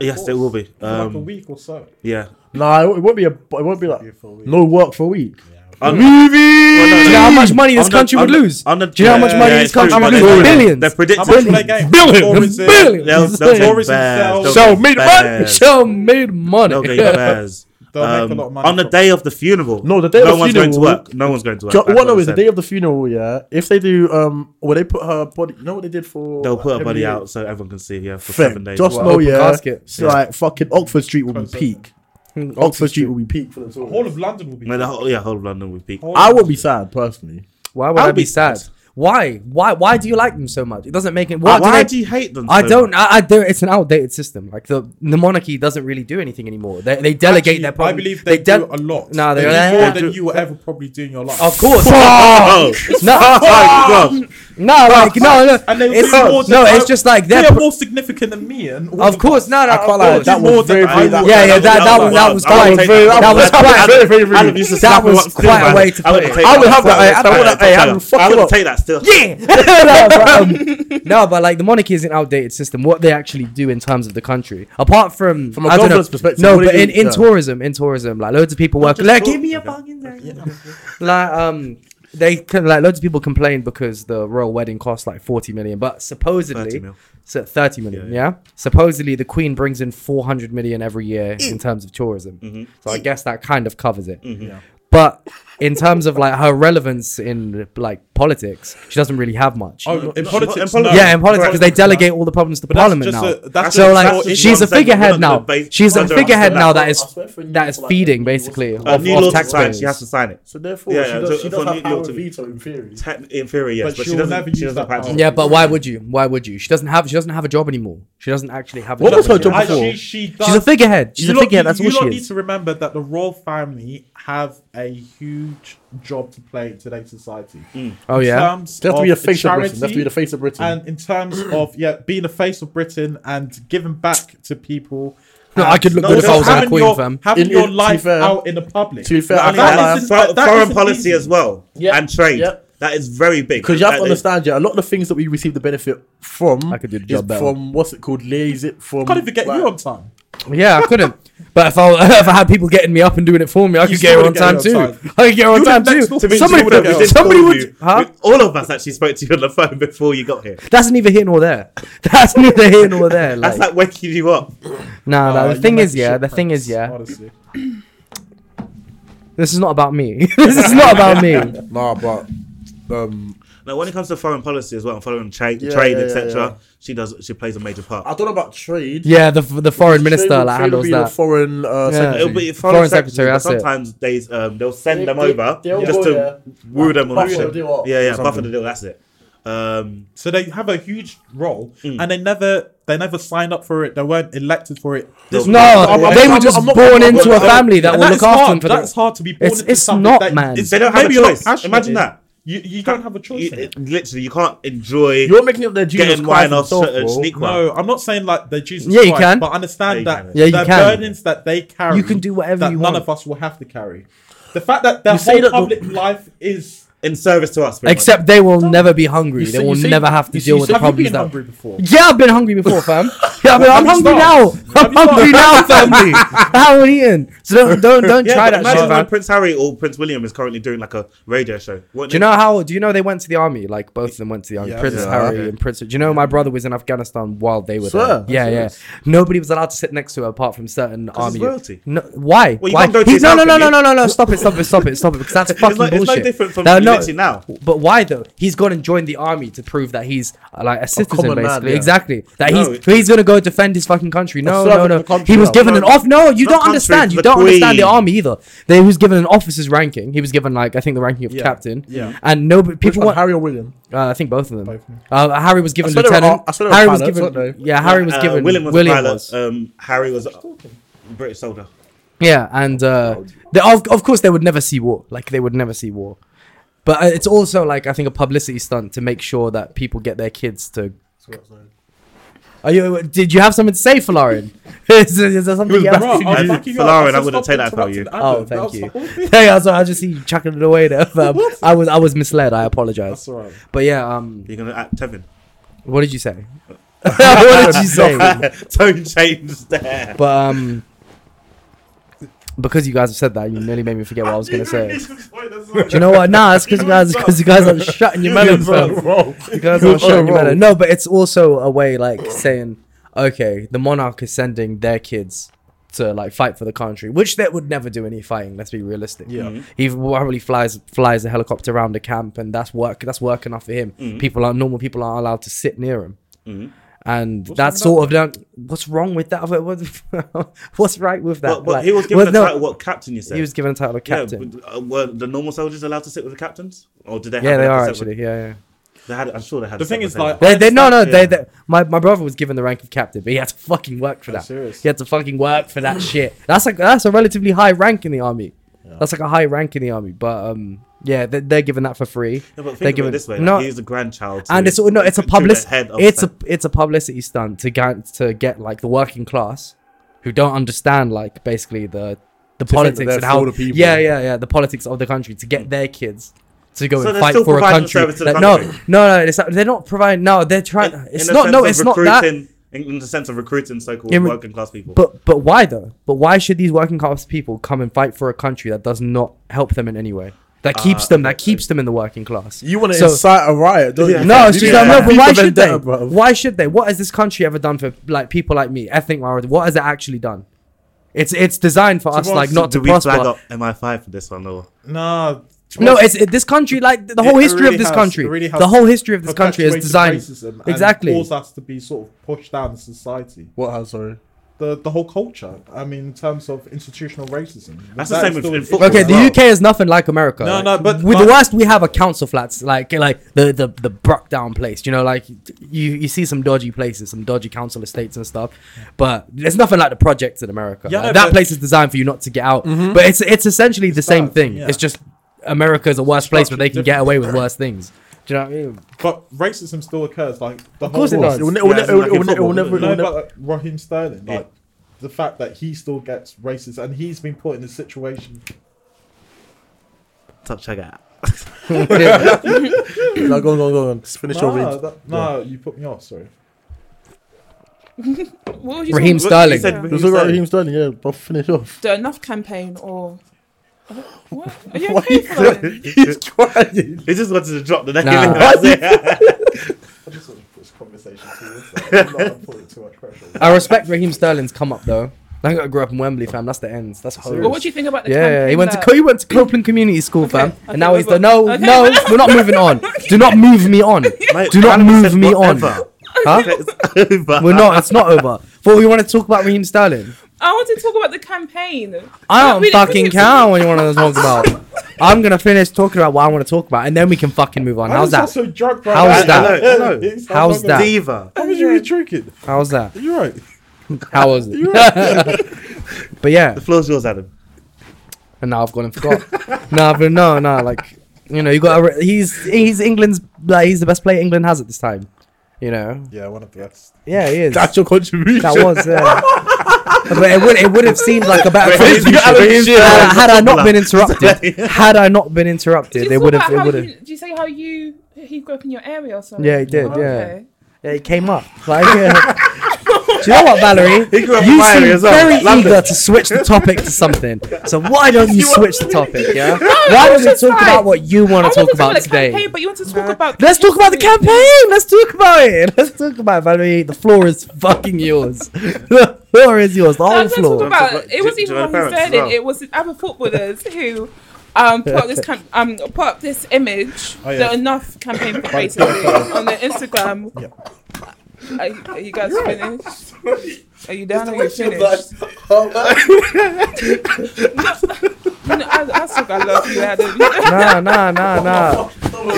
[SPEAKER 4] Yes, they will be.
[SPEAKER 6] For like a
[SPEAKER 4] Um,
[SPEAKER 6] week or so.
[SPEAKER 4] yeah.
[SPEAKER 3] Nah, it won't- it won't be a. It won't be like
[SPEAKER 6] Be a full week.
[SPEAKER 3] no work for a week.
[SPEAKER 4] Um,
[SPEAKER 3] Movie.
[SPEAKER 5] Do you know how much money this country would lose?
[SPEAKER 4] On the,
[SPEAKER 5] Do you know how much money this
[SPEAKER 4] it's true,
[SPEAKER 5] country
[SPEAKER 4] but
[SPEAKER 5] would
[SPEAKER 4] they're-
[SPEAKER 5] lose?
[SPEAKER 4] they're-
[SPEAKER 5] Billions.
[SPEAKER 4] They're
[SPEAKER 6] How
[SPEAKER 4] predicting.
[SPEAKER 6] much will they gain?
[SPEAKER 5] Billions, billions.
[SPEAKER 4] They'll,
[SPEAKER 5] Just
[SPEAKER 4] they'll
[SPEAKER 5] saying.
[SPEAKER 4] get
[SPEAKER 6] Tourism
[SPEAKER 4] bears,
[SPEAKER 6] sells.
[SPEAKER 4] they'll
[SPEAKER 5] Show
[SPEAKER 4] get
[SPEAKER 5] me the money.
[SPEAKER 4] bears,
[SPEAKER 5] Show me the money.
[SPEAKER 4] They'll get bears.
[SPEAKER 6] They'll make a
[SPEAKER 4] Um,
[SPEAKER 6] lot of money
[SPEAKER 4] on the
[SPEAKER 6] from
[SPEAKER 4] day of the funeral.
[SPEAKER 3] No, the day
[SPEAKER 4] no
[SPEAKER 3] of the
[SPEAKER 4] one's going to
[SPEAKER 3] funeral-
[SPEAKER 4] work. No one's going to work.
[SPEAKER 3] Do you
[SPEAKER 4] that's
[SPEAKER 3] know what
[SPEAKER 4] what
[SPEAKER 3] no,
[SPEAKER 4] I
[SPEAKER 3] is the
[SPEAKER 4] said.
[SPEAKER 3] day of the funeral. Yeah, if they do, um, when they put her body, you know what they did for?
[SPEAKER 4] They'll put a
[SPEAKER 3] every
[SPEAKER 4] body
[SPEAKER 3] year?
[SPEAKER 4] out so everyone can see. Yeah, for
[SPEAKER 3] Fair.
[SPEAKER 4] seven days.
[SPEAKER 3] Just
[SPEAKER 4] Wow.
[SPEAKER 3] know,
[SPEAKER 5] Open
[SPEAKER 3] yeah,
[SPEAKER 5] casket.
[SPEAKER 3] it's like fucking Oxford Street will be peak.
[SPEAKER 4] Hmm,
[SPEAKER 3] Oxford Street will be peak for the
[SPEAKER 6] The whole
[SPEAKER 3] tour.
[SPEAKER 6] of London will be.
[SPEAKER 4] No, the whole, yeah, whole of London would peak.
[SPEAKER 6] Whole-
[SPEAKER 3] I would be sad personally.
[SPEAKER 5] Why would
[SPEAKER 4] I'll
[SPEAKER 5] I be
[SPEAKER 4] be
[SPEAKER 5] sad?
[SPEAKER 4] sad.
[SPEAKER 5] Why? Why? Why do you like them so much? It doesn't make it. Why,
[SPEAKER 4] Why
[SPEAKER 5] do
[SPEAKER 4] do
[SPEAKER 5] they,
[SPEAKER 4] you hate them?
[SPEAKER 5] I
[SPEAKER 4] so
[SPEAKER 5] don't.
[SPEAKER 4] much?
[SPEAKER 5] I, I do. It's an outdated system. Like the, the monarchy doesn't really do anything anymore. They, they delegate
[SPEAKER 6] Actually,
[SPEAKER 5] their. Problem.
[SPEAKER 6] I believe they,
[SPEAKER 5] del-
[SPEAKER 6] do a lot.
[SPEAKER 5] No,
[SPEAKER 6] they
[SPEAKER 5] they,
[SPEAKER 6] do
[SPEAKER 5] they,
[SPEAKER 6] more than you will ever probably do in your life.
[SPEAKER 5] Of course.
[SPEAKER 4] Oh, my
[SPEAKER 5] no,
[SPEAKER 4] God.
[SPEAKER 5] no, like no, no.
[SPEAKER 6] And they will
[SPEAKER 5] It's,
[SPEAKER 6] do more than
[SPEAKER 5] no,
[SPEAKER 6] I-
[SPEAKER 5] it's just like
[SPEAKER 6] They
[SPEAKER 5] they're.
[SPEAKER 6] are
[SPEAKER 5] Pr-
[SPEAKER 6] more significant than me, and all
[SPEAKER 5] of
[SPEAKER 6] the-
[SPEAKER 5] course, no, no.
[SPEAKER 3] I
[SPEAKER 5] of
[SPEAKER 3] can't lie.
[SPEAKER 5] course.
[SPEAKER 3] That
[SPEAKER 6] More
[SPEAKER 3] was
[SPEAKER 6] than
[SPEAKER 3] very,
[SPEAKER 6] I
[SPEAKER 3] very.
[SPEAKER 6] would.
[SPEAKER 5] yeah, yeah, that,
[SPEAKER 4] That
[SPEAKER 5] that,
[SPEAKER 4] was
[SPEAKER 5] was, that was
[SPEAKER 4] wild. I
[SPEAKER 5] quite,
[SPEAKER 4] would take that.
[SPEAKER 5] that,
[SPEAKER 4] I would
[SPEAKER 5] was
[SPEAKER 4] take that.
[SPEAKER 5] quite,
[SPEAKER 4] Adam- Adam used to
[SPEAKER 5] that
[SPEAKER 4] slap me
[SPEAKER 5] was
[SPEAKER 4] once too,
[SPEAKER 5] quite a
[SPEAKER 4] man.
[SPEAKER 5] way to
[SPEAKER 4] I would
[SPEAKER 5] put it.
[SPEAKER 4] take
[SPEAKER 3] I would have that. I- I would have- hey, I would fuck
[SPEAKER 4] I
[SPEAKER 3] it
[SPEAKER 4] would
[SPEAKER 3] up.
[SPEAKER 4] take that still.
[SPEAKER 5] no, but, um, no, but like the monarchy is an outdated system. What they actually do in terms of the country, apart from
[SPEAKER 3] From a
[SPEAKER 5] I don't know-
[SPEAKER 3] governance perspective,
[SPEAKER 5] no,
[SPEAKER 3] what do
[SPEAKER 5] but
[SPEAKER 3] you
[SPEAKER 5] in,
[SPEAKER 3] do?
[SPEAKER 5] in
[SPEAKER 3] Yeah.
[SPEAKER 5] tourism, in tourism, like loads of people work. Like, give me a fucking second. like um, they can, like loads of people complain because the royal wedding costs like forty million, but
[SPEAKER 4] 30
[SPEAKER 5] supposedly.
[SPEAKER 4] mil.
[SPEAKER 5] So 30 million, yeah,
[SPEAKER 4] Yeah,
[SPEAKER 5] Supposedly, the Queen brings in 400 million every year in terms of tourism.
[SPEAKER 3] Mm-hmm.
[SPEAKER 5] So I guess that kind of covers it. But in terms of like her relevance in like politics, she doesn't really have much.
[SPEAKER 6] Oh, in politics,
[SPEAKER 4] in politics.
[SPEAKER 6] no.
[SPEAKER 5] yeah, in politics, because they
[SPEAKER 6] Right.
[SPEAKER 5] delegate all the problems to
[SPEAKER 6] that's
[SPEAKER 5] Parliament
[SPEAKER 6] just
[SPEAKER 5] now.
[SPEAKER 6] a- that's
[SPEAKER 5] so
[SPEAKER 6] just-
[SPEAKER 5] like,
[SPEAKER 6] that's just
[SPEAKER 5] she's a
[SPEAKER 4] one thing.
[SPEAKER 5] figurehead
[SPEAKER 4] We're not
[SPEAKER 5] now.
[SPEAKER 4] gonna base-
[SPEAKER 5] She's a
[SPEAKER 4] under-
[SPEAKER 5] figurehead
[SPEAKER 4] under
[SPEAKER 5] now
[SPEAKER 4] that.
[SPEAKER 5] that
[SPEAKER 3] I
[SPEAKER 5] is
[SPEAKER 3] swear for
[SPEAKER 5] that is
[SPEAKER 3] new law,
[SPEAKER 5] feeding
[SPEAKER 3] like, new
[SPEAKER 5] basically
[SPEAKER 3] laws.
[SPEAKER 4] Uh,
[SPEAKER 5] of,
[SPEAKER 4] new
[SPEAKER 5] of
[SPEAKER 4] law to sign.
[SPEAKER 5] taxpayers.
[SPEAKER 4] She has to sign it.
[SPEAKER 3] So therefore,
[SPEAKER 4] Yeah,
[SPEAKER 3] she
[SPEAKER 4] yeah,
[SPEAKER 3] does.
[SPEAKER 4] so-
[SPEAKER 3] she
[SPEAKER 4] so
[SPEAKER 3] does have
[SPEAKER 4] new
[SPEAKER 3] power
[SPEAKER 4] law
[SPEAKER 3] to
[SPEAKER 4] to-
[SPEAKER 3] veto in theory.
[SPEAKER 4] Technically, in theory, yes,
[SPEAKER 6] But
[SPEAKER 4] but,
[SPEAKER 6] she'll
[SPEAKER 4] she doesn't.
[SPEAKER 6] never
[SPEAKER 4] she
[SPEAKER 6] use
[SPEAKER 4] doesn't
[SPEAKER 6] that
[SPEAKER 4] practice.
[SPEAKER 6] power.
[SPEAKER 4] it.
[SPEAKER 5] yeah, but why would you? Why would you? She doesn't have. She doesn't have a job anymore. She doesn't actually have. A
[SPEAKER 3] What
[SPEAKER 5] job
[SPEAKER 3] was her
[SPEAKER 5] anymore.
[SPEAKER 3] job
[SPEAKER 6] I,
[SPEAKER 3] before?
[SPEAKER 6] she, she does,
[SPEAKER 5] She's a figurehead. She's
[SPEAKER 6] you
[SPEAKER 5] a
[SPEAKER 6] lot-
[SPEAKER 5] figurehead.
[SPEAKER 6] you-
[SPEAKER 5] That's
[SPEAKER 6] you
[SPEAKER 5] what she
[SPEAKER 6] lot
[SPEAKER 5] is.
[SPEAKER 6] need to remember that the royal family have a huge job to play in today's society.
[SPEAKER 5] Oh
[SPEAKER 6] In
[SPEAKER 5] yeah.
[SPEAKER 6] terms
[SPEAKER 3] Mm. They have to be the
[SPEAKER 6] of
[SPEAKER 3] face of Britain. They have to be
[SPEAKER 6] charity
[SPEAKER 3] the face of Britain.
[SPEAKER 6] And in terms of yeah, being the face of Britain and giving back to people.
[SPEAKER 5] No,
[SPEAKER 6] and
[SPEAKER 5] I could look
[SPEAKER 6] no,
[SPEAKER 5] good if
[SPEAKER 6] just
[SPEAKER 5] I was in a
[SPEAKER 6] having
[SPEAKER 5] queen,
[SPEAKER 6] your,
[SPEAKER 5] fam.
[SPEAKER 6] Having
[SPEAKER 3] In-
[SPEAKER 6] your
[SPEAKER 3] in- to be
[SPEAKER 6] life
[SPEAKER 3] fair-
[SPEAKER 6] out in the public.
[SPEAKER 3] to be fair, I
[SPEAKER 6] That
[SPEAKER 3] can't
[SPEAKER 6] isn't-
[SPEAKER 3] lie.
[SPEAKER 4] That is fo-
[SPEAKER 6] that
[SPEAKER 4] foreign
[SPEAKER 6] isn't
[SPEAKER 4] policy
[SPEAKER 6] easy.
[SPEAKER 4] as well
[SPEAKER 3] Yeah.
[SPEAKER 4] and trade.
[SPEAKER 3] Yeah.
[SPEAKER 4] That is very big.
[SPEAKER 3] Because you have
[SPEAKER 4] That
[SPEAKER 3] to
[SPEAKER 4] is-
[SPEAKER 3] understand, yeah, a lot of the things that we receive the benefit from
[SPEAKER 5] I could do the
[SPEAKER 3] is
[SPEAKER 5] job better.
[SPEAKER 3] from what's it called? Liaise it from.
[SPEAKER 6] Can't even get
[SPEAKER 3] like-
[SPEAKER 6] you on time.
[SPEAKER 5] Yeah, I couldn't. But if I if I had people getting me up and doing it for me, I could
[SPEAKER 6] still
[SPEAKER 5] get her on
[SPEAKER 6] would've
[SPEAKER 5] time
[SPEAKER 6] got her on
[SPEAKER 5] too.
[SPEAKER 6] time.
[SPEAKER 5] I could get her on
[SPEAKER 6] You
[SPEAKER 5] time
[SPEAKER 6] would've
[SPEAKER 5] too.
[SPEAKER 6] next door-
[SPEAKER 4] We-
[SPEAKER 5] Somebody
[SPEAKER 4] we did
[SPEAKER 5] would.
[SPEAKER 4] call
[SPEAKER 5] Somebody would.
[SPEAKER 4] you.
[SPEAKER 5] Huh?
[SPEAKER 4] We- All of us actually spoke to you on the phone before you got here.
[SPEAKER 5] That's neither here nor there. That's neither here nor there.
[SPEAKER 4] That's
[SPEAKER 5] Like,
[SPEAKER 4] like waking you up.
[SPEAKER 3] Oh,
[SPEAKER 5] nah, nah.
[SPEAKER 6] Uh,
[SPEAKER 5] The
[SPEAKER 6] you
[SPEAKER 5] thing
[SPEAKER 6] make
[SPEAKER 5] is, yeah.
[SPEAKER 6] shit
[SPEAKER 5] The thing is,
[SPEAKER 6] pranks,
[SPEAKER 5] yeah.
[SPEAKER 6] Honestly.
[SPEAKER 5] This is not about me. this is not about me.
[SPEAKER 3] Nah, but um,
[SPEAKER 4] Now, when it comes to foreign policy as well, and following trade,
[SPEAKER 3] Yeah,
[SPEAKER 4] trade,
[SPEAKER 3] yeah, yeah,
[SPEAKER 4] etc.,
[SPEAKER 3] yeah.
[SPEAKER 4] she does. She plays a major part.
[SPEAKER 3] I don't know about trade.
[SPEAKER 5] Yeah, the the foreign
[SPEAKER 3] Trade
[SPEAKER 5] minister
[SPEAKER 3] would-
[SPEAKER 5] like,
[SPEAKER 3] trade would
[SPEAKER 5] handles
[SPEAKER 3] be The
[SPEAKER 5] that.
[SPEAKER 3] foreign uh,
[SPEAKER 5] Yeah.
[SPEAKER 3] secretary.
[SPEAKER 4] It'll be foreign,
[SPEAKER 5] Foreign
[SPEAKER 4] secretary.
[SPEAKER 5] secretary,
[SPEAKER 4] but
[SPEAKER 5] that's it.
[SPEAKER 4] sometimes they um, they'll send
[SPEAKER 3] They-
[SPEAKER 4] them
[SPEAKER 3] they-
[SPEAKER 4] over
[SPEAKER 3] they'll
[SPEAKER 4] just
[SPEAKER 3] go
[SPEAKER 4] to
[SPEAKER 3] there,
[SPEAKER 4] woo them on
[SPEAKER 3] buffer
[SPEAKER 4] action.
[SPEAKER 3] the deal up
[SPEAKER 4] Yeah,
[SPEAKER 3] or
[SPEAKER 4] yeah, buffer
[SPEAKER 3] something.
[SPEAKER 4] the deal. That's it. Um,
[SPEAKER 6] So they have a huge role,
[SPEAKER 5] Mm.
[SPEAKER 6] and they never they never signed up for it. They weren't elected for it.
[SPEAKER 4] There's
[SPEAKER 5] No,
[SPEAKER 3] I'm- I'm-
[SPEAKER 5] they were
[SPEAKER 3] I'm-
[SPEAKER 5] just
[SPEAKER 3] I'm not-
[SPEAKER 5] born
[SPEAKER 3] I'm not-
[SPEAKER 5] into a
[SPEAKER 3] I'm not-
[SPEAKER 5] family that
[SPEAKER 6] And
[SPEAKER 5] will
[SPEAKER 6] that
[SPEAKER 5] look
[SPEAKER 6] is
[SPEAKER 5] after
[SPEAKER 6] hard.
[SPEAKER 5] them for
[SPEAKER 6] That's
[SPEAKER 5] that.
[SPEAKER 6] hard to be born
[SPEAKER 5] It's-
[SPEAKER 6] into
[SPEAKER 5] it's
[SPEAKER 6] something
[SPEAKER 5] not,
[SPEAKER 6] that-
[SPEAKER 5] man.
[SPEAKER 4] They don't have
[SPEAKER 6] maybe
[SPEAKER 4] a
[SPEAKER 6] you're not
[SPEAKER 4] choice.
[SPEAKER 6] passionate
[SPEAKER 4] Imagine
[SPEAKER 6] in.
[SPEAKER 4] that.
[SPEAKER 6] You, you don't have a choice.
[SPEAKER 4] you,
[SPEAKER 6] in it.
[SPEAKER 4] it- literally, you can't enjoy
[SPEAKER 3] You're making up their Jesus
[SPEAKER 4] getting wine
[SPEAKER 3] Christ
[SPEAKER 4] off
[SPEAKER 3] himself,
[SPEAKER 4] certain
[SPEAKER 3] bro.
[SPEAKER 4] sneak one.
[SPEAKER 6] No, I'm not saying like they Jesus
[SPEAKER 5] Yeah, you
[SPEAKER 6] Christ,
[SPEAKER 5] can.
[SPEAKER 6] but understand
[SPEAKER 4] Yeah, you
[SPEAKER 6] that
[SPEAKER 4] can.
[SPEAKER 5] Yeah, you
[SPEAKER 6] the
[SPEAKER 5] can.
[SPEAKER 6] burdens that they carry.
[SPEAKER 5] You can do whatever
[SPEAKER 6] that
[SPEAKER 5] you
[SPEAKER 6] none
[SPEAKER 5] want.
[SPEAKER 6] of us will have to carry. The fact that their
[SPEAKER 3] You say
[SPEAKER 6] whole
[SPEAKER 3] that the-
[SPEAKER 6] public life is
[SPEAKER 4] In service to us, pretty much.
[SPEAKER 5] Except they will never be hungry.
[SPEAKER 3] You see-
[SPEAKER 5] They will
[SPEAKER 3] you see-
[SPEAKER 5] never have to
[SPEAKER 3] you see-
[SPEAKER 5] deal with the
[SPEAKER 6] have you been
[SPEAKER 5] problems that.
[SPEAKER 6] hungry before?
[SPEAKER 5] Yeah, I've been hungry before, fam. Yeah, I mean,
[SPEAKER 6] Have
[SPEAKER 5] I'm
[SPEAKER 6] you
[SPEAKER 5] hungry now.
[SPEAKER 6] starved? Have
[SPEAKER 5] I'm
[SPEAKER 6] you
[SPEAKER 5] hungry now, family. I haven't eaten, so don't don't don't
[SPEAKER 4] Yeah,
[SPEAKER 5] try
[SPEAKER 4] but
[SPEAKER 5] that
[SPEAKER 4] imagine
[SPEAKER 5] shit,
[SPEAKER 4] when
[SPEAKER 5] man.
[SPEAKER 4] Prince Harry or Prince William is currently doing like a radio show. What
[SPEAKER 5] Do you know how? Do you know they went to the army? Like both of them went to the army. Prince
[SPEAKER 3] yeah,
[SPEAKER 5] Harry
[SPEAKER 4] okay.
[SPEAKER 5] and Prince. Do you know my brother was in Afghanistan while they were
[SPEAKER 3] Sir,
[SPEAKER 5] there? Yeah, yeah. Nobody was allowed to sit next to her apart from certain army.
[SPEAKER 4] it's royalty.
[SPEAKER 5] No, why?
[SPEAKER 4] Well, you
[SPEAKER 5] why?
[SPEAKER 4] can't go to
[SPEAKER 5] He-
[SPEAKER 4] his
[SPEAKER 5] no,
[SPEAKER 4] house,
[SPEAKER 5] no, no,
[SPEAKER 4] can
[SPEAKER 5] no,
[SPEAKER 4] you?
[SPEAKER 5] no, no, no. Stop it! Stop it! Stop it! Stop it! Because that's fucking
[SPEAKER 4] no- it's no
[SPEAKER 5] bullshit.
[SPEAKER 4] different from
[SPEAKER 5] No, no.
[SPEAKER 4] liberty now.
[SPEAKER 5] But why though? He's gone and joined the army to prove that he's uh, like a citizen,
[SPEAKER 3] common man,
[SPEAKER 5] basically.
[SPEAKER 3] yeah.
[SPEAKER 5] Exactly. That
[SPEAKER 4] No,
[SPEAKER 5] he's he's gonna go defend his fucking country. No,
[SPEAKER 3] servant
[SPEAKER 5] no,
[SPEAKER 3] of
[SPEAKER 5] no.
[SPEAKER 3] the country
[SPEAKER 5] He was
[SPEAKER 3] now.
[SPEAKER 5] given an
[SPEAKER 4] No,
[SPEAKER 5] off. No, you
[SPEAKER 4] not
[SPEAKER 5] don't
[SPEAKER 4] country,
[SPEAKER 5] understand. You
[SPEAKER 4] the
[SPEAKER 5] don't understand the
[SPEAKER 4] queen.
[SPEAKER 5] army either. They he was given an officer's ranking. He was given like I think the ranking of captain.
[SPEAKER 6] yeah.
[SPEAKER 5] And no, but
[SPEAKER 3] Which
[SPEAKER 5] people
[SPEAKER 3] one,
[SPEAKER 5] want.
[SPEAKER 3] Harry or William?
[SPEAKER 5] Uh, I think both of them. Uh, Harry was given
[SPEAKER 3] I saw they were
[SPEAKER 5] lieutenant.
[SPEAKER 3] all- I saw they were
[SPEAKER 5] Harry was
[SPEAKER 3] pilots,
[SPEAKER 5] given.
[SPEAKER 3] weren't they?
[SPEAKER 5] Yeah, Harry was
[SPEAKER 4] Uh,
[SPEAKER 5] given.
[SPEAKER 4] William was a pilot. Um, Harry was a British soldier.
[SPEAKER 5] Yeah, and uh, they, of of course they would never see war. Like they would never see war. But uh, it's also like I think a publicity stunt to make sure that people get their kids to. Are you? Did you have something to say for Lauren? is, there- is there something? you have to-
[SPEAKER 4] I- I- Lauren, I wouldn't take that from you.
[SPEAKER 5] Oh, thank you. Hey, I, was, I just see you chucking it away there. fam. I was I was misled. I apologize.
[SPEAKER 6] That's all right.
[SPEAKER 5] But yeah, um,
[SPEAKER 4] You're gonna act Tevin.
[SPEAKER 5] what did you say? what did you say?
[SPEAKER 4] Tone changed there.
[SPEAKER 5] But um, because you guys have said that, you nearly made me forget what I was gonna say. Do you know what? Nah, it's because you guys, because you guys are shutting your melon, bro. You guys are shutting your melon. No, but it's also a way like saying, okay, the monarch is sending their kids to like fight for the country, which they would never do any fighting. Let's be realistic.
[SPEAKER 4] Mm-hmm.
[SPEAKER 5] Yeah, he probably flies flies a helicopter around the camp, and that's work. That's work enough for him.
[SPEAKER 4] Mm-hmm.
[SPEAKER 5] People are normal. People aren't allowed to sit near him and that sort of done. What's wrong with that? What- what- What's right with that?
[SPEAKER 4] But, but
[SPEAKER 5] Like,
[SPEAKER 4] he was given
[SPEAKER 5] well,
[SPEAKER 4] a
[SPEAKER 5] no,
[SPEAKER 4] title. What captain you said?
[SPEAKER 5] He was given a title of captain.
[SPEAKER 4] Yeah, but, uh, were the normal soldiers allowed to sit with the captains, or did they? Have
[SPEAKER 5] Yeah, they
[SPEAKER 4] like a
[SPEAKER 5] are
[SPEAKER 4] separate-
[SPEAKER 5] actually. Yeah, yeah.
[SPEAKER 4] They had. I'm sure they had.
[SPEAKER 6] The
[SPEAKER 4] a
[SPEAKER 6] thing is,
[SPEAKER 4] separate
[SPEAKER 6] like,
[SPEAKER 4] table.
[SPEAKER 5] They, they, no, no.
[SPEAKER 4] Yeah.
[SPEAKER 5] They, they, my, my brother was given the rank of captain, but he had to fucking work for that.
[SPEAKER 6] serious?
[SPEAKER 5] He had to fucking work for that shit. That's like that's a relatively high rank in the army. That's like a high rank in the army. But um, yeah, they, they're given that for free.
[SPEAKER 4] No, but think
[SPEAKER 5] they're
[SPEAKER 4] of
[SPEAKER 5] given
[SPEAKER 4] it this way.
[SPEAKER 5] no,
[SPEAKER 4] like, he's the grandchild. to-
[SPEAKER 5] and it's no, it's a
[SPEAKER 4] to the
[SPEAKER 5] public,
[SPEAKER 4] head of
[SPEAKER 5] it's a
[SPEAKER 4] Sen-
[SPEAKER 5] it's a publicity stunt to get to get like the working class who don't understand like basically the the
[SPEAKER 3] that
[SPEAKER 5] politics
[SPEAKER 3] they're
[SPEAKER 5] and how
[SPEAKER 3] still the people.
[SPEAKER 5] yeah yeah yeah the politics of the country to get their kids to go
[SPEAKER 4] So
[SPEAKER 5] and
[SPEAKER 4] they're
[SPEAKER 5] fight
[SPEAKER 4] still
[SPEAKER 5] for a
[SPEAKER 4] providing
[SPEAKER 5] country.
[SPEAKER 4] service to the
[SPEAKER 5] that- no,
[SPEAKER 4] country.
[SPEAKER 5] no, no, it's not, they're not providing. No, they're trying.
[SPEAKER 4] in- in
[SPEAKER 5] it's
[SPEAKER 4] the
[SPEAKER 5] not.
[SPEAKER 4] sense
[SPEAKER 5] No,
[SPEAKER 4] of
[SPEAKER 5] it's not that.
[SPEAKER 4] recruiting- In, in the sense of recruiting so-called
[SPEAKER 5] In re-
[SPEAKER 4] working class people.
[SPEAKER 5] But but why though? But why should these working class people come and fight for a country that does not help them in any way?
[SPEAKER 4] Uh,
[SPEAKER 5] That keeps them. That keeps them in the working class.
[SPEAKER 3] You want to
[SPEAKER 5] So-
[SPEAKER 3] incite a riot, don't you?
[SPEAKER 5] No,
[SPEAKER 3] You
[SPEAKER 5] it's just
[SPEAKER 3] get
[SPEAKER 5] like, no,
[SPEAKER 3] that
[SPEAKER 5] but why
[SPEAKER 3] people
[SPEAKER 5] should they?
[SPEAKER 3] vendetta, bro.
[SPEAKER 5] Why should they? What has this country ever done for like people like me, ethnic minority? What has it actually done? It's it's designed for us
[SPEAKER 6] be
[SPEAKER 5] like
[SPEAKER 6] honest,
[SPEAKER 5] not
[SPEAKER 4] do
[SPEAKER 5] to
[SPEAKER 4] we flag
[SPEAKER 5] prosper.
[SPEAKER 4] up MI5 for this one or?
[SPEAKER 6] Nah.
[SPEAKER 5] No, it's it, this country like the whole
[SPEAKER 6] It- it
[SPEAKER 5] history
[SPEAKER 6] really
[SPEAKER 5] of this
[SPEAKER 6] has-
[SPEAKER 5] country.
[SPEAKER 6] it really has
[SPEAKER 5] the whole history of this country is
[SPEAKER 6] perpetuated
[SPEAKER 5] designed
[SPEAKER 6] racism and
[SPEAKER 5] exactly.
[SPEAKER 6] Cause us to be sort of pushed down in society.
[SPEAKER 3] What? house, sorry.
[SPEAKER 6] The the whole culture. I mean, in terms of institutional racism.
[SPEAKER 4] That's the
[SPEAKER 6] That
[SPEAKER 4] same
[SPEAKER 6] is
[SPEAKER 4] with-
[SPEAKER 6] still-
[SPEAKER 4] in football
[SPEAKER 5] Okay,
[SPEAKER 4] as
[SPEAKER 5] the
[SPEAKER 4] well.
[SPEAKER 5] UK is nothing like America.
[SPEAKER 6] No,
[SPEAKER 5] Like,
[SPEAKER 6] no, but-
[SPEAKER 5] with the
[SPEAKER 6] but-
[SPEAKER 5] worst we have are council flats, like like the the the brock down place. You know, like you you see some dodgy places, some dodgy council estates and stuff. But there's nothing like the projects in America.
[SPEAKER 6] Yeah,
[SPEAKER 5] Like,
[SPEAKER 6] no,
[SPEAKER 5] that
[SPEAKER 6] but-
[SPEAKER 5] place is designed for you not to get out. But it's it's essentially the same
[SPEAKER 6] bad,
[SPEAKER 5] thing.
[SPEAKER 6] yeah.
[SPEAKER 5] It's just America is a worse place where they can get
[SPEAKER 6] Structured
[SPEAKER 5] away with worse things. Do you know what I mean?
[SPEAKER 6] But racism still occurs. Like the
[SPEAKER 5] course
[SPEAKER 6] whole
[SPEAKER 5] it
[SPEAKER 6] world.
[SPEAKER 5] does.
[SPEAKER 3] It will ne- it will
[SPEAKER 4] Yeah,
[SPEAKER 3] ne-
[SPEAKER 4] it's
[SPEAKER 3] it will-
[SPEAKER 4] like
[SPEAKER 3] it
[SPEAKER 4] in
[SPEAKER 3] will ne- it will
[SPEAKER 4] football,
[SPEAKER 3] never. it
[SPEAKER 6] No,
[SPEAKER 3] will
[SPEAKER 6] but
[SPEAKER 3] never-
[SPEAKER 6] like, Raheem Sterling, like the fact that he still gets racist and he's been put in a situation.
[SPEAKER 4] Top check out.
[SPEAKER 3] No, go on, go on, go on. Just Finish your
[SPEAKER 6] Nah,
[SPEAKER 3] read.
[SPEAKER 6] that, nah, you put me off. Sorry.
[SPEAKER 7] What would you
[SPEAKER 5] Raheem
[SPEAKER 7] say-
[SPEAKER 5] Sterling.
[SPEAKER 7] Yeah.
[SPEAKER 4] He
[SPEAKER 3] It was all
[SPEAKER 4] said-
[SPEAKER 3] about Raheem Sterling, yeah, bro. Finish off.
[SPEAKER 7] The enough campaign or. What? Are you
[SPEAKER 3] Why
[SPEAKER 7] okay
[SPEAKER 3] you
[SPEAKER 7] for that?
[SPEAKER 3] He's crying.
[SPEAKER 4] He just wanted to drop the name.
[SPEAKER 5] Nah.
[SPEAKER 4] That's it.
[SPEAKER 6] I just want to put this conversation to you. So I'm not putting too much pressure.
[SPEAKER 5] I respect Raheem Sterling's come up though. That guy grew up in Wembley, fam. That's the ends. That's home.
[SPEAKER 7] But what do you think about the
[SPEAKER 5] yeah, yeah, he
[SPEAKER 7] campaign
[SPEAKER 5] went to
[SPEAKER 7] that-
[SPEAKER 5] Co- he went to Copeland Community School, fam,
[SPEAKER 7] okay,
[SPEAKER 5] and now
[SPEAKER 7] we're
[SPEAKER 5] he's
[SPEAKER 7] good.
[SPEAKER 5] the no,
[SPEAKER 7] Okay.
[SPEAKER 5] no. We're not moving on. Do not move me on.
[SPEAKER 4] Mate,
[SPEAKER 5] Do not
[SPEAKER 4] Callum
[SPEAKER 5] move
[SPEAKER 4] said
[SPEAKER 5] me on.
[SPEAKER 4] whatever.
[SPEAKER 5] Huh?
[SPEAKER 4] It's over.
[SPEAKER 5] We're not. It's not over. But we want to talk about Raheem Sterling.
[SPEAKER 7] I want to talk about the campaign.
[SPEAKER 5] I don't
[SPEAKER 7] We didn't-
[SPEAKER 5] fucking care what you want to talk about. I'm gonna finish talking about what I want to talk about, and then we can fucking move on. How's
[SPEAKER 6] Why
[SPEAKER 5] that?
[SPEAKER 6] is he So drunk, bro?
[SPEAKER 5] How's
[SPEAKER 6] I-
[SPEAKER 5] that?
[SPEAKER 6] I know,
[SPEAKER 4] I know.
[SPEAKER 6] I know. It's-
[SPEAKER 5] How's
[SPEAKER 6] I'm not
[SPEAKER 5] that?
[SPEAKER 6] gonna-
[SPEAKER 4] Diva.
[SPEAKER 6] How was you really drinking?
[SPEAKER 5] How's that?
[SPEAKER 6] You're right.
[SPEAKER 5] How was it?
[SPEAKER 6] You're right.
[SPEAKER 5] But yeah,
[SPEAKER 4] The floor's yours, Adam.
[SPEAKER 5] and now I've gone and forgot. no, but no, no, like you know, you got. Re- he's he's England's like he's the best player England has at this time. You know.
[SPEAKER 6] yeah, one of the best.
[SPEAKER 5] Yeah, he is.
[SPEAKER 3] That's your contribution.
[SPEAKER 5] That was, yeah. but it would it would have seemed like a better
[SPEAKER 4] Wait,
[SPEAKER 5] contribution.
[SPEAKER 4] Alan Shearer
[SPEAKER 5] had,
[SPEAKER 4] was
[SPEAKER 5] had I not
[SPEAKER 4] popular.
[SPEAKER 5] been interrupted, had I not been
[SPEAKER 7] Did
[SPEAKER 5] interrupted,
[SPEAKER 7] you
[SPEAKER 5] it
[SPEAKER 7] talk
[SPEAKER 5] would have
[SPEAKER 7] about
[SPEAKER 5] it
[SPEAKER 7] how
[SPEAKER 5] would
[SPEAKER 7] you-
[SPEAKER 5] have.
[SPEAKER 7] Did you say how you he grew up in your area or something?
[SPEAKER 5] Yeah, he did,
[SPEAKER 7] Oh,
[SPEAKER 5] yeah.
[SPEAKER 7] okay.
[SPEAKER 5] Yeah, it came up. Like, uh, do you know what, Valerie?
[SPEAKER 4] He grew up in
[SPEAKER 5] You
[SPEAKER 4] my
[SPEAKER 5] seem
[SPEAKER 4] area as well,
[SPEAKER 5] very
[SPEAKER 4] London.
[SPEAKER 5] eager to switch the topic to something. So why don't you switch the topic? Yeah. Why don't we
[SPEAKER 7] just
[SPEAKER 5] talk
[SPEAKER 7] like-
[SPEAKER 5] about what you want
[SPEAKER 7] I want
[SPEAKER 5] to
[SPEAKER 7] to
[SPEAKER 5] talk
[SPEAKER 7] talk
[SPEAKER 5] about
[SPEAKER 7] about the
[SPEAKER 5] today?
[SPEAKER 7] campaign, but you want to talk about.
[SPEAKER 5] Let's talk about the campaign. Let's talk about it. Let's talk about it, Valerie. The floor is fucking yours. The floor is yours.
[SPEAKER 6] Oh,
[SPEAKER 5] The
[SPEAKER 7] No,
[SPEAKER 5] whole
[SPEAKER 7] let's talk
[SPEAKER 5] floor.
[SPEAKER 4] Don't talk
[SPEAKER 7] about.
[SPEAKER 4] about-
[SPEAKER 7] It was
[SPEAKER 4] do- do
[SPEAKER 7] even
[SPEAKER 4] you
[SPEAKER 7] when
[SPEAKER 4] want
[SPEAKER 7] he
[SPEAKER 4] parents
[SPEAKER 7] said
[SPEAKER 4] as well?
[SPEAKER 7] it. It was other footballers who. Um, put up this cam- um, put up this image,
[SPEAKER 6] Oh, yeah.
[SPEAKER 7] the enough campaign basically on the Instagram. Are, are you guys finished? Are you done? Are you finished? No, I, I still got love you, Adam.
[SPEAKER 5] Nah, nah, nah, nah.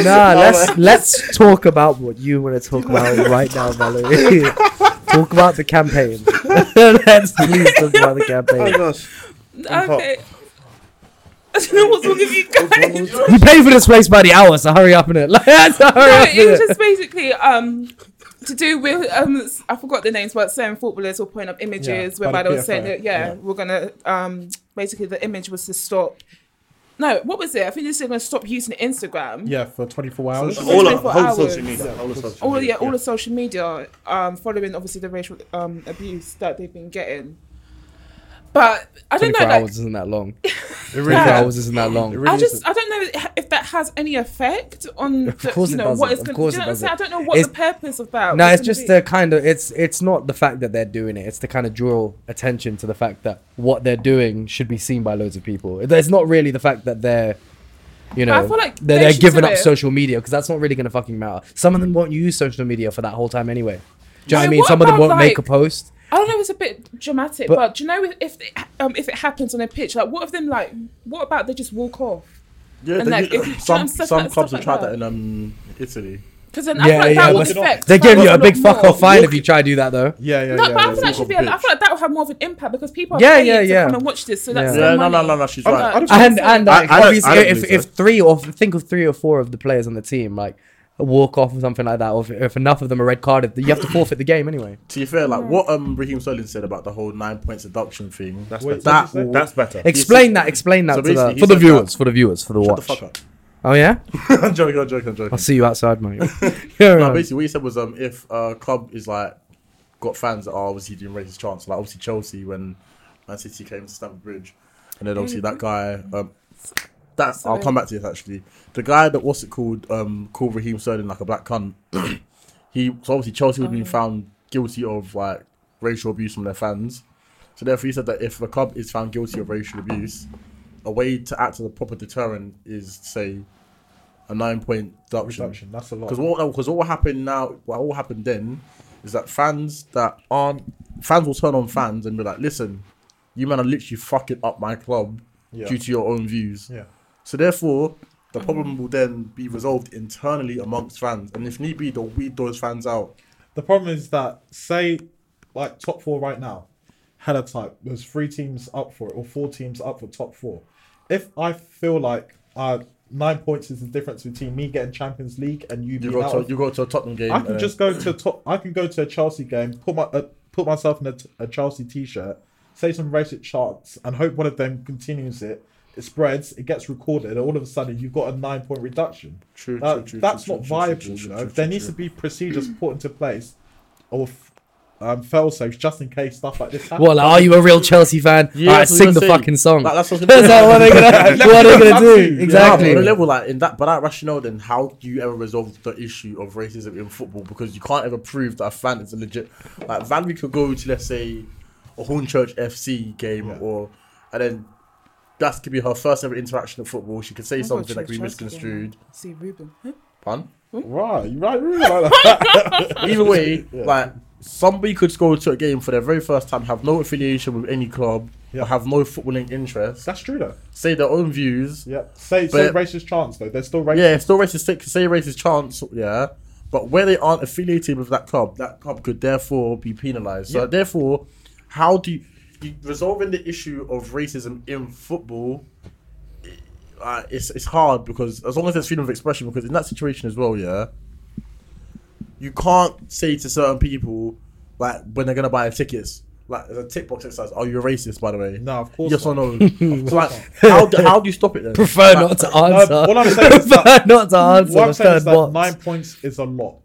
[SPEAKER 5] Nah, let's let's talk about what you want to talk about right now, Valerie. talk about the campaign. let's please talk about the
[SPEAKER 4] Oh
[SPEAKER 5] campaign.
[SPEAKER 4] gosh.
[SPEAKER 7] okay. I don't know what's wrong with you guys.
[SPEAKER 5] You pay for this place by the hour, so hurry up in it. Like, so hurry
[SPEAKER 7] no,
[SPEAKER 5] up in
[SPEAKER 7] it was
[SPEAKER 5] it.
[SPEAKER 7] just basically um to do with um s- I forgot the names, but certain footballers were putting up images
[SPEAKER 6] by
[SPEAKER 7] whereby
[SPEAKER 6] the
[SPEAKER 7] they were saying
[SPEAKER 6] PFA,
[SPEAKER 7] that yeah,
[SPEAKER 6] yeah.
[SPEAKER 7] we're gonna um basically the image was to stop. No, what was it? I think they said gonna stop using Instagram.
[SPEAKER 6] Yeah, for 24 hours.
[SPEAKER 7] Social
[SPEAKER 4] All
[SPEAKER 7] media
[SPEAKER 4] of
[SPEAKER 7] for
[SPEAKER 4] whole
[SPEAKER 7] hours.
[SPEAKER 4] social media. Whole of social
[SPEAKER 7] All
[SPEAKER 4] media.
[SPEAKER 7] yeah, all the social media, um, following obviously the racial um abuse that they've been getting. But I don't know,
[SPEAKER 5] 24
[SPEAKER 7] like
[SPEAKER 5] hours isn't that long. 24
[SPEAKER 7] Yeah.
[SPEAKER 5] hours isn't that long.
[SPEAKER 7] I just I don't know if that has any effect on the,
[SPEAKER 5] course
[SPEAKER 7] you
[SPEAKER 5] it
[SPEAKER 7] know what
[SPEAKER 5] doesn't.
[SPEAKER 7] it's
[SPEAKER 5] Of
[SPEAKER 7] going to
[SPEAKER 5] course
[SPEAKER 7] do. You
[SPEAKER 5] it
[SPEAKER 7] know what I'm saying? I don't
[SPEAKER 5] doesn't.
[SPEAKER 7] know what the
[SPEAKER 5] It's-
[SPEAKER 7] purpose of that.
[SPEAKER 5] No,
[SPEAKER 7] was
[SPEAKER 5] it's
[SPEAKER 7] gonna
[SPEAKER 5] just
[SPEAKER 7] be.
[SPEAKER 5] the kind of it's it's not the fact that they're doing it. It's to kind of draw attention to the fact that what they're doing should be seen by loads of people. It- It's not really the fact that they're, you
[SPEAKER 7] But I
[SPEAKER 5] know,
[SPEAKER 7] feel like
[SPEAKER 5] they're,
[SPEAKER 7] they
[SPEAKER 5] they're
[SPEAKER 7] should
[SPEAKER 5] giving
[SPEAKER 7] do
[SPEAKER 5] up
[SPEAKER 7] it.
[SPEAKER 5] social media because that's not really going to fucking matter. Some of them won't use social media for that whole time anyway. Do you know what I
[SPEAKER 7] Wait,
[SPEAKER 5] mean?
[SPEAKER 7] what
[SPEAKER 5] Some of them
[SPEAKER 7] about,
[SPEAKER 5] won't make a
[SPEAKER 7] like-
[SPEAKER 5] post.
[SPEAKER 7] I don't know. It's a bit dramatic,
[SPEAKER 5] But-
[SPEAKER 7] but, do you know if if, it- um, if it happens on a pitch, like what if them like what about they just walk off?
[SPEAKER 2] Yeah,
[SPEAKER 7] and like if you
[SPEAKER 3] Some
[SPEAKER 7] stuff
[SPEAKER 3] some
[SPEAKER 7] like-
[SPEAKER 3] clubs have
[SPEAKER 7] stuff
[SPEAKER 3] tried
[SPEAKER 7] like
[SPEAKER 3] that in um Italy.
[SPEAKER 7] Because then I
[SPEAKER 5] Yeah,
[SPEAKER 7] feel like
[SPEAKER 5] yeah,
[SPEAKER 7] that would
[SPEAKER 6] but-
[SPEAKER 7] affect.
[SPEAKER 5] They give
[SPEAKER 7] fans
[SPEAKER 5] you a
[SPEAKER 7] lot
[SPEAKER 5] big fuck
[SPEAKER 7] more.
[SPEAKER 5] off fine if you try to do that though.
[SPEAKER 6] Yeah, yeah, yeah.
[SPEAKER 7] No, but I
[SPEAKER 6] yeah.
[SPEAKER 7] feel like should be. I feel like that would have more of an impact because people are
[SPEAKER 5] Yeah,
[SPEAKER 7] paying
[SPEAKER 5] yeah,
[SPEAKER 7] to
[SPEAKER 5] yeah.
[SPEAKER 7] come and watch this. So that's
[SPEAKER 5] Yeah.
[SPEAKER 7] their
[SPEAKER 3] Yeah, no, no,
[SPEAKER 7] money.
[SPEAKER 3] no, no. She's
[SPEAKER 6] I'm-
[SPEAKER 3] right.
[SPEAKER 6] I don't-
[SPEAKER 5] and and
[SPEAKER 4] I-
[SPEAKER 5] like,
[SPEAKER 4] I don't-
[SPEAKER 5] obviously,
[SPEAKER 4] I don't
[SPEAKER 5] if,
[SPEAKER 4] believe
[SPEAKER 5] if three or think of three or four of the players on the team like walk off or something like that, or if, if enough of them are red carded, you have to forfeit the game anyway.
[SPEAKER 3] To be fair, like what um Raheem Sterling said about the whole nine point seduction thing.
[SPEAKER 4] That's
[SPEAKER 6] Wait,
[SPEAKER 4] better.
[SPEAKER 6] what did you say?
[SPEAKER 4] That's better.
[SPEAKER 5] Explain that. Explain that
[SPEAKER 3] So
[SPEAKER 5] to
[SPEAKER 3] basically,
[SPEAKER 5] the,
[SPEAKER 3] he
[SPEAKER 5] for the
[SPEAKER 3] said
[SPEAKER 5] viewers, for the viewers, for the
[SPEAKER 3] Shut the
[SPEAKER 5] watch.
[SPEAKER 3] fuck up.
[SPEAKER 5] Oh yeah,
[SPEAKER 3] I'm joking. I'm joking. I'm joking.
[SPEAKER 5] I'll see you outside, mate.
[SPEAKER 3] No, basically what he said was um if uh club is like got fans that are obviously doing racist chants, like obviously Chelsea when Man City came to Stamford Bridge, and then obviously that guy um that I'll
[SPEAKER 7] Sorry.
[SPEAKER 3] come back to this actually. The guy that what's it called um called Raheem Sterling like a black cunt. he so obviously Chelsea would have been found guilty of like racial abuse from their fans. So therefore he said that if a club is found guilty of racial abuse, a way to act as a proper deterrent is say a nine point deduction.
[SPEAKER 6] Reduction, That's a lot.
[SPEAKER 3] Because what because what will happen now, what will happen then, is that fans that aren't fans will turn on fans and be like, listen, you man are literally fucking up my club
[SPEAKER 6] Yeah.
[SPEAKER 3] due to your own views.
[SPEAKER 6] Yeah.
[SPEAKER 3] So therefore, the problem will then be resolved internally amongst fans, and if need be, they'll weed those fans out.
[SPEAKER 6] The problem is that say like top four right now, header type, there's three teams up for it or four teams up for top four. If I feel like uh nine points is the difference between me getting Champions League and you,
[SPEAKER 3] You
[SPEAKER 6] being
[SPEAKER 3] go
[SPEAKER 6] out
[SPEAKER 3] to
[SPEAKER 6] of-
[SPEAKER 3] you go to a Tottenham game.
[SPEAKER 6] I
[SPEAKER 3] and
[SPEAKER 6] can just go to a top. I can go to a Chelsea game, put my uh, put myself in a, t- a Chelsea t-shirt, say some racist chants, and hope one of them continues it. It spreads, it gets recorded, and all of a sudden you've got a nine point reduction.
[SPEAKER 3] True,
[SPEAKER 6] Uh,
[SPEAKER 3] true, true,
[SPEAKER 6] That's
[SPEAKER 3] true,
[SPEAKER 6] not
[SPEAKER 3] true, true,
[SPEAKER 6] viable.
[SPEAKER 3] true,
[SPEAKER 6] you
[SPEAKER 3] true,
[SPEAKER 6] know,
[SPEAKER 3] true,
[SPEAKER 6] there
[SPEAKER 3] true,
[SPEAKER 6] needs
[SPEAKER 3] true.
[SPEAKER 6] to be procedures put into place, or f- um, fail safes just in case stuff like this happens.
[SPEAKER 5] Well, are you a real Chelsea fan?
[SPEAKER 3] Yeah,
[SPEAKER 5] Alright,
[SPEAKER 3] that's what
[SPEAKER 5] sing
[SPEAKER 3] I'm
[SPEAKER 5] the
[SPEAKER 3] saying.
[SPEAKER 5] fucking song.
[SPEAKER 3] Like, that's what I was gonna
[SPEAKER 5] That's
[SPEAKER 3] say.
[SPEAKER 5] how- what are they gonna, what are they gonna do?
[SPEAKER 3] Yeah,
[SPEAKER 5] Exactly.
[SPEAKER 3] but on a level like in that, but that rationale, then how do you ever resolve the issue of racism in football? Because you can't ever prove that a fan is a legit. Like Van, we could go to let's say a Hornchurch FC game
[SPEAKER 4] Yeah.
[SPEAKER 3] or and then that could be her first ever interaction at football. She could say
[SPEAKER 7] I've got
[SPEAKER 3] something
[SPEAKER 7] Chelsea
[SPEAKER 3] that could be
[SPEAKER 7] game.
[SPEAKER 3] misconstrued.
[SPEAKER 7] See Ruben. Huh?
[SPEAKER 3] Pun.
[SPEAKER 6] Right, you right, really like that.
[SPEAKER 3] Either way, like somebody could go to a game for their very first time, have no affiliation with any club,
[SPEAKER 6] Yeah.
[SPEAKER 3] or have no footballing interest,
[SPEAKER 6] That's true though.
[SPEAKER 3] say their own views.
[SPEAKER 6] Yeah. Say say
[SPEAKER 3] But-
[SPEAKER 6] racist chants though. They're still racist.
[SPEAKER 3] Yeah, it's still racist take- say racist chance, yeah. But where they aren't affiliated with that club, that club could therefore be penalised. So therefore, how do you, you resolving the issue of racism in football? i- Uh, it's it's hard because as long as there's freedom of expression, because in that situation as well, yeah, you can't say to certain people like when they're gonna buy tickets, like as a tick box exercise, are you a racist? By the way,
[SPEAKER 6] No, of course
[SPEAKER 3] yes
[SPEAKER 6] not.
[SPEAKER 3] or no. so like, how do, how do you stop it then?
[SPEAKER 5] Prefer
[SPEAKER 3] Like,
[SPEAKER 5] not to answer.
[SPEAKER 6] all I'm saying is that-
[SPEAKER 5] Prefer not to answer.
[SPEAKER 6] What I'm
[SPEAKER 5] the
[SPEAKER 6] saying
[SPEAKER 5] third
[SPEAKER 6] is that
[SPEAKER 5] box.
[SPEAKER 6] nine points is a lot.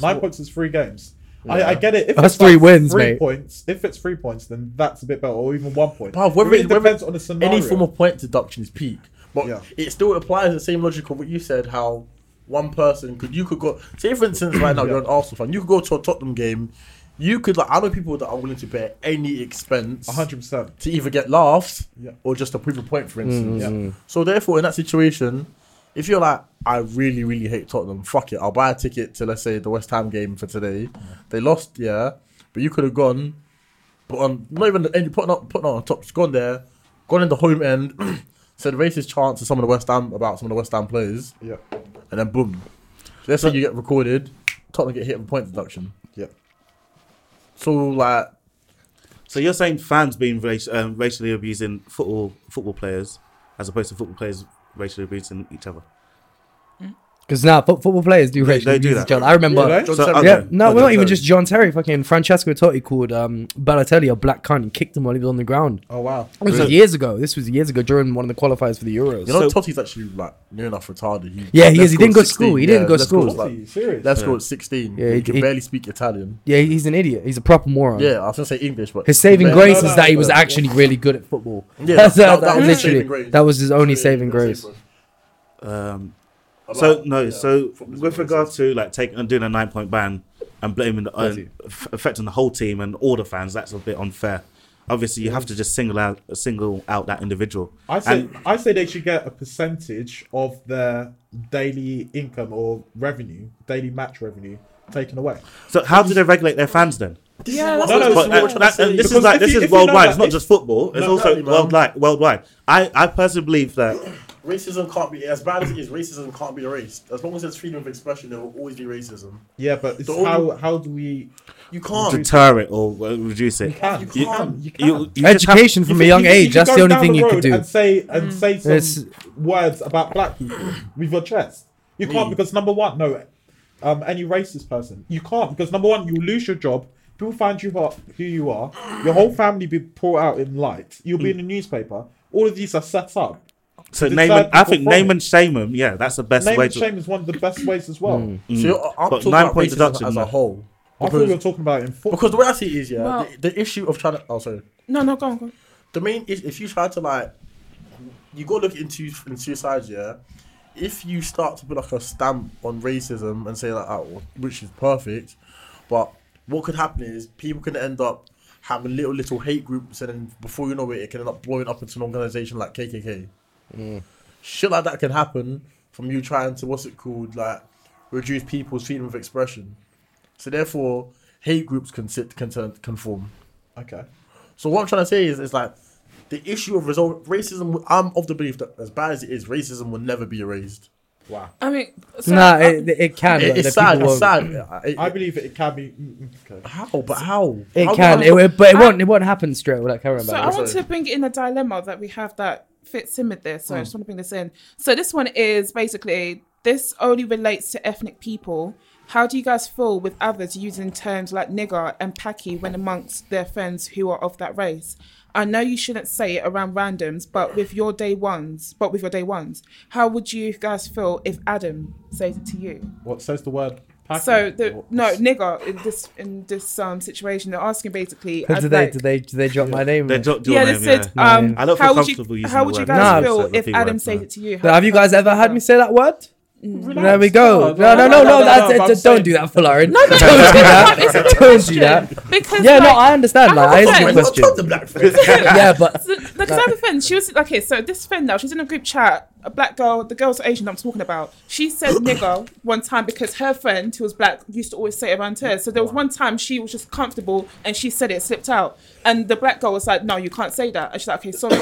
[SPEAKER 6] Nine points is three games. I, I get it. If
[SPEAKER 5] That's
[SPEAKER 6] it's
[SPEAKER 5] three wins,
[SPEAKER 6] three
[SPEAKER 5] mate.
[SPEAKER 6] Points. If it's three points, then that's a bit better, or even one point.
[SPEAKER 3] Bruv, whether
[SPEAKER 6] It really
[SPEAKER 3] it- whether
[SPEAKER 6] depends on the scenario.
[SPEAKER 3] any form of point deduction is peak. But
[SPEAKER 6] Yeah.
[SPEAKER 3] it still applies the same logic of what you said, how one person could you could go say for instance right now you're an Arsenal fan, you could go to a Tottenham game, you could like I know people that are willing to bear any expense
[SPEAKER 6] hundred percent.
[SPEAKER 3] to either get laughs
[SPEAKER 6] Yeah. Mm-hmm.
[SPEAKER 3] or just to prove a point for instance.
[SPEAKER 6] Yeah.
[SPEAKER 3] So therefore in that situation, if you're like, I really, really hate Tottenham, fuck it, I'll buy a ticket to let's say the West Ham game for today. They lost, yeah. But you could have gone but on not even and you putting up putting on top, gone there, gone in the home end, said racist chants to some of the West Ham about some of the West Ham players,
[SPEAKER 6] Yeah.
[SPEAKER 3] and then boom. Let's say you get recorded, Tottenham get hit with point deduction.
[SPEAKER 6] Yeah.
[SPEAKER 3] So like
[SPEAKER 4] So you're saying fans being rac- um, racially abusing football football players, as opposed to football players racially abusing each other.
[SPEAKER 5] Because now fo- football players do racially
[SPEAKER 4] they do
[SPEAKER 5] abuse
[SPEAKER 4] that.
[SPEAKER 5] each other. I remember.
[SPEAKER 6] Yeah,
[SPEAKER 5] Yeah,
[SPEAKER 6] they-
[SPEAKER 3] John
[SPEAKER 4] So,
[SPEAKER 3] Terry-
[SPEAKER 4] okay.
[SPEAKER 5] no,
[SPEAKER 4] Okay,
[SPEAKER 5] we're not even
[SPEAKER 4] sorry.
[SPEAKER 5] just John Terry. Fucking Francesco Totti called um, Balotelli a black cunt and kicked him while he was on the ground.
[SPEAKER 6] Oh wow.
[SPEAKER 5] This was years ago. This was years ago during one of the qualifiers for the Euros.
[SPEAKER 3] You know,
[SPEAKER 4] So-
[SPEAKER 3] Totti's actually like near enough retarded. He,
[SPEAKER 5] Yeah, he
[SPEAKER 3] left
[SPEAKER 5] is. He didn't
[SPEAKER 3] school
[SPEAKER 5] go
[SPEAKER 3] at
[SPEAKER 5] to school. He didn't go to
[SPEAKER 3] left school
[SPEAKER 5] school.
[SPEAKER 3] at,
[SPEAKER 6] What are
[SPEAKER 3] like,
[SPEAKER 6] you serious?
[SPEAKER 3] left school at sixteen.
[SPEAKER 5] Yeah,
[SPEAKER 3] Yeah, he,
[SPEAKER 5] he-
[SPEAKER 3] can
[SPEAKER 5] he-
[SPEAKER 3] barely speak Italian.
[SPEAKER 5] yeah, he's an idiot. He's a proper moron.
[SPEAKER 3] Yeah, I was gonna say English, but
[SPEAKER 5] His saving
[SPEAKER 3] Yeah.
[SPEAKER 5] grace
[SPEAKER 6] no,
[SPEAKER 5] is that he
[SPEAKER 6] no,
[SPEAKER 5] was
[SPEAKER 6] no.
[SPEAKER 5] actually really good at football.
[SPEAKER 3] Yeah,
[SPEAKER 5] That's-
[SPEAKER 3] that-
[SPEAKER 5] that,
[SPEAKER 3] that was his saving
[SPEAKER 5] literally
[SPEAKER 3] grace.
[SPEAKER 5] that was his only saving grace.
[SPEAKER 4] Um, so no, so
[SPEAKER 3] football's
[SPEAKER 4] with
[SPEAKER 3] racist.
[SPEAKER 4] regard to like taking and doing a nine point ban and blaming the uh, f- affecting the whole team and all the fans, that's a bit unfair. Obviously, you have to just single out single out that individual.
[SPEAKER 6] I say
[SPEAKER 4] And-
[SPEAKER 6] I say they should get a percentage of their daily income or revenue, daily match revenue, taken away.
[SPEAKER 4] so how do they regulate their fans then?
[SPEAKER 7] Yeah, that's
[SPEAKER 6] No, no,
[SPEAKER 7] what
[SPEAKER 4] But
[SPEAKER 6] this is
[SPEAKER 4] uh,
[SPEAKER 6] what I'm
[SPEAKER 4] that-
[SPEAKER 6] saying.
[SPEAKER 4] and this is
[SPEAKER 6] Because
[SPEAKER 4] like
[SPEAKER 6] if
[SPEAKER 4] this
[SPEAKER 6] you-
[SPEAKER 4] is
[SPEAKER 6] if you know
[SPEAKER 4] worldwide.
[SPEAKER 6] that
[SPEAKER 4] It's not
[SPEAKER 6] it's-
[SPEAKER 4] just football. It's
[SPEAKER 3] No,
[SPEAKER 4] also
[SPEAKER 3] exactly, man.
[SPEAKER 4] worldwide. Worldwide. I I personally believe that
[SPEAKER 3] Racism can't be as bad as it is. Racism can't be erased. As long as there's freedom of expression, there will always be racism.
[SPEAKER 6] Yeah, but it's
[SPEAKER 3] The only-
[SPEAKER 6] how how do we?
[SPEAKER 3] You can't.
[SPEAKER 4] deter it or uh, reduce it.
[SPEAKER 6] can.
[SPEAKER 3] You can't.
[SPEAKER 6] You can.
[SPEAKER 4] You- you just have-
[SPEAKER 5] Education from a
[SPEAKER 6] You
[SPEAKER 5] young
[SPEAKER 6] can- you
[SPEAKER 5] age.
[SPEAKER 6] can
[SPEAKER 5] That's
[SPEAKER 6] go
[SPEAKER 5] the only
[SPEAKER 6] down
[SPEAKER 5] thing you
[SPEAKER 6] road
[SPEAKER 5] could do.
[SPEAKER 6] And say and say some
[SPEAKER 5] It's-
[SPEAKER 6] words about black people with your chest. You can't because number one, no, um, any racist person, you can't because number one, you lose your job. People find you hot, who you are. Your whole family be brought out in light. You'll be in the newspaper. All of these are set up.
[SPEAKER 4] So
[SPEAKER 6] to
[SPEAKER 4] name
[SPEAKER 6] deter
[SPEAKER 4] and, I
[SPEAKER 6] people
[SPEAKER 4] think
[SPEAKER 6] from
[SPEAKER 4] name
[SPEAKER 6] it.
[SPEAKER 4] and shame them. Yeah, that's the best
[SPEAKER 6] Name
[SPEAKER 4] way
[SPEAKER 6] and
[SPEAKER 4] to.
[SPEAKER 6] shame is one of the best ways as well.
[SPEAKER 5] Mm.
[SPEAKER 3] So you're, I'm
[SPEAKER 4] But
[SPEAKER 3] talking
[SPEAKER 4] nine
[SPEAKER 3] about
[SPEAKER 4] point
[SPEAKER 3] racism
[SPEAKER 4] deduction,
[SPEAKER 3] as a
[SPEAKER 4] man.
[SPEAKER 3] whole.
[SPEAKER 6] I thought we were
[SPEAKER 3] Because,
[SPEAKER 6] talking about it in football.
[SPEAKER 3] because the way I see it is, yeah,
[SPEAKER 7] Well-
[SPEAKER 3] the, the issue of trying to. Oh, sorry.
[SPEAKER 7] No, no, go on, go on.
[SPEAKER 3] the main is if you try to like you go look into in suicide yeah if you start to put like a stamp on racism and say like oh, well, which is perfect but what could happen is people can end up having little little hate groups and then before you know it it can end up blowing up into an organization like kkk shit like that can happen from you trying to what's it called like reduce people's freedom of expression so therefore hate groups can sit can turn conform
[SPEAKER 6] Okay.
[SPEAKER 3] so what I'm trying to say is, it's like the issue of result racism. I'm of the belief that as bad as it is, racism will never be erased.
[SPEAKER 7] I mean, so,
[SPEAKER 5] Nah,
[SPEAKER 7] uh,
[SPEAKER 5] it, it can.
[SPEAKER 3] It-
[SPEAKER 5] but the
[SPEAKER 3] it's sad.
[SPEAKER 5] people
[SPEAKER 3] It's
[SPEAKER 5] won't.
[SPEAKER 3] sad. It-
[SPEAKER 6] I
[SPEAKER 3] it-
[SPEAKER 6] believe it can be. mm, Okay.
[SPEAKER 3] how? But how?
[SPEAKER 5] It
[SPEAKER 3] How
[SPEAKER 5] can,
[SPEAKER 3] do I-
[SPEAKER 5] it, it- but it
[SPEAKER 7] I-
[SPEAKER 5] won't. It won't happen straight away. Like Karen,
[SPEAKER 7] so
[SPEAKER 5] about
[SPEAKER 7] I
[SPEAKER 5] it.
[SPEAKER 7] want
[SPEAKER 3] sorry.
[SPEAKER 7] to bring in a dilemma that we have that fits in with this. So I just want to bring this in. So this one is basically this only relates to ethnic people. How do you guys feel with others using terms like nigger and paki when amongst their friends who are of that race? I know you shouldn't say it around randoms, but with your day ones, but with your day ones, how would you guys feel if Adam says it to you?
[SPEAKER 6] What says the word? Packing?
[SPEAKER 7] So the
[SPEAKER 6] Or-
[SPEAKER 7] no nigger in this in this um situation, they're asking basically.
[SPEAKER 5] Did
[SPEAKER 7] I'd
[SPEAKER 5] they,
[SPEAKER 7] like-
[SPEAKER 5] did they? Did they drop my name?
[SPEAKER 4] They
[SPEAKER 5] in?
[SPEAKER 4] dropped your
[SPEAKER 7] yeah, they
[SPEAKER 4] name.
[SPEAKER 7] said.
[SPEAKER 4] yeah.
[SPEAKER 7] Um,
[SPEAKER 4] I don't feel
[SPEAKER 7] how would
[SPEAKER 4] comfortable
[SPEAKER 7] you,
[SPEAKER 4] using
[SPEAKER 7] how
[SPEAKER 4] the
[SPEAKER 7] would you
[SPEAKER 4] word
[SPEAKER 7] guys
[SPEAKER 5] nigger.
[SPEAKER 7] feel
[SPEAKER 4] Nah.
[SPEAKER 7] if Adam
[SPEAKER 4] Words,
[SPEAKER 7] said
[SPEAKER 4] nah.
[SPEAKER 7] it to you?
[SPEAKER 5] Have you guys ever had me say that word? There we
[SPEAKER 6] Oh,
[SPEAKER 5] go. No, no, no, no. That's,
[SPEAKER 6] but I'm
[SPEAKER 5] that's-
[SPEAKER 6] saying-
[SPEAKER 5] don't do that, Falarin.
[SPEAKER 7] No, no, no,
[SPEAKER 5] don't do that.
[SPEAKER 7] it's a good
[SPEAKER 5] Don't
[SPEAKER 7] question.
[SPEAKER 5] do that.
[SPEAKER 7] Because
[SPEAKER 5] Yeah,
[SPEAKER 7] like,
[SPEAKER 5] no, I understand. Like, I
[SPEAKER 7] I
[SPEAKER 5] asked
[SPEAKER 7] have
[SPEAKER 5] the
[SPEAKER 7] a
[SPEAKER 5] question. yeah, but
[SPEAKER 7] because I have a friend. She was okay. So this friend now, she's in a group chat. A black girl, the girl's Asian. I'm talking about. She said nigger one time because her friend who was black used to always say it around her. So there was one time she was just comfortable and she said it slipped out, and the black girl was like, "No, you can't say that." And she's like, "Okay, sorry."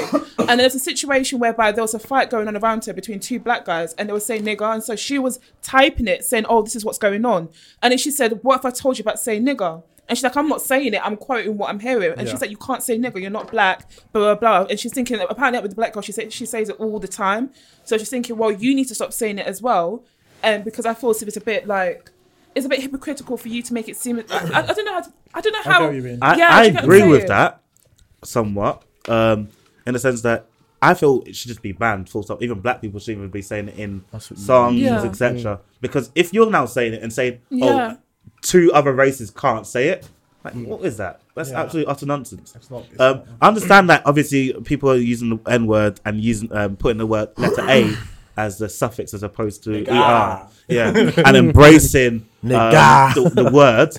[SPEAKER 7] and there's a situation whereby there was a fight going on around her between two black guys, and they were saying nigger, and so she was typing it saying, "Oh, this is what's going on," and then she said, "What if I told you about saying nigger?" And she's like, I'm not saying it. I'm quoting what I'm hearing. And she's like, you can't say nigger. You're not black. Blah blah blah. And she's thinking apparently with the black girl, she says she says it all the time. So she's thinking, well, you need to stop saying it as well. And because I feel as if it's a bit like it's a bit hypocritical for you to make it seem. I, I, I don't know. How to- I don't know
[SPEAKER 6] I get
[SPEAKER 7] how.
[SPEAKER 6] what you mean.
[SPEAKER 4] I,
[SPEAKER 7] Yeah,
[SPEAKER 4] I
[SPEAKER 7] do you get what I'm
[SPEAKER 4] agree with
[SPEAKER 7] saying?
[SPEAKER 4] that somewhat, um, in the sense that I feel it should just be banned. Full stop. Even black people should even be saying it in songs,
[SPEAKER 7] Yeah.
[SPEAKER 6] Mm.
[SPEAKER 4] etc. Because if you're now saying it and saying, "Oh,
[SPEAKER 7] Yeah.
[SPEAKER 4] two other races can't say it," like what is that? That's absolute utter nonsense.
[SPEAKER 6] not- Mm. it's
[SPEAKER 4] um, I understand that obviously people are using the N word and using um, putting the word letter A as the suffix as opposed to
[SPEAKER 6] ah.
[SPEAKER 4] er. Yeah, and embracing um, the, the word.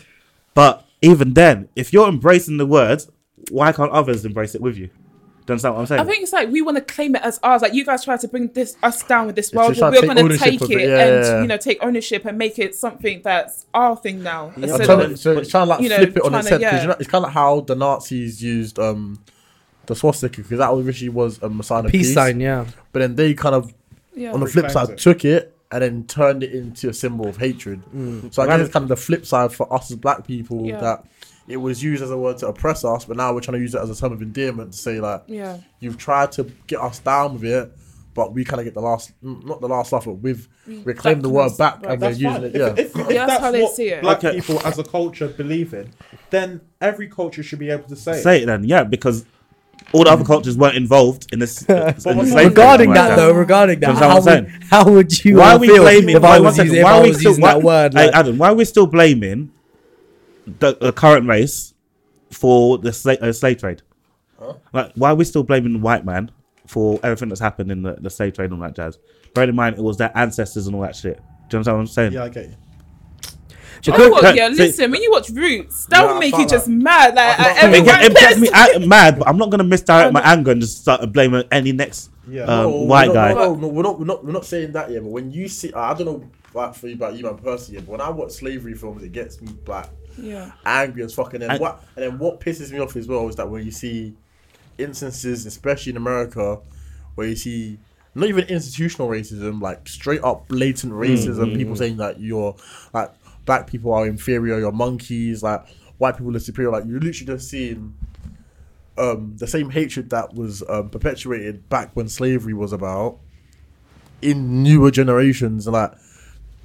[SPEAKER 4] But even then, if you're embracing the word, why can't others embrace it with you? Do you understand what I'm saying?
[SPEAKER 7] I think it's like we want to claim it as ours. Like you guys try to bring this us down with this world.
[SPEAKER 3] just trying
[SPEAKER 7] We're
[SPEAKER 3] to
[SPEAKER 7] going
[SPEAKER 3] take
[SPEAKER 7] to
[SPEAKER 3] ownership
[SPEAKER 7] take
[SPEAKER 3] of
[SPEAKER 7] it,
[SPEAKER 3] it. Yeah,
[SPEAKER 7] and
[SPEAKER 3] yeah, yeah.
[SPEAKER 7] you know take ownership and make it something that's our thing now.
[SPEAKER 3] I'm
[SPEAKER 7] So,
[SPEAKER 3] trying to,
[SPEAKER 7] like,
[SPEAKER 3] so it's trying to like
[SPEAKER 7] you know,
[SPEAKER 3] flip it on
[SPEAKER 7] trying
[SPEAKER 3] its
[SPEAKER 7] to-
[SPEAKER 3] head because
[SPEAKER 7] yeah.
[SPEAKER 3] you know, it's kind of how the Nazis used um the swastika because that originally was a sign of
[SPEAKER 5] peace sign. Yeah,
[SPEAKER 3] but then they kind of
[SPEAKER 7] yeah.
[SPEAKER 3] on the flip
[SPEAKER 6] Reframed
[SPEAKER 3] side
[SPEAKER 6] it.
[SPEAKER 3] took it and then turned it into a symbol of hatred. So I guess it's kind of the flip side for us as black people
[SPEAKER 7] Yeah.
[SPEAKER 3] that it was used as a word to oppress us, but now we're trying to use it as a term of endearment to say like,
[SPEAKER 7] Yeah.
[SPEAKER 3] you've tried to get us down with it, but we kind of get the last, mm, not the last laugh, but we've reclaimed the word
[SPEAKER 7] Reclaimed-
[SPEAKER 3] back
[SPEAKER 7] right,
[SPEAKER 3] and we're
[SPEAKER 6] That's
[SPEAKER 3] using
[SPEAKER 6] fine.
[SPEAKER 3] it.
[SPEAKER 6] If-
[SPEAKER 3] Yeah.
[SPEAKER 6] If, if
[SPEAKER 7] That's
[SPEAKER 6] that's
[SPEAKER 7] how they
[SPEAKER 6] what
[SPEAKER 7] see it.
[SPEAKER 6] black
[SPEAKER 4] Okay.
[SPEAKER 6] people as a culture believe in, then every culture should be able to say,
[SPEAKER 4] Say it then, yeah, because all the other cultures weren't involved in this. in the slave trade
[SPEAKER 5] regarding
[SPEAKER 4] like
[SPEAKER 5] that though, regarding that,
[SPEAKER 4] That's what
[SPEAKER 5] how
[SPEAKER 4] I'm
[SPEAKER 5] would,
[SPEAKER 4] saying.
[SPEAKER 5] how would you
[SPEAKER 4] why
[SPEAKER 5] uh,
[SPEAKER 4] are we
[SPEAKER 5] feel
[SPEAKER 4] blaming?
[SPEAKER 5] if
[SPEAKER 4] why,
[SPEAKER 5] I
[SPEAKER 4] one
[SPEAKER 5] was
[SPEAKER 4] second,
[SPEAKER 5] using, if
[SPEAKER 4] why
[SPEAKER 5] I
[SPEAKER 4] are we
[SPEAKER 5] was
[SPEAKER 4] still
[SPEAKER 5] using that
[SPEAKER 4] why-
[SPEAKER 5] word?
[SPEAKER 4] Hey,
[SPEAKER 5] Like,
[SPEAKER 4] Adam, why are we still blaming the, the current race for the slave, uh, slave trade? Like, why are we still blaming the white man for everything that's happened in the, the slave trade and all that jazz? Bearing in mind, it was their ancestors and all that shit. Do you understand what I'm saying?
[SPEAKER 6] "Yeah, I get you."
[SPEAKER 7] Oh, well,
[SPEAKER 4] That-
[SPEAKER 7] yeah,
[SPEAKER 4] so-
[SPEAKER 7] listen, when you watch Roots, that
[SPEAKER 3] Yeah,
[SPEAKER 7] will
[SPEAKER 3] I
[SPEAKER 7] make you
[SPEAKER 3] felt
[SPEAKER 7] just mad. Like, at
[SPEAKER 4] It,
[SPEAKER 7] everyone
[SPEAKER 4] get, it gets me
[SPEAKER 7] pissed.
[SPEAKER 4] out, mad, but I'm not gonna misdirect my anger and just start blaming any next
[SPEAKER 6] Yeah.
[SPEAKER 4] um,
[SPEAKER 3] No,
[SPEAKER 4] white
[SPEAKER 3] no,
[SPEAKER 4] guy.
[SPEAKER 3] No, no, no, we're not, we're not, we're not saying that yet. But when you see, I don't know about for you, about you, man, personally, but when I watch slavery films, it gets me like
[SPEAKER 7] Yeah.
[SPEAKER 3] angry as fucking. And
[SPEAKER 4] And-
[SPEAKER 3] what, and then what pisses me off as well is that when you see instances, especially in America, where you see not even institutional racism, like straight up blatant racism, people saying that you're like black people are inferior, you're monkeys, like white people are superior. Like you're literally just seeing um, the same hatred that was um, perpetuated back when slavery was about in newer generations. And like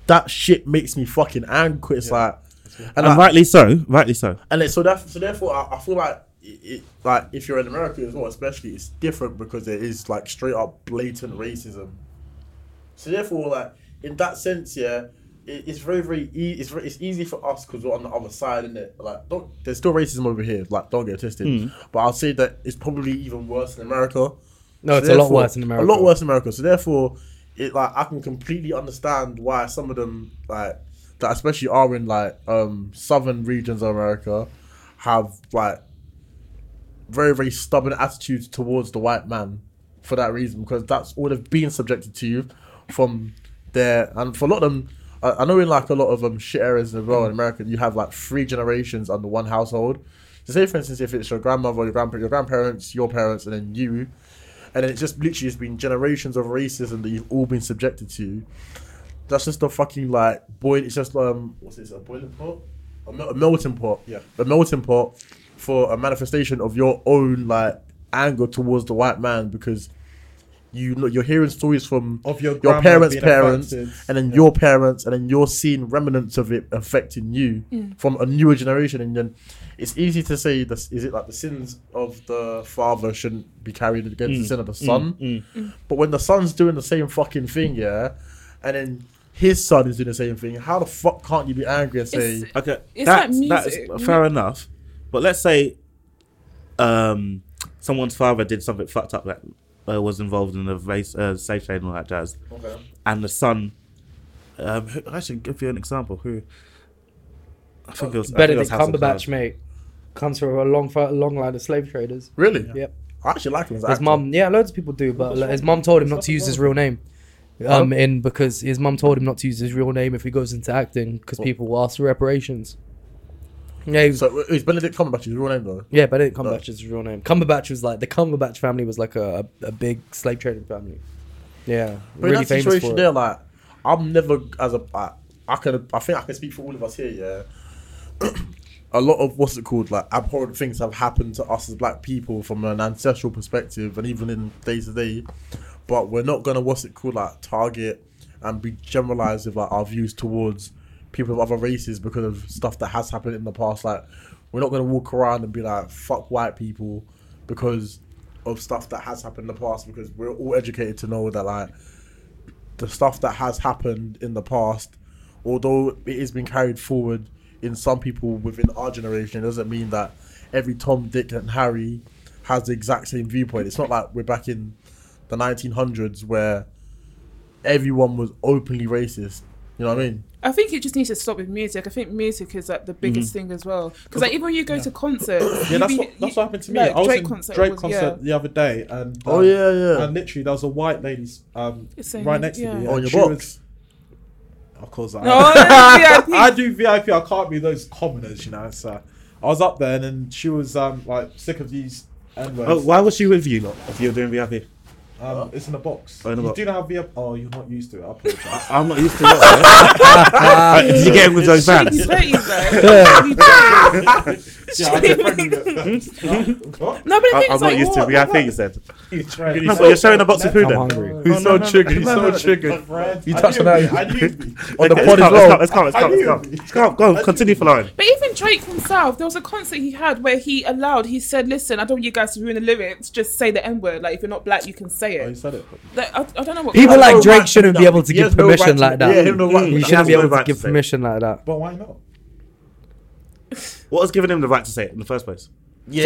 [SPEAKER 3] that shit makes me fucking angry. It's like, and,
[SPEAKER 4] and
[SPEAKER 3] like,
[SPEAKER 4] rightly so, rightly so.
[SPEAKER 3] and it, so that so therefore I, I feel like it, it, like if you're in America as well, especially it's different because there is like straight up blatant racism. So therefore, like in that sense, yeah, it, it's very very e- it's very, it's easy for us because we're on the other side, is it? Like, don't, there's still racism over here. Like, don't get it twisted. But I'll say that it's probably even worse in America.
[SPEAKER 5] No,
[SPEAKER 3] So
[SPEAKER 5] it's a lot
[SPEAKER 3] therefore-
[SPEAKER 5] worse in America.
[SPEAKER 3] A lot worse in America. So therefore, it like I can completely understand why some of them like that, especially are in like um southern regions of America, have like very very stubborn attitudes towards the white man for that reason because that's all they've been subjected to from their and for a lot of them. I I know in like a lot of um shit areas as well in America, you have like three generations under one household. So say for instance, if it's your grandmother, your grandpa, your grandparents, your parents, and then you, and it's just literally it's been generations of racism that you've all been subjected to. That's just a fucking like boil. It's just um, what's this? A boiling pot? A, mel- a melting pot.
[SPEAKER 6] Yeah.
[SPEAKER 3] a melting pot for a manifestation of your own like anger towards the white man because you know you're hearing stories from
[SPEAKER 6] Of your
[SPEAKER 3] your
[SPEAKER 6] grandma
[SPEAKER 3] parents'
[SPEAKER 6] being
[SPEAKER 3] parents,
[SPEAKER 6] affected.
[SPEAKER 3] and then your parents, and then you're seeing remnants of it affecting you from a newer generation. And then it's easy to say, this, is it like the sins of the father shouldn't be carried against
[SPEAKER 5] Mm.
[SPEAKER 3] the sin of the son? But when the son's doing the same fucking thing, yeah, and then his son is doing the same thing, how the fuck can't you be angry and say,
[SPEAKER 7] It's-
[SPEAKER 4] Okay,
[SPEAKER 7] It's
[SPEAKER 4] that's,
[SPEAKER 7] like
[SPEAKER 4] that's
[SPEAKER 7] music.
[SPEAKER 4] fair enough. But let's say um, someone's father did something fucked up that uh, was involved in the race, uh, slave trade and all that jazz,
[SPEAKER 3] okay,
[SPEAKER 4] and the son Um, who- I should give you an example. Who? I think it was I think it was
[SPEAKER 5] Benedict
[SPEAKER 4] House of
[SPEAKER 5] Cumberbatch,
[SPEAKER 4] Cards.
[SPEAKER 5] mate, comes from a long, fi- long line of slave traders.
[SPEAKER 3] Really?
[SPEAKER 5] Yep.
[SPEAKER 3] I actually like him as an
[SPEAKER 5] His
[SPEAKER 3] actor.
[SPEAKER 5] mum, yeah, loads of people do, but like, his mum told him not to use his real name. Um, in because his mum told him not to use his real name if he goes into acting because people will ask for reparations. Yeah, he was,
[SPEAKER 3] So it's Benedict Cumberbatch. His real name though.
[SPEAKER 5] yeah, Benedict Cumberbatch is his real name. Cumberbatch was like the Cumberbatch family was like a, a, a big slave trading family. Yeah,
[SPEAKER 3] But in
[SPEAKER 5] really
[SPEAKER 3] that
[SPEAKER 5] famous for
[SPEAKER 3] situation
[SPEAKER 5] it.
[SPEAKER 3] there, like, I'm never as a I, I can I think I can speak for all of us here. Yeah, a lot of what's it called like abhorrent things have happened to us as black people from an ancestral perspective, and even in day to day. But we're not gonna what's it called like target and be generalized with like our views towards people of other races because of stuff that has happened in the past. Like, we're not gonna walk around and be like fuck white people because of stuff that has happened in the past because we're all educated to know that like the stuff that has happened in the past, although it has been carried forward in some people within our generation, it doesn't mean that every Tom, Dick, and Harry has the exact same viewpoint. It's not like we're back in the 1900s where everyone was openly racist. You know what I mean?
[SPEAKER 7] I think it just needs to stop with music. I think music is like the biggest thing as well. Because like even when you go to concerts,
[SPEAKER 6] Yeah,
[SPEAKER 7] you
[SPEAKER 6] that's
[SPEAKER 7] be-
[SPEAKER 6] what that's
[SPEAKER 7] you-
[SPEAKER 6] what happened to me.
[SPEAKER 7] like,
[SPEAKER 6] I was
[SPEAKER 7] Drake
[SPEAKER 6] in
[SPEAKER 7] concert
[SPEAKER 6] Drake
[SPEAKER 7] was-
[SPEAKER 6] concert
[SPEAKER 7] yeah.
[SPEAKER 6] the other day, and
[SPEAKER 3] Oh,
[SPEAKER 6] um,
[SPEAKER 3] yeah, yeah.
[SPEAKER 6] and literally there was a white lady um,
[SPEAKER 7] It's saying
[SPEAKER 6] right
[SPEAKER 7] that,
[SPEAKER 6] next
[SPEAKER 7] yeah.
[SPEAKER 6] to me.
[SPEAKER 3] On
[SPEAKER 6] and
[SPEAKER 3] your
[SPEAKER 6] she
[SPEAKER 3] box.
[SPEAKER 6] was- of course, I,
[SPEAKER 7] Oh, yeah, yeah, I
[SPEAKER 6] I
[SPEAKER 7] think-
[SPEAKER 6] do VIP. I can't be those commoners, you know. So I was up there, and then she was um, like sick of these. N words.
[SPEAKER 4] Oh, why was she with you? Lot if you were doing VIP,
[SPEAKER 6] Um, it's in a box.
[SPEAKER 4] Oh, in a
[SPEAKER 6] you
[SPEAKER 4] box.
[SPEAKER 6] do know how VIP? Oh, you're not used to it. I apologize.
[SPEAKER 4] I'm not used to that.
[SPEAKER 5] Ah.
[SPEAKER 4] Did you get him with those
[SPEAKER 7] He's
[SPEAKER 4] bands?
[SPEAKER 7] dirty, though.
[SPEAKER 6] yeah, I'm different. What?
[SPEAKER 7] No, but the
[SPEAKER 4] I-
[SPEAKER 7] thing
[SPEAKER 4] I'm
[SPEAKER 7] is, like,
[SPEAKER 4] not used to
[SPEAKER 7] what-
[SPEAKER 4] VIP. You
[SPEAKER 7] what-
[SPEAKER 4] said.
[SPEAKER 6] You tried.
[SPEAKER 4] No, but you're showing a box of food
[SPEAKER 5] I'm
[SPEAKER 4] then.
[SPEAKER 5] hungry.
[SPEAKER 4] He's so triggered.
[SPEAKER 3] He's so triggered.
[SPEAKER 6] Brad,
[SPEAKER 3] You
[SPEAKER 6] I
[SPEAKER 3] touched
[SPEAKER 6] knew
[SPEAKER 3] on that.
[SPEAKER 6] it, I knew it.
[SPEAKER 3] On the
[SPEAKER 4] Okay,
[SPEAKER 3] pod
[SPEAKER 4] let's
[SPEAKER 3] as
[SPEAKER 4] calm,
[SPEAKER 3] well.
[SPEAKER 4] Let's calm. Let's calm. Let's calm. Let's calm. Go. Continue for Lauren.
[SPEAKER 7] But even Drake himself, there was a concert he had where he allowed, he said, listen, I don't want you guys to ruin the lyrics, just say the N word. Like, if you're not black, you can say
[SPEAKER 6] Oh, you
[SPEAKER 7] it.
[SPEAKER 6] said it.
[SPEAKER 7] Like, I, I don't know what.
[SPEAKER 5] People
[SPEAKER 3] Like,
[SPEAKER 5] like
[SPEAKER 3] no
[SPEAKER 5] Drake
[SPEAKER 3] right
[SPEAKER 5] shouldn't
[SPEAKER 3] to
[SPEAKER 5] be
[SPEAKER 3] that.
[SPEAKER 5] able to
[SPEAKER 3] He
[SPEAKER 5] give
[SPEAKER 3] has no
[SPEAKER 5] permission
[SPEAKER 3] right to-
[SPEAKER 5] like that.
[SPEAKER 3] yeah, he has no right to that.
[SPEAKER 5] he shouldn't
[SPEAKER 4] He has
[SPEAKER 5] be
[SPEAKER 4] no
[SPEAKER 5] able to
[SPEAKER 4] right to
[SPEAKER 5] give
[SPEAKER 4] say.
[SPEAKER 5] permission like that.
[SPEAKER 6] But why not?
[SPEAKER 4] What was giving him the right to say it in the first place?
[SPEAKER 3] Yeah.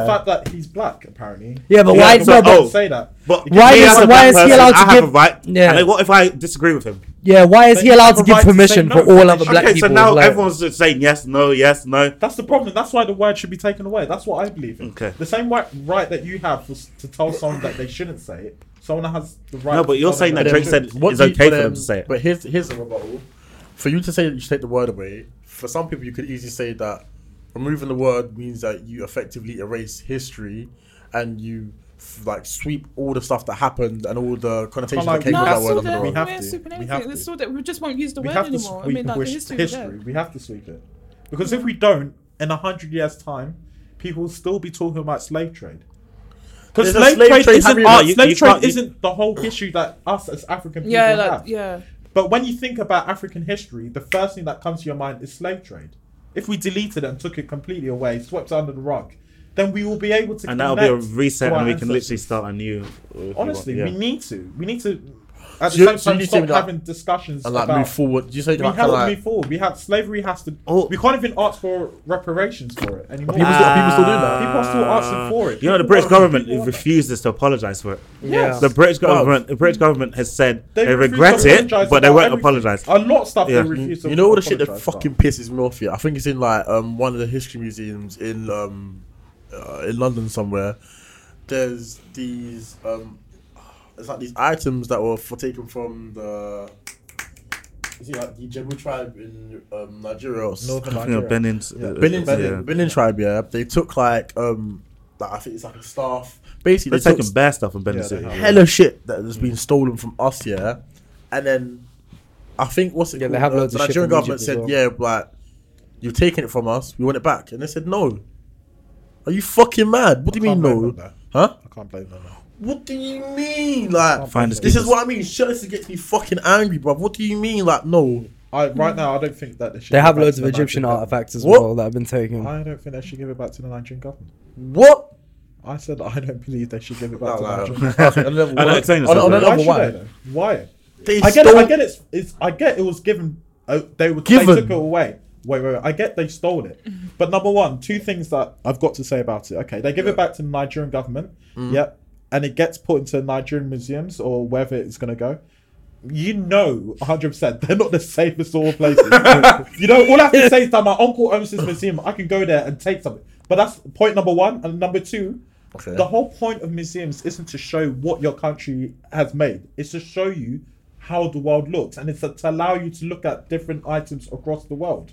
[SPEAKER 6] The fact that he's black, apparently.
[SPEAKER 5] Yeah, but
[SPEAKER 4] Yeah,
[SPEAKER 5] why?
[SPEAKER 4] so-
[SPEAKER 5] no, but-
[SPEAKER 4] oh.
[SPEAKER 6] Don't say that.
[SPEAKER 4] But
[SPEAKER 5] Why
[SPEAKER 4] me
[SPEAKER 5] is-
[SPEAKER 4] as a
[SPEAKER 5] why
[SPEAKER 4] black
[SPEAKER 5] is he
[SPEAKER 4] person,
[SPEAKER 5] allowed to
[SPEAKER 4] I have
[SPEAKER 5] give-
[SPEAKER 4] a right.
[SPEAKER 5] Yeah.
[SPEAKER 4] And then what if I disagree with him?
[SPEAKER 5] yeah, why is
[SPEAKER 6] But
[SPEAKER 5] he
[SPEAKER 6] you
[SPEAKER 5] allowed
[SPEAKER 6] have
[SPEAKER 5] to
[SPEAKER 6] a
[SPEAKER 5] give
[SPEAKER 6] right to say
[SPEAKER 5] permission
[SPEAKER 6] no.
[SPEAKER 5] for all other
[SPEAKER 6] Okay,
[SPEAKER 5] black
[SPEAKER 4] okay,
[SPEAKER 5] people?
[SPEAKER 4] so now
[SPEAKER 5] like-
[SPEAKER 4] everyone's just saying yes, no, yes, no.
[SPEAKER 6] That's the problem. That's why the word should be taken away. That's what I believe in.
[SPEAKER 4] Okay.
[SPEAKER 6] The same right, right that you have for, s- to tell someone that they shouldn't say it, someone has the right.
[SPEAKER 4] No,
[SPEAKER 6] to
[SPEAKER 4] but you're
[SPEAKER 6] tell them
[SPEAKER 4] saying that
[SPEAKER 3] But
[SPEAKER 4] Drake
[SPEAKER 3] then-
[SPEAKER 4] said
[SPEAKER 3] what
[SPEAKER 4] it's
[SPEAKER 3] do you-
[SPEAKER 4] okay
[SPEAKER 3] but,
[SPEAKER 4] for them
[SPEAKER 3] um,
[SPEAKER 4] to say it.
[SPEAKER 3] But here's here's a rebuttal. For you to say that you should take the word away, for some people you could easily say that removing the word means that you effectively erase history and you f- like sweep all the stuff that happened and all the connotations
[SPEAKER 6] like
[SPEAKER 3] that came
[SPEAKER 7] No,
[SPEAKER 6] we
[SPEAKER 3] with
[SPEAKER 6] have
[SPEAKER 7] that's
[SPEAKER 3] that word
[SPEAKER 7] all
[SPEAKER 3] on the
[SPEAKER 7] there.
[SPEAKER 6] We
[SPEAKER 7] We
[SPEAKER 3] word.
[SPEAKER 6] have
[SPEAKER 7] have
[SPEAKER 6] to.
[SPEAKER 7] sweeping
[SPEAKER 6] We
[SPEAKER 7] everything.
[SPEAKER 6] have to.
[SPEAKER 7] It's all that. We just won't use the
[SPEAKER 6] We
[SPEAKER 7] word
[SPEAKER 6] have to
[SPEAKER 7] anymore.
[SPEAKER 6] sweep
[SPEAKER 7] I mean, like, the
[SPEAKER 6] with
[SPEAKER 7] history.
[SPEAKER 6] history.
[SPEAKER 7] is there.
[SPEAKER 6] We have to sweep it because if we don't, in a hundred years' time, people will still be talking about slave trade. Because
[SPEAKER 3] There's a
[SPEAKER 6] slave,
[SPEAKER 3] slave
[SPEAKER 6] trade,
[SPEAKER 3] trade
[SPEAKER 6] isn't
[SPEAKER 3] happening
[SPEAKER 6] our,
[SPEAKER 4] now. You-
[SPEAKER 6] slave
[SPEAKER 4] you
[SPEAKER 6] trade
[SPEAKER 4] can't- you-
[SPEAKER 6] isn't the whole issue that us as African people
[SPEAKER 7] Yeah,
[SPEAKER 6] have.
[SPEAKER 7] like, yeah.
[SPEAKER 6] But when you think about African history, the first thing that comes to your mind is slave trade. If we deleted it and took it completely away, swept it under the rug, then we will be able to.
[SPEAKER 4] And that'll be a
[SPEAKER 6] connect
[SPEAKER 4] reset
[SPEAKER 6] to our
[SPEAKER 4] and we can literally
[SPEAKER 6] ancestors.
[SPEAKER 4] start a new. if you want,
[SPEAKER 6] Honestly,
[SPEAKER 4] yeah.
[SPEAKER 6] we need to. We need to. At
[SPEAKER 3] So you-
[SPEAKER 6] the
[SPEAKER 3] so you
[SPEAKER 6] same time,
[SPEAKER 3] need to
[SPEAKER 6] stop
[SPEAKER 3] be like-
[SPEAKER 6] having discussions
[SPEAKER 3] And like
[SPEAKER 6] about.
[SPEAKER 3] move forward. You say
[SPEAKER 6] We
[SPEAKER 3] like,
[SPEAKER 6] have
[SPEAKER 3] kinda
[SPEAKER 6] to
[SPEAKER 3] like
[SPEAKER 6] move forward. We have slavery has to.
[SPEAKER 4] Oh.
[SPEAKER 6] We can't even ask for reparations for it anymore.
[SPEAKER 3] People still- people still do that.
[SPEAKER 6] People are still asking for it.
[SPEAKER 4] You know, the
[SPEAKER 6] People want-
[SPEAKER 4] British government
[SPEAKER 6] people want that.
[SPEAKER 4] refuses to apologise for it.
[SPEAKER 6] Yes.
[SPEAKER 4] The British government, the British government has said they,
[SPEAKER 6] refuse to
[SPEAKER 4] regret it,
[SPEAKER 6] apologise
[SPEAKER 4] but they
[SPEAKER 6] about
[SPEAKER 4] won't
[SPEAKER 6] everything.
[SPEAKER 4] apologise.
[SPEAKER 6] A lot of stuff
[SPEAKER 4] Yeah.
[SPEAKER 6] they refuse to
[SPEAKER 3] you know all the shit that
[SPEAKER 6] apologise about.
[SPEAKER 3] fucking pisses me off here. I think it's in like um one of the history museums in um uh, in London somewhere. There's these um it's like these items that were for taken from the is it like the Jebu tribe in um Nigeria or s-
[SPEAKER 6] Northern
[SPEAKER 4] I think
[SPEAKER 6] Nigeria.
[SPEAKER 4] of Benin's.
[SPEAKER 6] Yeah.
[SPEAKER 4] uh,
[SPEAKER 3] Benin,
[SPEAKER 4] yeah.
[SPEAKER 3] Benin, Benin tribe, yeah. They took like um like I think it's like a staff. Basically
[SPEAKER 4] They're
[SPEAKER 3] they, took
[SPEAKER 4] taking bear stuff from Benin
[SPEAKER 6] Yeah, they
[SPEAKER 4] City.
[SPEAKER 6] have.
[SPEAKER 3] hella shit that has been stolen from us, yeah. And then I think what's it
[SPEAKER 5] Yeah, they
[SPEAKER 3] called?
[SPEAKER 5] have
[SPEAKER 3] Uh,
[SPEAKER 5] loads
[SPEAKER 3] the
[SPEAKER 5] of shit
[SPEAKER 3] Nigerian
[SPEAKER 5] from
[SPEAKER 3] government
[SPEAKER 5] Egypt
[SPEAKER 3] said,
[SPEAKER 5] as
[SPEAKER 3] yeah, like you've taken it from us, we want it back, and they said no. Are you fucking mad? What do you
[SPEAKER 6] I can't
[SPEAKER 3] mean
[SPEAKER 6] blame
[SPEAKER 3] no?
[SPEAKER 6] them there.
[SPEAKER 3] Huh?
[SPEAKER 6] I can't blame them.
[SPEAKER 3] What do you mean? Like,
[SPEAKER 4] Find
[SPEAKER 3] this
[SPEAKER 4] us
[SPEAKER 3] is what I mean. Shirtless gets me fucking angry, bruv. What do you mean? Like, no.
[SPEAKER 6] I right now I don't think that they should.
[SPEAKER 5] They
[SPEAKER 6] give it
[SPEAKER 5] have
[SPEAKER 6] back
[SPEAKER 5] loads
[SPEAKER 6] to
[SPEAKER 5] of
[SPEAKER 6] the
[SPEAKER 5] Egyptian
[SPEAKER 6] Nigerian
[SPEAKER 5] artifacts as
[SPEAKER 3] What?
[SPEAKER 5] well that have been taken.
[SPEAKER 6] government. I don't think they should give it back to the Nigerian government.
[SPEAKER 3] What?
[SPEAKER 6] I said I don't believe they should give it back
[SPEAKER 3] No,
[SPEAKER 6] to the
[SPEAKER 3] no.
[SPEAKER 6] Nigerian.
[SPEAKER 3] Okay, on level
[SPEAKER 4] I know,
[SPEAKER 3] one.
[SPEAKER 4] explain
[SPEAKER 3] On-
[SPEAKER 4] yourself,
[SPEAKER 3] on
[SPEAKER 4] bro.
[SPEAKER 6] government. Why
[SPEAKER 3] level
[SPEAKER 6] should
[SPEAKER 3] one.
[SPEAKER 6] they though? Why?
[SPEAKER 3] They
[SPEAKER 6] I get. It, I
[SPEAKER 3] stole-
[SPEAKER 6] get it's, it's. I get it was given. Uh, they were.
[SPEAKER 3] Given.
[SPEAKER 6] They took it away. Wait, wait, wait. I get they stole it, but number one, two things that I've got to say about it. Okay, they give it back to the
[SPEAKER 3] Mm.
[SPEAKER 6] Nigerian government. Yep, and it gets put into Nigerian museums or wherever it's going to go. you know 100% they're not the safest sort of places. you know, all I have to say is that my uncle owns this museum. I can go there and take something. But that's point number one. And number two,
[SPEAKER 3] Okay.
[SPEAKER 6] the whole point of museums isn't to show what your country has made, it's to show you how the world looks. And it's to allow you to look at different items across the world.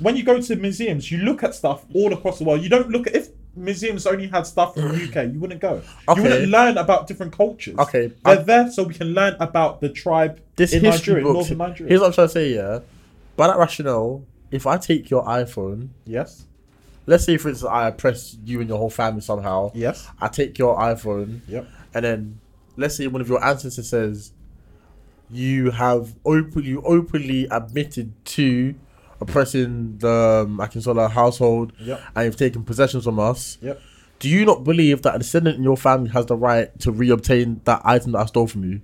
[SPEAKER 6] When you go to museums, you look at stuff all across the world. You don't look at if museums only had stuff from the UK, you wouldn't go.
[SPEAKER 3] Okay.
[SPEAKER 6] You wouldn't learn about different cultures.
[SPEAKER 3] Okay,
[SPEAKER 6] They're
[SPEAKER 3] I-
[SPEAKER 6] there so we can learn about the tribe
[SPEAKER 3] this
[SPEAKER 6] in
[SPEAKER 3] history
[SPEAKER 6] Nigeria, in
[SPEAKER 3] book.
[SPEAKER 6] northern Nigeria.
[SPEAKER 3] Here's what I'm trying to say, yeah. By that rationale, if I take your iPhone,
[SPEAKER 6] yes.
[SPEAKER 3] let's say for instance I oppress you and your whole family somehow.
[SPEAKER 6] Yes.
[SPEAKER 3] I take your iPhone.
[SPEAKER 6] Yep.
[SPEAKER 3] And then let's say one of your ancestors says you have openly you openly admitted to oppressing the um, Akinsola household
[SPEAKER 6] Yep.
[SPEAKER 3] and you've taken possessions from us.
[SPEAKER 6] Yep.
[SPEAKER 3] Do you not believe that a descendant in your family has the right to reobtain that item that I stole from you?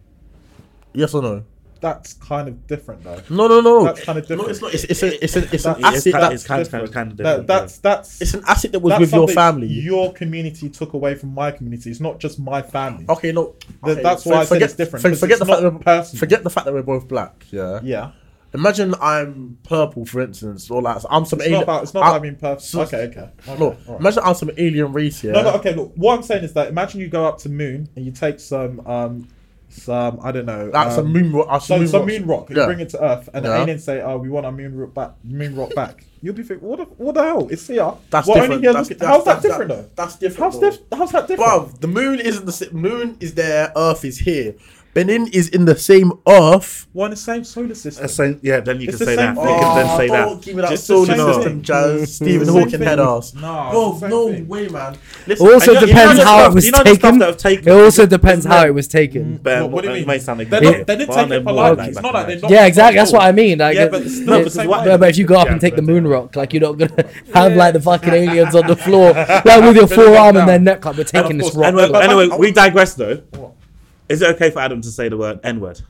[SPEAKER 3] Yes or no?
[SPEAKER 6] That's kind of different though.
[SPEAKER 3] No, no, no.
[SPEAKER 6] That's kind of different.
[SPEAKER 4] No, it's not.
[SPEAKER 3] It's, it's, a, it's, a, it's an
[SPEAKER 6] That-
[SPEAKER 3] asset
[SPEAKER 4] kind-
[SPEAKER 3] that,
[SPEAKER 4] it's kind of- kind of-
[SPEAKER 6] different.
[SPEAKER 4] kind of
[SPEAKER 6] That-
[SPEAKER 4] different,
[SPEAKER 6] that's that's
[SPEAKER 3] it's an asset that was
[SPEAKER 6] that's
[SPEAKER 3] with your
[SPEAKER 6] something
[SPEAKER 3] family.
[SPEAKER 6] Your community took away from my community. It's not just my family.
[SPEAKER 3] okay, no.
[SPEAKER 6] Th-
[SPEAKER 3] okay,
[SPEAKER 6] that's why I said it's different,
[SPEAKER 3] for-
[SPEAKER 6] because
[SPEAKER 3] forget
[SPEAKER 6] it's
[SPEAKER 3] the fact
[SPEAKER 6] not
[SPEAKER 3] that we're,
[SPEAKER 6] personal.
[SPEAKER 3] forget the fact that we're both black. Yeah.
[SPEAKER 6] Yeah.
[SPEAKER 3] Imagine I'm purple, for instance, or like I'm some
[SPEAKER 6] It's
[SPEAKER 3] alien.
[SPEAKER 6] not about it's not
[SPEAKER 3] I-
[SPEAKER 6] about being
[SPEAKER 3] so-
[SPEAKER 6] personal. Okay, okay. okay,
[SPEAKER 3] Look,
[SPEAKER 6] all right.
[SPEAKER 3] imagine I'm some alien race here.
[SPEAKER 6] No, no, okay. Look, what I'm saying is that imagine you go up to Moon and you take some, um, some I don't know,
[SPEAKER 3] Like some
[SPEAKER 6] um,
[SPEAKER 3] moon rock.
[SPEAKER 6] some,
[SPEAKER 3] moon
[SPEAKER 6] some
[SPEAKER 3] rocks.
[SPEAKER 6] moon rock. You
[SPEAKER 3] Yeah.
[SPEAKER 6] bring it to Earth, and
[SPEAKER 3] Yeah.
[SPEAKER 6] the aliens say, "Oh, we want our moon rock back. Moon rock back." You'll be thinking, "What? The, what the hell? It's here.
[SPEAKER 3] That's
[SPEAKER 6] We're only
[SPEAKER 3] different.
[SPEAKER 6] here
[SPEAKER 3] That's-
[SPEAKER 6] looking-
[SPEAKER 3] that's-
[SPEAKER 6] how's that
[SPEAKER 3] that's-
[SPEAKER 6] different
[SPEAKER 3] that-
[SPEAKER 6] though?
[SPEAKER 3] that's different,
[SPEAKER 6] How's,
[SPEAKER 3] though.
[SPEAKER 6] diff- how's that different?
[SPEAKER 3] Bruv, the moon isn't the si- moon is there. Earth is here. Benin is in the same Earth.
[SPEAKER 6] We're in the same solar system.
[SPEAKER 4] That's saying, yeah, then you
[SPEAKER 6] It's the
[SPEAKER 4] can say
[SPEAKER 6] same
[SPEAKER 4] that.
[SPEAKER 6] thing.
[SPEAKER 4] you can
[SPEAKER 3] Oh,
[SPEAKER 4] then say
[SPEAKER 3] don't
[SPEAKER 4] that.
[SPEAKER 3] Give me that
[SPEAKER 6] It's the
[SPEAKER 3] solar
[SPEAKER 6] same
[SPEAKER 3] system,
[SPEAKER 6] thing.
[SPEAKER 3] Jazz. Stephen
[SPEAKER 6] Same
[SPEAKER 3] Hawking
[SPEAKER 6] thing.
[SPEAKER 3] head ass.
[SPEAKER 6] No,
[SPEAKER 3] Bro,
[SPEAKER 6] it's the same
[SPEAKER 3] no
[SPEAKER 6] thing.
[SPEAKER 3] way, man.
[SPEAKER 5] It
[SPEAKER 3] Listen,
[SPEAKER 4] you know-
[SPEAKER 5] also
[SPEAKER 4] you know
[SPEAKER 5] depends
[SPEAKER 4] the
[SPEAKER 5] how
[SPEAKER 4] stuff-
[SPEAKER 5] it was
[SPEAKER 4] you know the stuff
[SPEAKER 5] taken.
[SPEAKER 4] that I've taken?
[SPEAKER 5] It also depends how it was taken.
[SPEAKER 4] But
[SPEAKER 6] What- what do you
[SPEAKER 4] it Mm.
[SPEAKER 6] mean?
[SPEAKER 4] may sound like
[SPEAKER 6] They're
[SPEAKER 4] that.
[SPEAKER 6] not- they didn't
[SPEAKER 4] But
[SPEAKER 6] take
[SPEAKER 4] I
[SPEAKER 6] it
[SPEAKER 4] know
[SPEAKER 6] for like.
[SPEAKER 4] back
[SPEAKER 6] It's
[SPEAKER 4] in
[SPEAKER 6] not
[SPEAKER 4] the
[SPEAKER 6] like
[SPEAKER 4] day.
[SPEAKER 6] they're not.
[SPEAKER 5] Yeah, exactly. That's what I mean. Like,
[SPEAKER 6] Yeah, but it's not the
[SPEAKER 5] it's-
[SPEAKER 6] same
[SPEAKER 5] but,
[SPEAKER 6] way.
[SPEAKER 5] but if you go up
[SPEAKER 4] Yeah,
[SPEAKER 5] and take the
[SPEAKER 4] but-
[SPEAKER 5] moon rock, like you're not gonna have like the fucking aliens on the floor, like with your forearm and their neck, like we're taking this
[SPEAKER 6] course,
[SPEAKER 5] rock.
[SPEAKER 6] and we're-
[SPEAKER 4] Anyway,
[SPEAKER 6] But-
[SPEAKER 4] anyway,
[SPEAKER 6] but-
[SPEAKER 4] we digress though.
[SPEAKER 6] What?
[SPEAKER 4] Is it okay for Adam to say the word N word?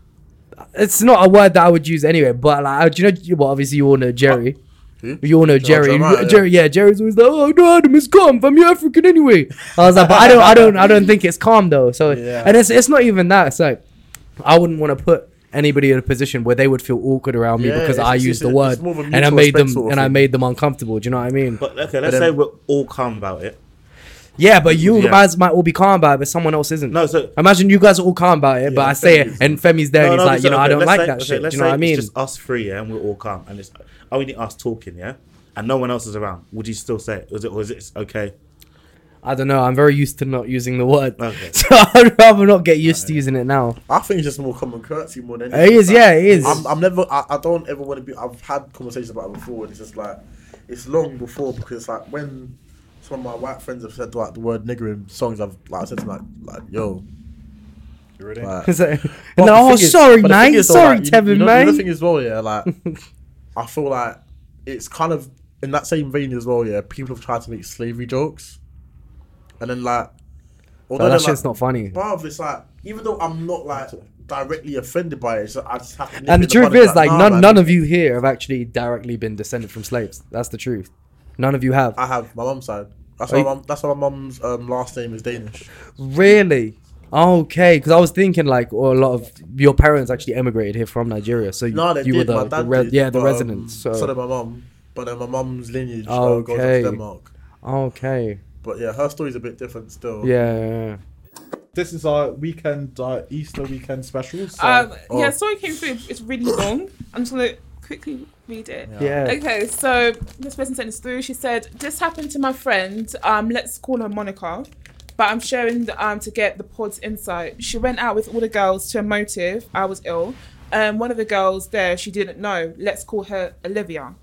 [SPEAKER 5] it's not a word that I would use anyway. But like, I- do you know? you- Well, obviously you all know Jerry.
[SPEAKER 3] Who?
[SPEAKER 5] You all know Jerry.
[SPEAKER 3] Jeremiah,
[SPEAKER 5] Re-
[SPEAKER 3] yeah.
[SPEAKER 5] Jerry, yeah, Jerry's always like, "Oh no, Adam is calm. I'm African anyway." I was like, "But I don't, I don't, I don't think it's calm though." So,
[SPEAKER 6] Yeah.
[SPEAKER 5] and it's it's not even that. It's like I wouldn't want to put anybody in a position where they would feel awkward around me
[SPEAKER 3] Yeah,
[SPEAKER 5] because
[SPEAKER 3] it's-
[SPEAKER 5] I
[SPEAKER 3] it's-
[SPEAKER 5] used the
[SPEAKER 3] it's-
[SPEAKER 5] word
[SPEAKER 3] it's more of a
[SPEAKER 5] and I
[SPEAKER 3] mutual
[SPEAKER 5] made them
[SPEAKER 3] respect sort of
[SPEAKER 5] and I
[SPEAKER 3] thing.
[SPEAKER 5] made them uncomfortable. Do you know what I mean?
[SPEAKER 4] But okay,
[SPEAKER 3] then-
[SPEAKER 4] let's say we're all calm about it.
[SPEAKER 5] yeah, but you
[SPEAKER 4] Yeah.
[SPEAKER 5] guys might all be calm about it, but someone else isn't.
[SPEAKER 4] No, so
[SPEAKER 5] Imagine you guys are all calm about it, but I say it, and Femi's there,
[SPEAKER 4] No,
[SPEAKER 5] and
[SPEAKER 4] no,
[SPEAKER 5] he's like,
[SPEAKER 4] so,
[SPEAKER 5] you know,
[SPEAKER 4] okay,
[SPEAKER 5] I don't
[SPEAKER 4] let's
[SPEAKER 5] like
[SPEAKER 4] say-
[SPEAKER 5] that
[SPEAKER 4] okay,
[SPEAKER 5] shit. Do
[SPEAKER 4] let's
[SPEAKER 5] you know what
[SPEAKER 4] say
[SPEAKER 5] I mean?
[SPEAKER 4] It's just us three, yeah, and we're all calm, and it's only us talking, yeah, and no one else is around. Would you still say it? Was it or is it okay?
[SPEAKER 5] I don't know. I'm very used to not using the word,
[SPEAKER 4] Okay.
[SPEAKER 5] so I'd rather not get used to using it now.
[SPEAKER 3] I think it's just more common courtesy more than
[SPEAKER 5] It is,
[SPEAKER 3] Like,
[SPEAKER 5] yeah, it is.
[SPEAKER 3] I'm, I'm never. I, I don't ever want to be. I've had conversations about it before, and it's just like it's long before because it's like when some of my white friends have said like the word nigger in songs, I've like I said to them, like like yo.
[SPEAKER 6] You ready?
[SPEAKER 3] Like,
[SPEAKER 5] It's like,
[SPEAKER 3] But the
[SPEAKER 5] no, oh,
[SPEAKER 3] thing is-
[SPEAKER 5] sorry,
[SPEAKER 3] but the thing
[SPEAKER 5] mate.
[SPEAKER 3] is though,
[SPEAKER 5] Sorry,
[SPEAKER 3] like, you-
[SPEAKER 5] Tevin,
[SPEAKER 3] you know, you know The thing
[SPEAKER 5] mate.
[SPEAKER 3] is, well, yeah, like I feel like it's kind of in that same vein as well. Yeah, people have tried to make slavery jokes, and then like, although
[SPEAKER 5] Like,
[SPEAKER 3] they're,
[SPEAKER 5] that shit's
[SPEAKER 3] like,
[SPEAKER 5] not funny.
[SPEAKER 3] Bruv, it's like even though I'm not like directly offended by it, it's like, I just have to. nip it in
[SPEAKER 5] And the truth
[SPEAKER 3] bud and be
[SPEAKER 5] is, like,
[SPEAKER 3] nah,
[SPEAKER 5] none,
[SPEAKER 3] man,
[SPEAKER 5] none of you here have actually directly been descended from slaves. That's the truth. None of you have.
[SPEAKER 3] I have my mum's side. That's
[SPEAKER 5] Are
[SPEAKER 3] why
[SPEAKER 5] you-
[SPEAKER 3] my mum- that's why my mum's um, last name is Danish.
[SPEAKER 5] Really? Okay, because I was thinking like, or a lot of your parents actually emigrated here from Nigeria, so you,
[SPEAKER 3] No, they
[SPEAKER 5] you
[SPEAKER 3] did.
[SPEAKER 5] were the,
[SPEAKER 3] my
[SPEAKER 5] the
[SPEAKER 3] dad
[SPEAKER 5] re-
[SPEAKER 3] did,
[SPEAKER 5] yeah
[SPEAKER 3] but,
[SPEAKER 5] the
[SPEAKER 3] um,
[SPEAKER 5] residents. so.
[SPEAKER 3] did my mum, but then my mum's lineage uh, goes up
[SPEAKER 5] Okay.
[SPEAKER 3] to Denmark.
[SPEAKER 5] okay,
[SPEAKER 3] But yeah, her story's a bit different still.
[SPEAKER 5] yeah, yeah, yeah.
[SPEAKER 6] This is our weekend, uh, Easter weekend special. So
[SPEAKER 7] Um,
[SPEAKER 5] Uh,
[SPEAKER 3] Oh.
[SPEAKER 7] Yeah, sorry, it came through. It's really long. I'm just gonna quickly read it.
[SPEAKER 5] Yeah.
[SPEAKER 7] Okay, so this person sent us through. She said, "This happened to my friend. Um, let's call her Monica, but I'm sharing um to get the pod's insight. She went out with all the girls to a motive. I was ill. Um, one of the girls there, she didn't know. Let's call her Olivia.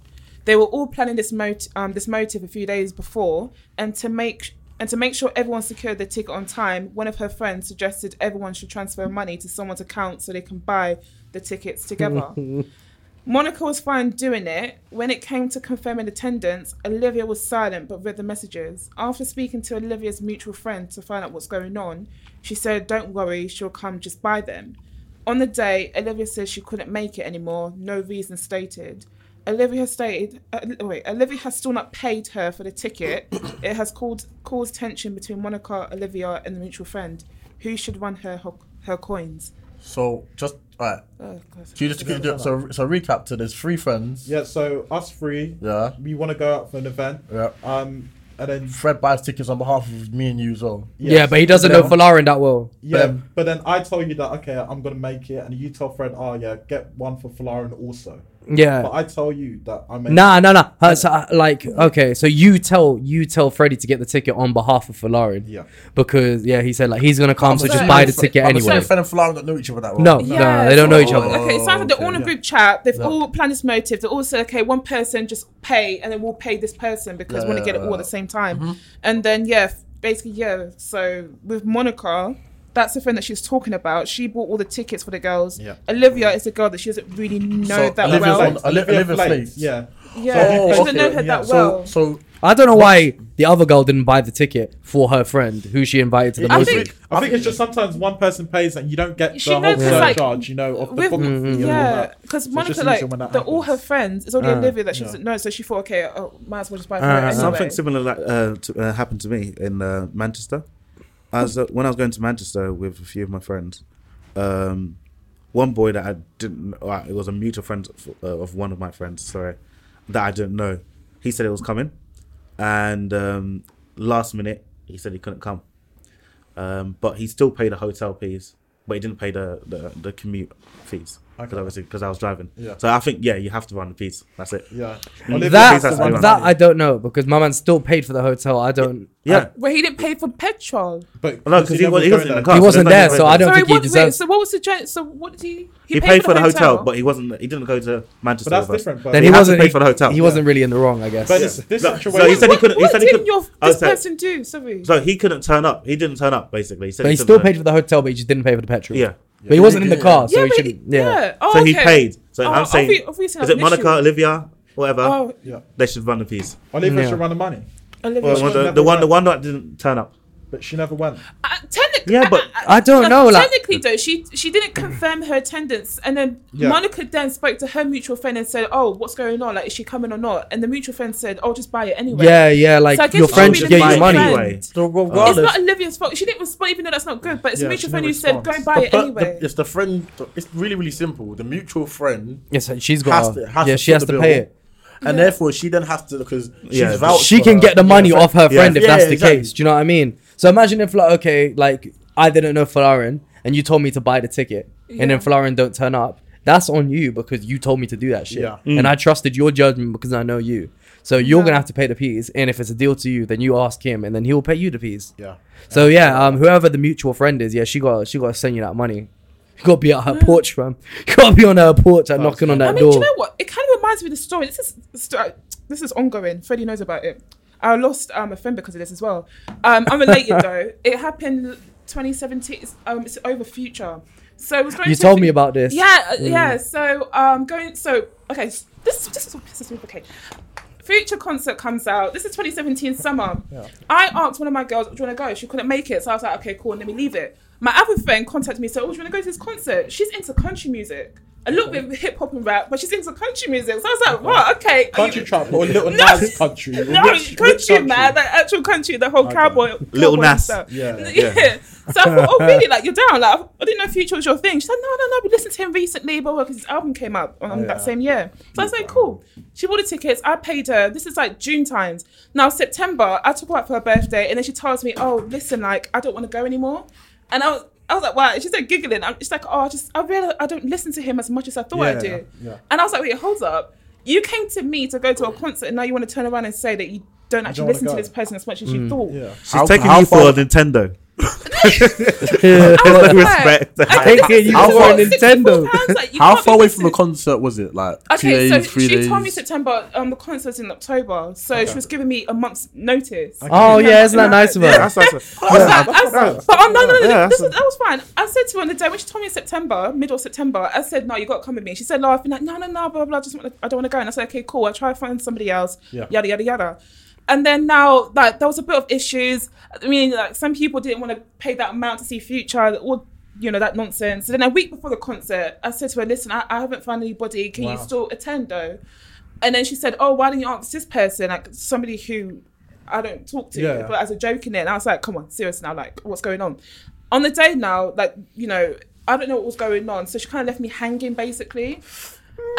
[SPEAKER 7] They were all planning this mot- um, this motive a few days before, and to make and to make sure everyone secured their ticket on time, one of her friends suggested everyone should transfer money to someone's account so they can buy the tickets together. Monica was fine doing it. When it came to confirming attendance, Olivia was silent but read the messages. After speaking to Olivia's mutual friend to find out what's going on, she said, Don't worry, she'll come just by them. On the day, Olivia says she couldn't make it anymore, no reason stated. Olivia has stated, uh, wait, Olivia has still not paid her for the ticket. it has called, caused tension between Monica, Olivia, and the mutual friend. Who should run her, her coins?
[SPEAKER 3] So just alright.
[SPEAKER 7] Oh, God.
[SPEAKER 3] Can you just can you do, so so recap to there's three friends.
[SPEAKER 6] Yeah, so us three,
[SPEAKER 3] Yeah.
[SPEAKER 6] we want to go out for an event.
[SPEAKER 3] Yeah.
[SPEAKER 6] Um, and then
[SPEAKER 3] Fred buys tickets on behalf of me and you as well.
[SPEAKER 5] Yeah, but he doesn't know Falarin that well.
[SPEAKER 6] Yeah,
[SPEAKER 3] Ben.
[SPEAKER 6] but then I tell you that okay, I'm gonna make it, and you tell Fred, oh yeah, get one for Falarin also.
[SPEAKER 5] Yeah.
[SPEAKER 6] But I tell you that I made.
[SPEAKER 5] Nah, nah, nah. Uh, so, uh, like, okay, so you tell you tell Freddie to get the ticket on behalf of Falarin.
[SPEAKER 6] Yeah.
[SPEAKER 5] Because yeah, he said like he's gonna come, so just
[SPEAKER 3] saying
[SPEAKER 5] buy the
[SPEAKER 3] Fred-
[SPEAKER 5] ticket
[SPEAKER 3] I'm
[SPEAKER 5] anyway.
[SPEAKER 3] saying Fred and Falarin don't know each other that well.
[SPEAKER 5] No, no, they don't know each
[SPEAKER 7] so-
[SPEAKER 5] other.
[SPEAKER 7] Oh, Okay, so after they're all in a
[SPEAKER 3] okay.
[SPEAKER 7] group chat, they've all planned this motive. They're all said, okay, one person just pay, and then we'll pay this person because
[SPEAKER 3] Yeah,
[SPEAKER 7] we want
[SPEAKER 3] yeah,
[SPEAKER 7] to get it
[SPEAKER 3] yeah,
[SPEAKER 7] all at the same time. And then yeah, f- basically yeah. So with Monica, that's the friend that she's talking about. She bought all the tickets for the girls.
[SPEAKER 6] Yeah.
[SPEAKER 7] Olivia is the girl that she doesn't really know
[SPEAKER 3] So
[SPEAKER 7] that
[SPEAKER 3] Olivia's
[SPEAKER 7] well.
[SPEAKER 3] on- Oli- Olivia
[SPEAKER 6] Flakes,
[SPEAKER 3] Flakes.
[SPEAKER 6] Yeah.
[SPEAKER 7] yeah,
[SPEAKER 3] Oh,
[SPEAKER 7] she
[SPEAKER 3] okay,
[SPEAKER 7] doesn't know her
[SPEAKER 6] yeah.
[SPEAKER 7] that
[SPEAKER 3] So
[SPEAKER 7] well.
[SPEAKER 3] so
[SPEAKER 5] I don't know why the other girl didn't buy the ticket for her friend who she invited to the
[SPEAKER 7] I
[SPEAKER 5] movie.
[SPEAKER 7] think-
[SPEAKER 6] I think it's just sometimes one person pays and you don't get
[SPEAKER 7] She
[SPEAKER 6] the whole
[SPEAKER 7] knows it's like-
[SPEAKER 6] surcharge, you know, of the
[SPEAKER 7] with-
[SPEAKER 6] book fee
[SPEAKER 5] Mm-hmm.
[SPEAKER 6] and all
[SPEAKER 7] Yeah,
[SPEAKER 6] that.
[SPEAKER 7] because
[SPEAKER 6] it
[SPEAKER 7] Monica,
[SPEAKER 6] just
[SPEAKER 7] like,
[SPEAKER 6] easier when that
[SPEAKER 7] they're all her
[SPEAKER 6] happens.
[SPEAKER 7] friends. It's only
[SPEAKER 5] Uh,
[SPEAKER 7] Olivia that she
[SPEAKER 6] yeah.
[SPEAKER 7] doesn't know, so she thought, okay, oh, might as well just buy for
[SPEAKER 5] Uh,
[SPEAKER 7] her anyway.
[SPEAKER 4] Something similar like uh, to, uh, happened to me in uh, Manchester. I was, uh, when I was going to Manchester with a few of my friends, um, one boy that I didn't, uh, it was a mutual friend of, uh, of one of my friends, sorry, that I didn't know. He said it was coming, and um, last minute he said he couldn't come, um, but he still paid the hotel fees, but he didn't pay the the, the commute fees because
[SPEAKER 6] Okay.
[SPEAKER 4] obviously because I was driving.
[SPEAKER 6] Yeah.
[SPEAKER 4] So I think yeah, you have to run the fees. That's it.
[SPEAKER 6] Yeah.
[SPEAKER 4] Olivia
[SPEAKER 5] that
[SPEAKER 4] Flakes has to be
[SPEAKER 5] that,
[SPEAKER 4] on
[SPEAKER 5] I don't know because my man still paid for the hotel. I don't.
[SPEAKER 4] Yeah.
[SPEAKER 7] Well, he didn't pay for petrol.
[SPEAKER 6] But
[SPEAKER 4] No, 'cause he was- he wasn't in the car. Oh,
[SPEAKER 5] I, he
[SPEAKER 4] so
[SPEAKER 5] wasn't
[SPEAKER 4] there's
[SPEAKER 5] there,
[SPEAKER 4] no
[SPEAKER 5] so I
[SPEAKER 4] difference.
[SPEAKER 5] don't
[SPEAKER 7] Sorry,
[SPEAKER 5] think he
[SPEAKER 7] what, wait,
[SPEAKER 5] deserves.
[SPEAKER 7] so what was the gen- so what did he
[SPEAKER 4] He, paid, for the hotel, but he wasn't. He didn't go to Manchester.
[SPEAKER 6] But that's
[SPEAKER 4] with us.
[SPEAKER 6] different. But
[SPEAKER 5] then
[SPEAKER 4] he
[SPEAKER 5] he
[SPEAKER 4] had to
[SPEAKER 5] wasn't.
[SPEAKER 4] pay
[SPEAKER 5] He,
[SPEAKER 4] for the hotel.
[SPEAKER 5] he wasn't really in the wrong, I guess.
[SPEAKER 6] But it's this
[SPEAKER 4] No, so
[SPEAKER 6] situation.
[SPEAKER 4] he said he couldn't- he
[SPEAKER 7] what
[SPEAKER 4] said he
[SPEAKER 7] did
[SPEAKER 4] couldn't-
[SPEAKER 7] your
[SPEAKER 4] I
[SPEAKER 7] this
[SPEAKER 4] said-
[SPEAKER 7] person do? Sorry.
[SPEAKER 4] So he couldn't turn up. He didn't turn up. Basically, he said
[SPEAKER 5] but he
[SPEAKER 4] couldn't
[SPEAKER 5] still
[SPEAKER 4] turn
[SPEAKER 5] paid
[SPEAKER 4] up.
[SPEAKER 5] for the hotel, but he just didn't pay for the petrol.
[SPEAKER 4] Yeah.
[SPEAKER 5] but he wasn't in the car, so
[SPEAKER 7] yeah,
[SPEAKER 5] he
[SPEAKER 7] but
[SPEAKER 5] shouldn't.
[SPEAKER 7] he, yeah.
[SPEAKER 5] yeah.
[SPEAKER 7] Oh,
[SPEAKER 4] So he
[SPEAKER 7] okay.
[SPEAKER 4] paid. So
[SPEAKER 7] Oh,
[SPEAKER 4] I'm
[SPEAKER 7] obvi-
[SPEAKER 4] saying,
[SPEAKER 7] obviously
[SPEAKER 4] is
[SPEAKER 7] that's
[SPEAKER 4] it
[SPEAKER 7] an
[SPEAKER 4] Monica,
[SPEAKER 7] issue.
[SPEAKER 4] Olivia, whatever?
[SPEAKER 7] Oh,
[SPEAKER 6] yeah.
[SPEAKER 4] They should run the piece.
[SPEAKER 6] Olivia
[SPEAKER 5] Yeah.
[SPEAKER 6] should run the money,
[SPEAKER 7] Olivia.
[SPEAKER 4] Well,
[SPEAKER 6] she
[SPEAKER 4] one- the,
[SPEAKER 6] never
[SPEAKER 4] the one,
[SPEAKER 6] went.
[SPEAKER 4] the one that didn't turn up.
[SPEAKER 6] but she never went.
[SPEAKER 7] Uh, technically,
[SPEAKER 4] Yeah, but-
[SPEAKER 5] I don't know, like-
[SPEAKER 7] technically, though, she she didn't confirm her attendance, and then
[SPEAKER 6] Yeah.
[SPEAKER 7] Monica then spoke to her mutual friend and said, "Oh, what's going on? Like, is she coming or not?'t And the mutual friend said, "Oh, just buy it anyway."
[SPEAKER 5] Yeah, yeah, like
[SPEAKER 7] So I guess
[SPEAKER 5] your
[SPEAKER 7] she
[SPEAKER 5] friend
[SPEAKER 7] should be
[SPEAKER 5] should get
[SPEAKER 7] the
[SPEAKER 5] you
[SPEAKER 4] buying
[SPEAKER 5] money.
[SPEAKER 4] anyway.
[SPEAKER 3] so
[SPEAKER 7] It's
[SPEAKER 3] regardless,
[SPEAKER 7] not Olivia's fault. She didn't respond, even though that's not good. But it's
[SPEAKER 6] Yeah,
[SPEAKER 7] a mutual
[SPEAKER 6] she
[SPEAKER 7] friend who
[SPEAKER 6] never
[SPEAKER 7] said, "Go
[SPEAKER 6] responds.
[SPEAKER 7] and buy
[SPEAKER 3] the
[SPEAKER 7] it
[SPEAKER 3] per-
[SPEAKER 7] anyway."
[SPEAKER 3] the- it's the friend. It's really really simple. The mutual friend
[SPEAKER 5] Yes, and she's
[SPEAKER 3] has
[SPEAKER 5] got.
[SPEAKER 3] to, has
[SPEAKER 5] yeah,
[SPEAKER 3] to
[SPEAKER 5] she has
[SPEAKER 3] foot the
[SPEAKER 5] to pay
[SPEAKER 3] bill.
[SPEAKER 5] it.
[SPEAKER 3] and therefore she then has to because she's
[SPEAKER 4] Yeah,
[SPEAKER 3] vouched
[SPEAKER 5] She
[SPEAKER 3] for
[SPEAKER 5] can
[SPEAKER 3] her.
[SPEAKER 5] get the money off her
[SPEAKER 4] Yeah.
[SPEAKER 5] friend if
[SPEAKER 3] Yeah,
[SPEAKER 5] that's the
[SPEAKER 3] exactly.
[SPEAKER 5] case. Do you know what I mean? So imagine if like okay, like I didn't know Florin and you told me to buy the ticket, and
[SPEAKER 7] Yeah.
[SPEAKER 5] then Florin don't turn up. That's on you because you told me to do that shit,
[SPEAKER 6] Yeah.
[SPEAKER 5] and I trusted your judgment because I know you. So
[SPEAKER 7] Mm.
[SPEAKER 5] you're
[SPEAKER 7] Yeah.
[SPEAKER 5] gonna have to pay the fees, and if it's a deal to you, then you ask him, and then he'll pay you the fees.
[SPEAKER 6] Yeah.
[SPEAKER 5] So yeah, um, whoever the mutual friend is, yeah, she got she got to send you that money. You got to be at her porch, fam. You got to be on her porch and knocking on that
[SPEAKER 7] I mean,
[SPEAKER 5] door.
[SPEAKER 7] do you know what? It kind of reminds me of the story. This is st- this is ongoing. Freddie knows about it. I lost um, a friend because of this as well. Um, I'm related though. It happened 2017. It's, um, it's over future. So it was going
[SPEAKER 5] You
[SPEAKER 7] to-
[SPEAKER 5] told me about this.
[SPEAKER 7] Yeah, uh, yeah. So um, going. So okay, s- this this is all pisses me. off, Okay. Future concert comes out. This is 2017 summer. I asked one of my girls, "Do you want to go?" She couldn't make it, so I was like, "Okay, cool, let me leave it." My other friend contacted me, said, "Oh, do you want to go to this concert?" She's into country music, a little bit of hip hop and rap, but she's into country music. So I was like, "What? Okay." are
[SPEAKER 6] Country
[SPEAKER 7] you-
[SPEAKER 6] trap or little
[SPEAKER 7] No.
[SPEAKER 6] Nas country. or
[SPEAKER 7] no,
[SPEAKER 6] which- which
[SPEAKER 7] country, man, like actual country, the whole cowboy,
[SPEAKER 4] Little
[SPEAKER 7] cowboy
[SPEAKER 4] Nas.
[SPEAKER 7] stuff.
[SPEAKER 6] Yeah,
[SPEAKER 7] yeah. So I thought, oh really? Like you're down? Like I didn't know Future was your thing. She said, no, no, no. We listened to him recently, but because his album came out um,
[SPEAKER 6] Oh, yeah.
[SPEAKER 7] that same year. So I was like, cool. She bought the tickets. I paid her. This is like June times. Now September, I took her out for her birthday, and then she tells me, oh, listen, like I don't want to go anymore, and I was. I was like, wow. She's like giggling. I'm, she's like, oh, I just, I realize I don't listen to him as much as I thought I
[SPEAKER 6] Yeah,
[SPEAKER 7] do.
[SPEAKER 6] yeah.
[SPEAKER 7] And I was like, wait, hold up. You came to me to go to a concert, and now you want to turn around and say that you don't actually
[SPEAKER 6] wanna
[SPEAKER 7] listen to
[SPEAKER 6] go.
[SPEAKER 7] this person as much as you thought.
[SPEAKER 6] Yeah.
[SPEAKER 4] She's taking you for a Nintendo.
[SPEAKER 7] I
[SPEAKER 4] There's no
[SPEAKER 7] was like,
[SPEAKER 4] respect.
[SPEAKER 7] I think
[SPEAKER 5] Taking
[SPEAKER 7] this
[SPEAKER 5] you
[SPEAKER 7] is
[SPEAKER 5] for
[SPEAKER 7] what,
[SPEAKER 5] a
[SPEAKER 7] 64
[SPEAKER 5] Nintendo.
[SPEAKER 7] pounds? Like, you
[SPEAKER 3] How
[SPEAKER 7] can't
[SPEAKER 3] far
[SPEAKER 7] be
[SPEAKER 3] away from the
[SPEAKER 7] listening-
[SPEAKER 3] concert was it? Like
[SPEAKER 7] Okay,
[SPEAKER 3] two
[SPEAKER 7] so
[SPEAKER 3] days, three
[SPEAKER 7] she
[SPEAKER 3] days.
[SPEAKER 7] told me September um, the concert was in October, so she was giving me a month's notice.
[SPEAKER 5] Oh yeah, isn't that
[SPEAKER 7] Yeah.
[SPEAKER 5] nice of her?
[SPEAKER 4] That's
[SPEAKER 7] I
[SPEAKER 4] nice.
[SPEAKER 7] was like, I was- but I'm, no, no, no,
[SPEAKER 4] Yeah,
[SPEAKER 7] this
[SPEAKER 4] that's
[SPEAKER 7] was, that was fine. I said to her on the day when she told me in September, middle of September, I said, no, you got to come with me. She said, laughing like, no, no, no, blah, blah, I just want to, I don't want to go. And I said, okay, cool. I'll try to find somebody else.
[SPEAKER 6] Yeah.
[SPEAKER 7] Yada, yada, yada. And then now, like, there was a bit of issues. I mean, like, some people didn't want to pay that amount to see Future or, you know, that nonsense. And then a week before the concert, I said to her, listen, I, I haven't found anybody. Can you
[SPEAKER 6] Wow.
[SPEAKER 7] still attend though? And then she said, oh, why don't you ask this person, like somebody who I don't talk to,
[SPEAKER 6] Yeah.
[SPEAKER 7] but as a joke in it. And I was like, come on, serious now, like, what's going on? On the day now, like, you know, I don't know what was going on. So she kind of left me hanging basically.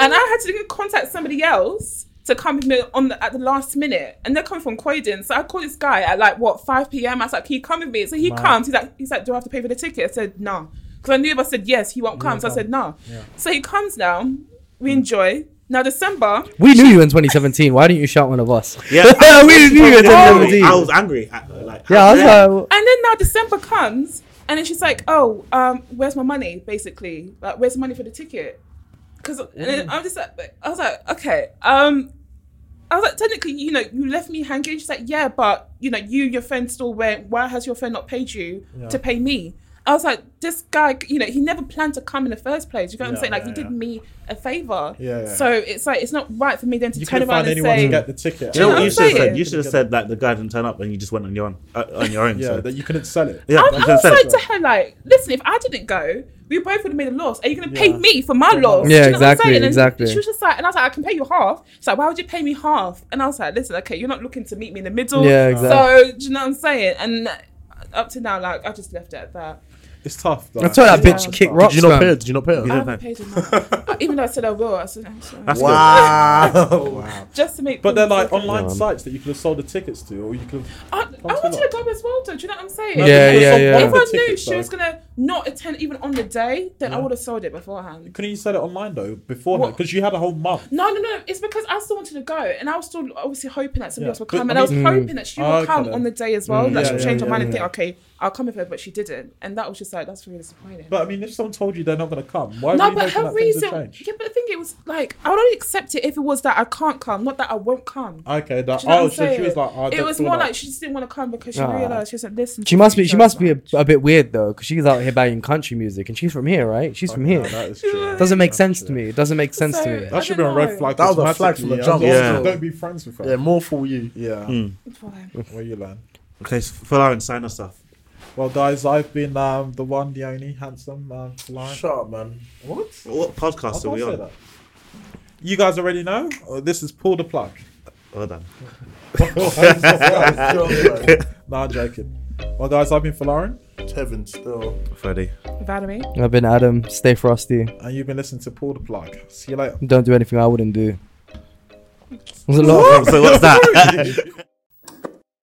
[SPEAKER 7] And I had to go contact somebody else to come with me on the, at the last minute. And they're coming from Croydon. So I called this guy at like what 5 p.m. I was like, Can you come with me? So he comes, he's like, he's like, Do I have to pay for the ticket? I said, No. Because I knew if I said yes, he won't come. So I said no. So he comes now. We enjoy. Now December.
[SPEAKER 5] We knew you in 2017. Why didn't you shout one of us?
[SPEAKER 4] Yeah, I,
[SPEAKER 5] we knew you in
[SPEAKER 4] was, "Oh,
[SPEAKER 5] 2017.
[SPEAKER 4] I was angry. At, her, like,
[SPEAKER 5] yeah,
[SPEAKER 4] how
[SPEAKER 5] I was
[SPEAKER 4] dare-
[SPEAKER 5] like,
[SPEAKER 7] And then now December comes, and then she's like, "Oh, um, where's my money?" Basically, like, "Where's the money for the ticket?" Because I'm just like, I was like, "Okay." Um, I was like, "Technically, you know, you left me hanging." She's like, "Yeah, but you know, you your friend still went. Why has your friend not paid you to pay me?" I was like, "This guy, you know, he never planned to come in the first place." You know what I'm saying? Like, he did me a favor.
[SPEAKER 6] Yeah, yeah.
[SPEAKER 7] So it's like it's not right for me then to
[SPEAKER 6] You
[SPEAKER 7] turn
[SPEAKER 6] couldn't
[SPEAKER 7] around
[SPEAKER 6] find
[SPEAKER 7] and
[SPEAKER 6] anyone
[SPEAKER 7] say,
[SPEAKER 6] to get the ticket.
[SPEAKER 4] You know
[SPEAKER 7] Yeah,
[SPEAKER 4] what
[SPEAKER 7] I'm
[SPEAKER 4] you should have
[SPEAKER 7] saying.
[SPEAKER 4] said? You should have said that the guy didn't turn up and you just went on your own. Uh, on your own.
[SPEAKER 6] Yeah,
[SPEAKER 4] so.
[SPEAKER 6] that you couldn't sell it.
[SPEAKER 4] yeah.
[SPEAKER 7] I'm,
[SPEAKER 4] you
[SPEAKER 7] I
[SPEAKER 4] should have
[SPEAKER 7] was
[SPEAKER 4] said
[SPEAKER 7] like
[SPEAKER 4] so.
[SPEAKER 7] to her, like, listen, if I didn't go, we both would have made a loss. Are you going to pay me for my loss?
[SPEAKER 5] Yeah,
[SPEAKER 7] Do you know what I'm
[SPEAKER 5] exactly,
[SPEAKER 7] saying? And
[SPEAKER 5] exactly.
[SPEAKER 7] She was just like, and I was like, I can pay you half. She's like, why would you pay me half? And I was like, listen, okay, you're not looking to meet me in the middle.
[SPEAKER 5] Yeah, exactly.
[SPEAKER 7] So, do you know what I'm saying? And up to now, like, I just left it at that.
[SPEAKER 6] It's tough. Though.
[SPEAKER 5] I told that
[SPEAKER 7] Yeah.
[SPEAKER 5] bitch kick
[SPEAKER 3] Did
[SPEAKER 5] rocks.
[SPEAKER 3] you not
[SPEAKER 5] fam.
[SPEAKER 3] pay her? Did you not pay her?
[SPEAKER 7] I
[SPEAKER 4] Yeah.
[SPEAKER 7] haven't paid enough. But Even though I said I will, I said, I'm sorry.
[SPEAKER 4] That's
[SPEAKER 3] Wow.
[SPEAKER 7] Just to make
[SPEAKER 6] But they're
[SPEAKER 7] things
[SPEAKER 6] like
[SPEAKER 7] look-
[SPEAKER 6] online sites that you could have sold the tickets to, or you could.
[SPEAKER 5] oh,
[SPEAKER 6] have
[SPEAKER 7] I, I wanted to go as well, though. Do you know what I'm saying?
[SPEAKER 5] Yeah, yeah, yeah.
[SPEAKER 7] If I
[SPEAKER 6] The
[SPEAKER 7] knew
[SPEAKER 6] tickets,
[SPEAKER 7] she was
[SPEAKER 6] though.
[SPEAKER 7] gonna not attend even on the day, then I would have sold it beforehand.
[SPEAKER 6] Couldn't you sell it online though beforehand?
[SPEAKER 7] What?
[SPEAKER 6] Because you had a whole month.
[SPEAKER 7] No, no, no. It's because I still wanted to go, and I was still obviously hoping that somebody
[SPEAKER 6] Yeah,
[SPEAKER 7] else would
[SPEAKER 6] but
[SPEAKER 7] come,
[SPEAKER 6] I
[SPEAKER 7] and I was
[SPEAKER 6] mean-
[SPEAKER 7] hoping that she would
[SPEAKER 6] Oh, okay
[SPEAKER 7] come
[SPEAKER 6] then. Mm,
[SPEAKER 7] on the day as well. that
[SPEAKER 6] yeah,
[SPEAKER 7] she'll
[SPEAKER 6] yeah,
[SPEAKER 7] change her
[SPEAKER 6] yeah,
[SPEAKER 7] mind and
[SPEAKER 6] yeah.
[SPEAKER 7] think, okay, I'll come with her, but she didn't, and that was just like that's really disappointing.
[SPEAKER 6] But I mean, if someone told you they're not going to come, why
[SPEAKER 7] no,
[SPEAKER 6] would you hoping
[SPEAKER 7] but her
[SPEAKER 6] that things would
[SPEAKER 7] reason,
[SPEAKER 6] change?
[SPEAKER 7] yeah, but the thing it was like I would only accept it if it was that I can't come, not that I won't come.
[SPEAKER 6] Okay, that,
[SPEAKER 7] Do you know
[SPEAKER 6] oh,
[SPEAKER 7] what I'm
[SPEAKER 6] so she was
[SPEAKER 7] saying?
[SPEAKER 6] like, oh,
[SPEAKER 7] it was
[SPEAKER 6] that's all
[SPEAKER 7] more
[SPEAKER 6] right.
[SPEAKER 7] like she just didn't want to come because she
[SPEAKER 5] Ah.
[SPEAKER 7] realized she wasn't listening.
[SPEAKER 5] She must be. She must be a, uh, a bit weird though, because she's out here banging country music, and she's from here, right?
[SPEAKER 3] Oh,
[SPEAKER 5] She's from
[SPEAKER 6] No,
[SPEAKER 5] here.
[SPEAKER 6] that is true.
[SPEAKER 5] Doesn't make sense to me. It doesn't make sense to me.
[SPEAKER 7] So- I
[SPEAKER 6] That should be
[SPEAKER 7] don't
[SPEAKER 6] a red
[SPEAKER 7] know.
[SPEAKER 6] flag.
[SPEAKER 3] That was a flag from the
[SPEAKER 6] automatically.
[SPEAKER 3] jump.
[SPEAKER 6] Yeah.
[SPEAKER 4] Yeah.
[SPEAKER 6] Don't be friends with her.
[SPEAKER 3] Yeah, Hmm. more for you.
[SPEAKER 6] Yeah.
[SPEAKER 7] Fine.
[SPEAKER 6] Where you learn.
[SPEAKER 4] Okay, so fill out and sign us off.
[SPEAKER 6] Well, guys, I've been um, the one, the only handsome um, lion.
[SPEAKER 3] Shut up, man.
[SPEAKER 6] What?
[SPEAKER 4] What
[SPEAKER 6] I
[SPEAKER 4] podcast are
[SPEAKER 6] can't
[SPEAKER 4] we
[SPEAKER 6] say
[SPEAKER 4] on?
[SPEAKER 6] that. You guys already know. Uh, this is pull the plug.
[SPEAKER 4] Well done.
[SPEAKER 6] Nah, joking. Well, guys, I've been Falarin,
[SPEAKER 3] Heaven still.
[SPEAKER 4] Freddie.
[SPEAKER 7] Valerie.
[SPEAKER 5] I've been Adam. Stay frosty.
[SPEAKER 6] and you've been listening to Pull the Plug. See you later.
[SPEAKER 5] Don't do anything I wouldn't do. There's a lot of
[SPEAKER 4] So what's Oh, that?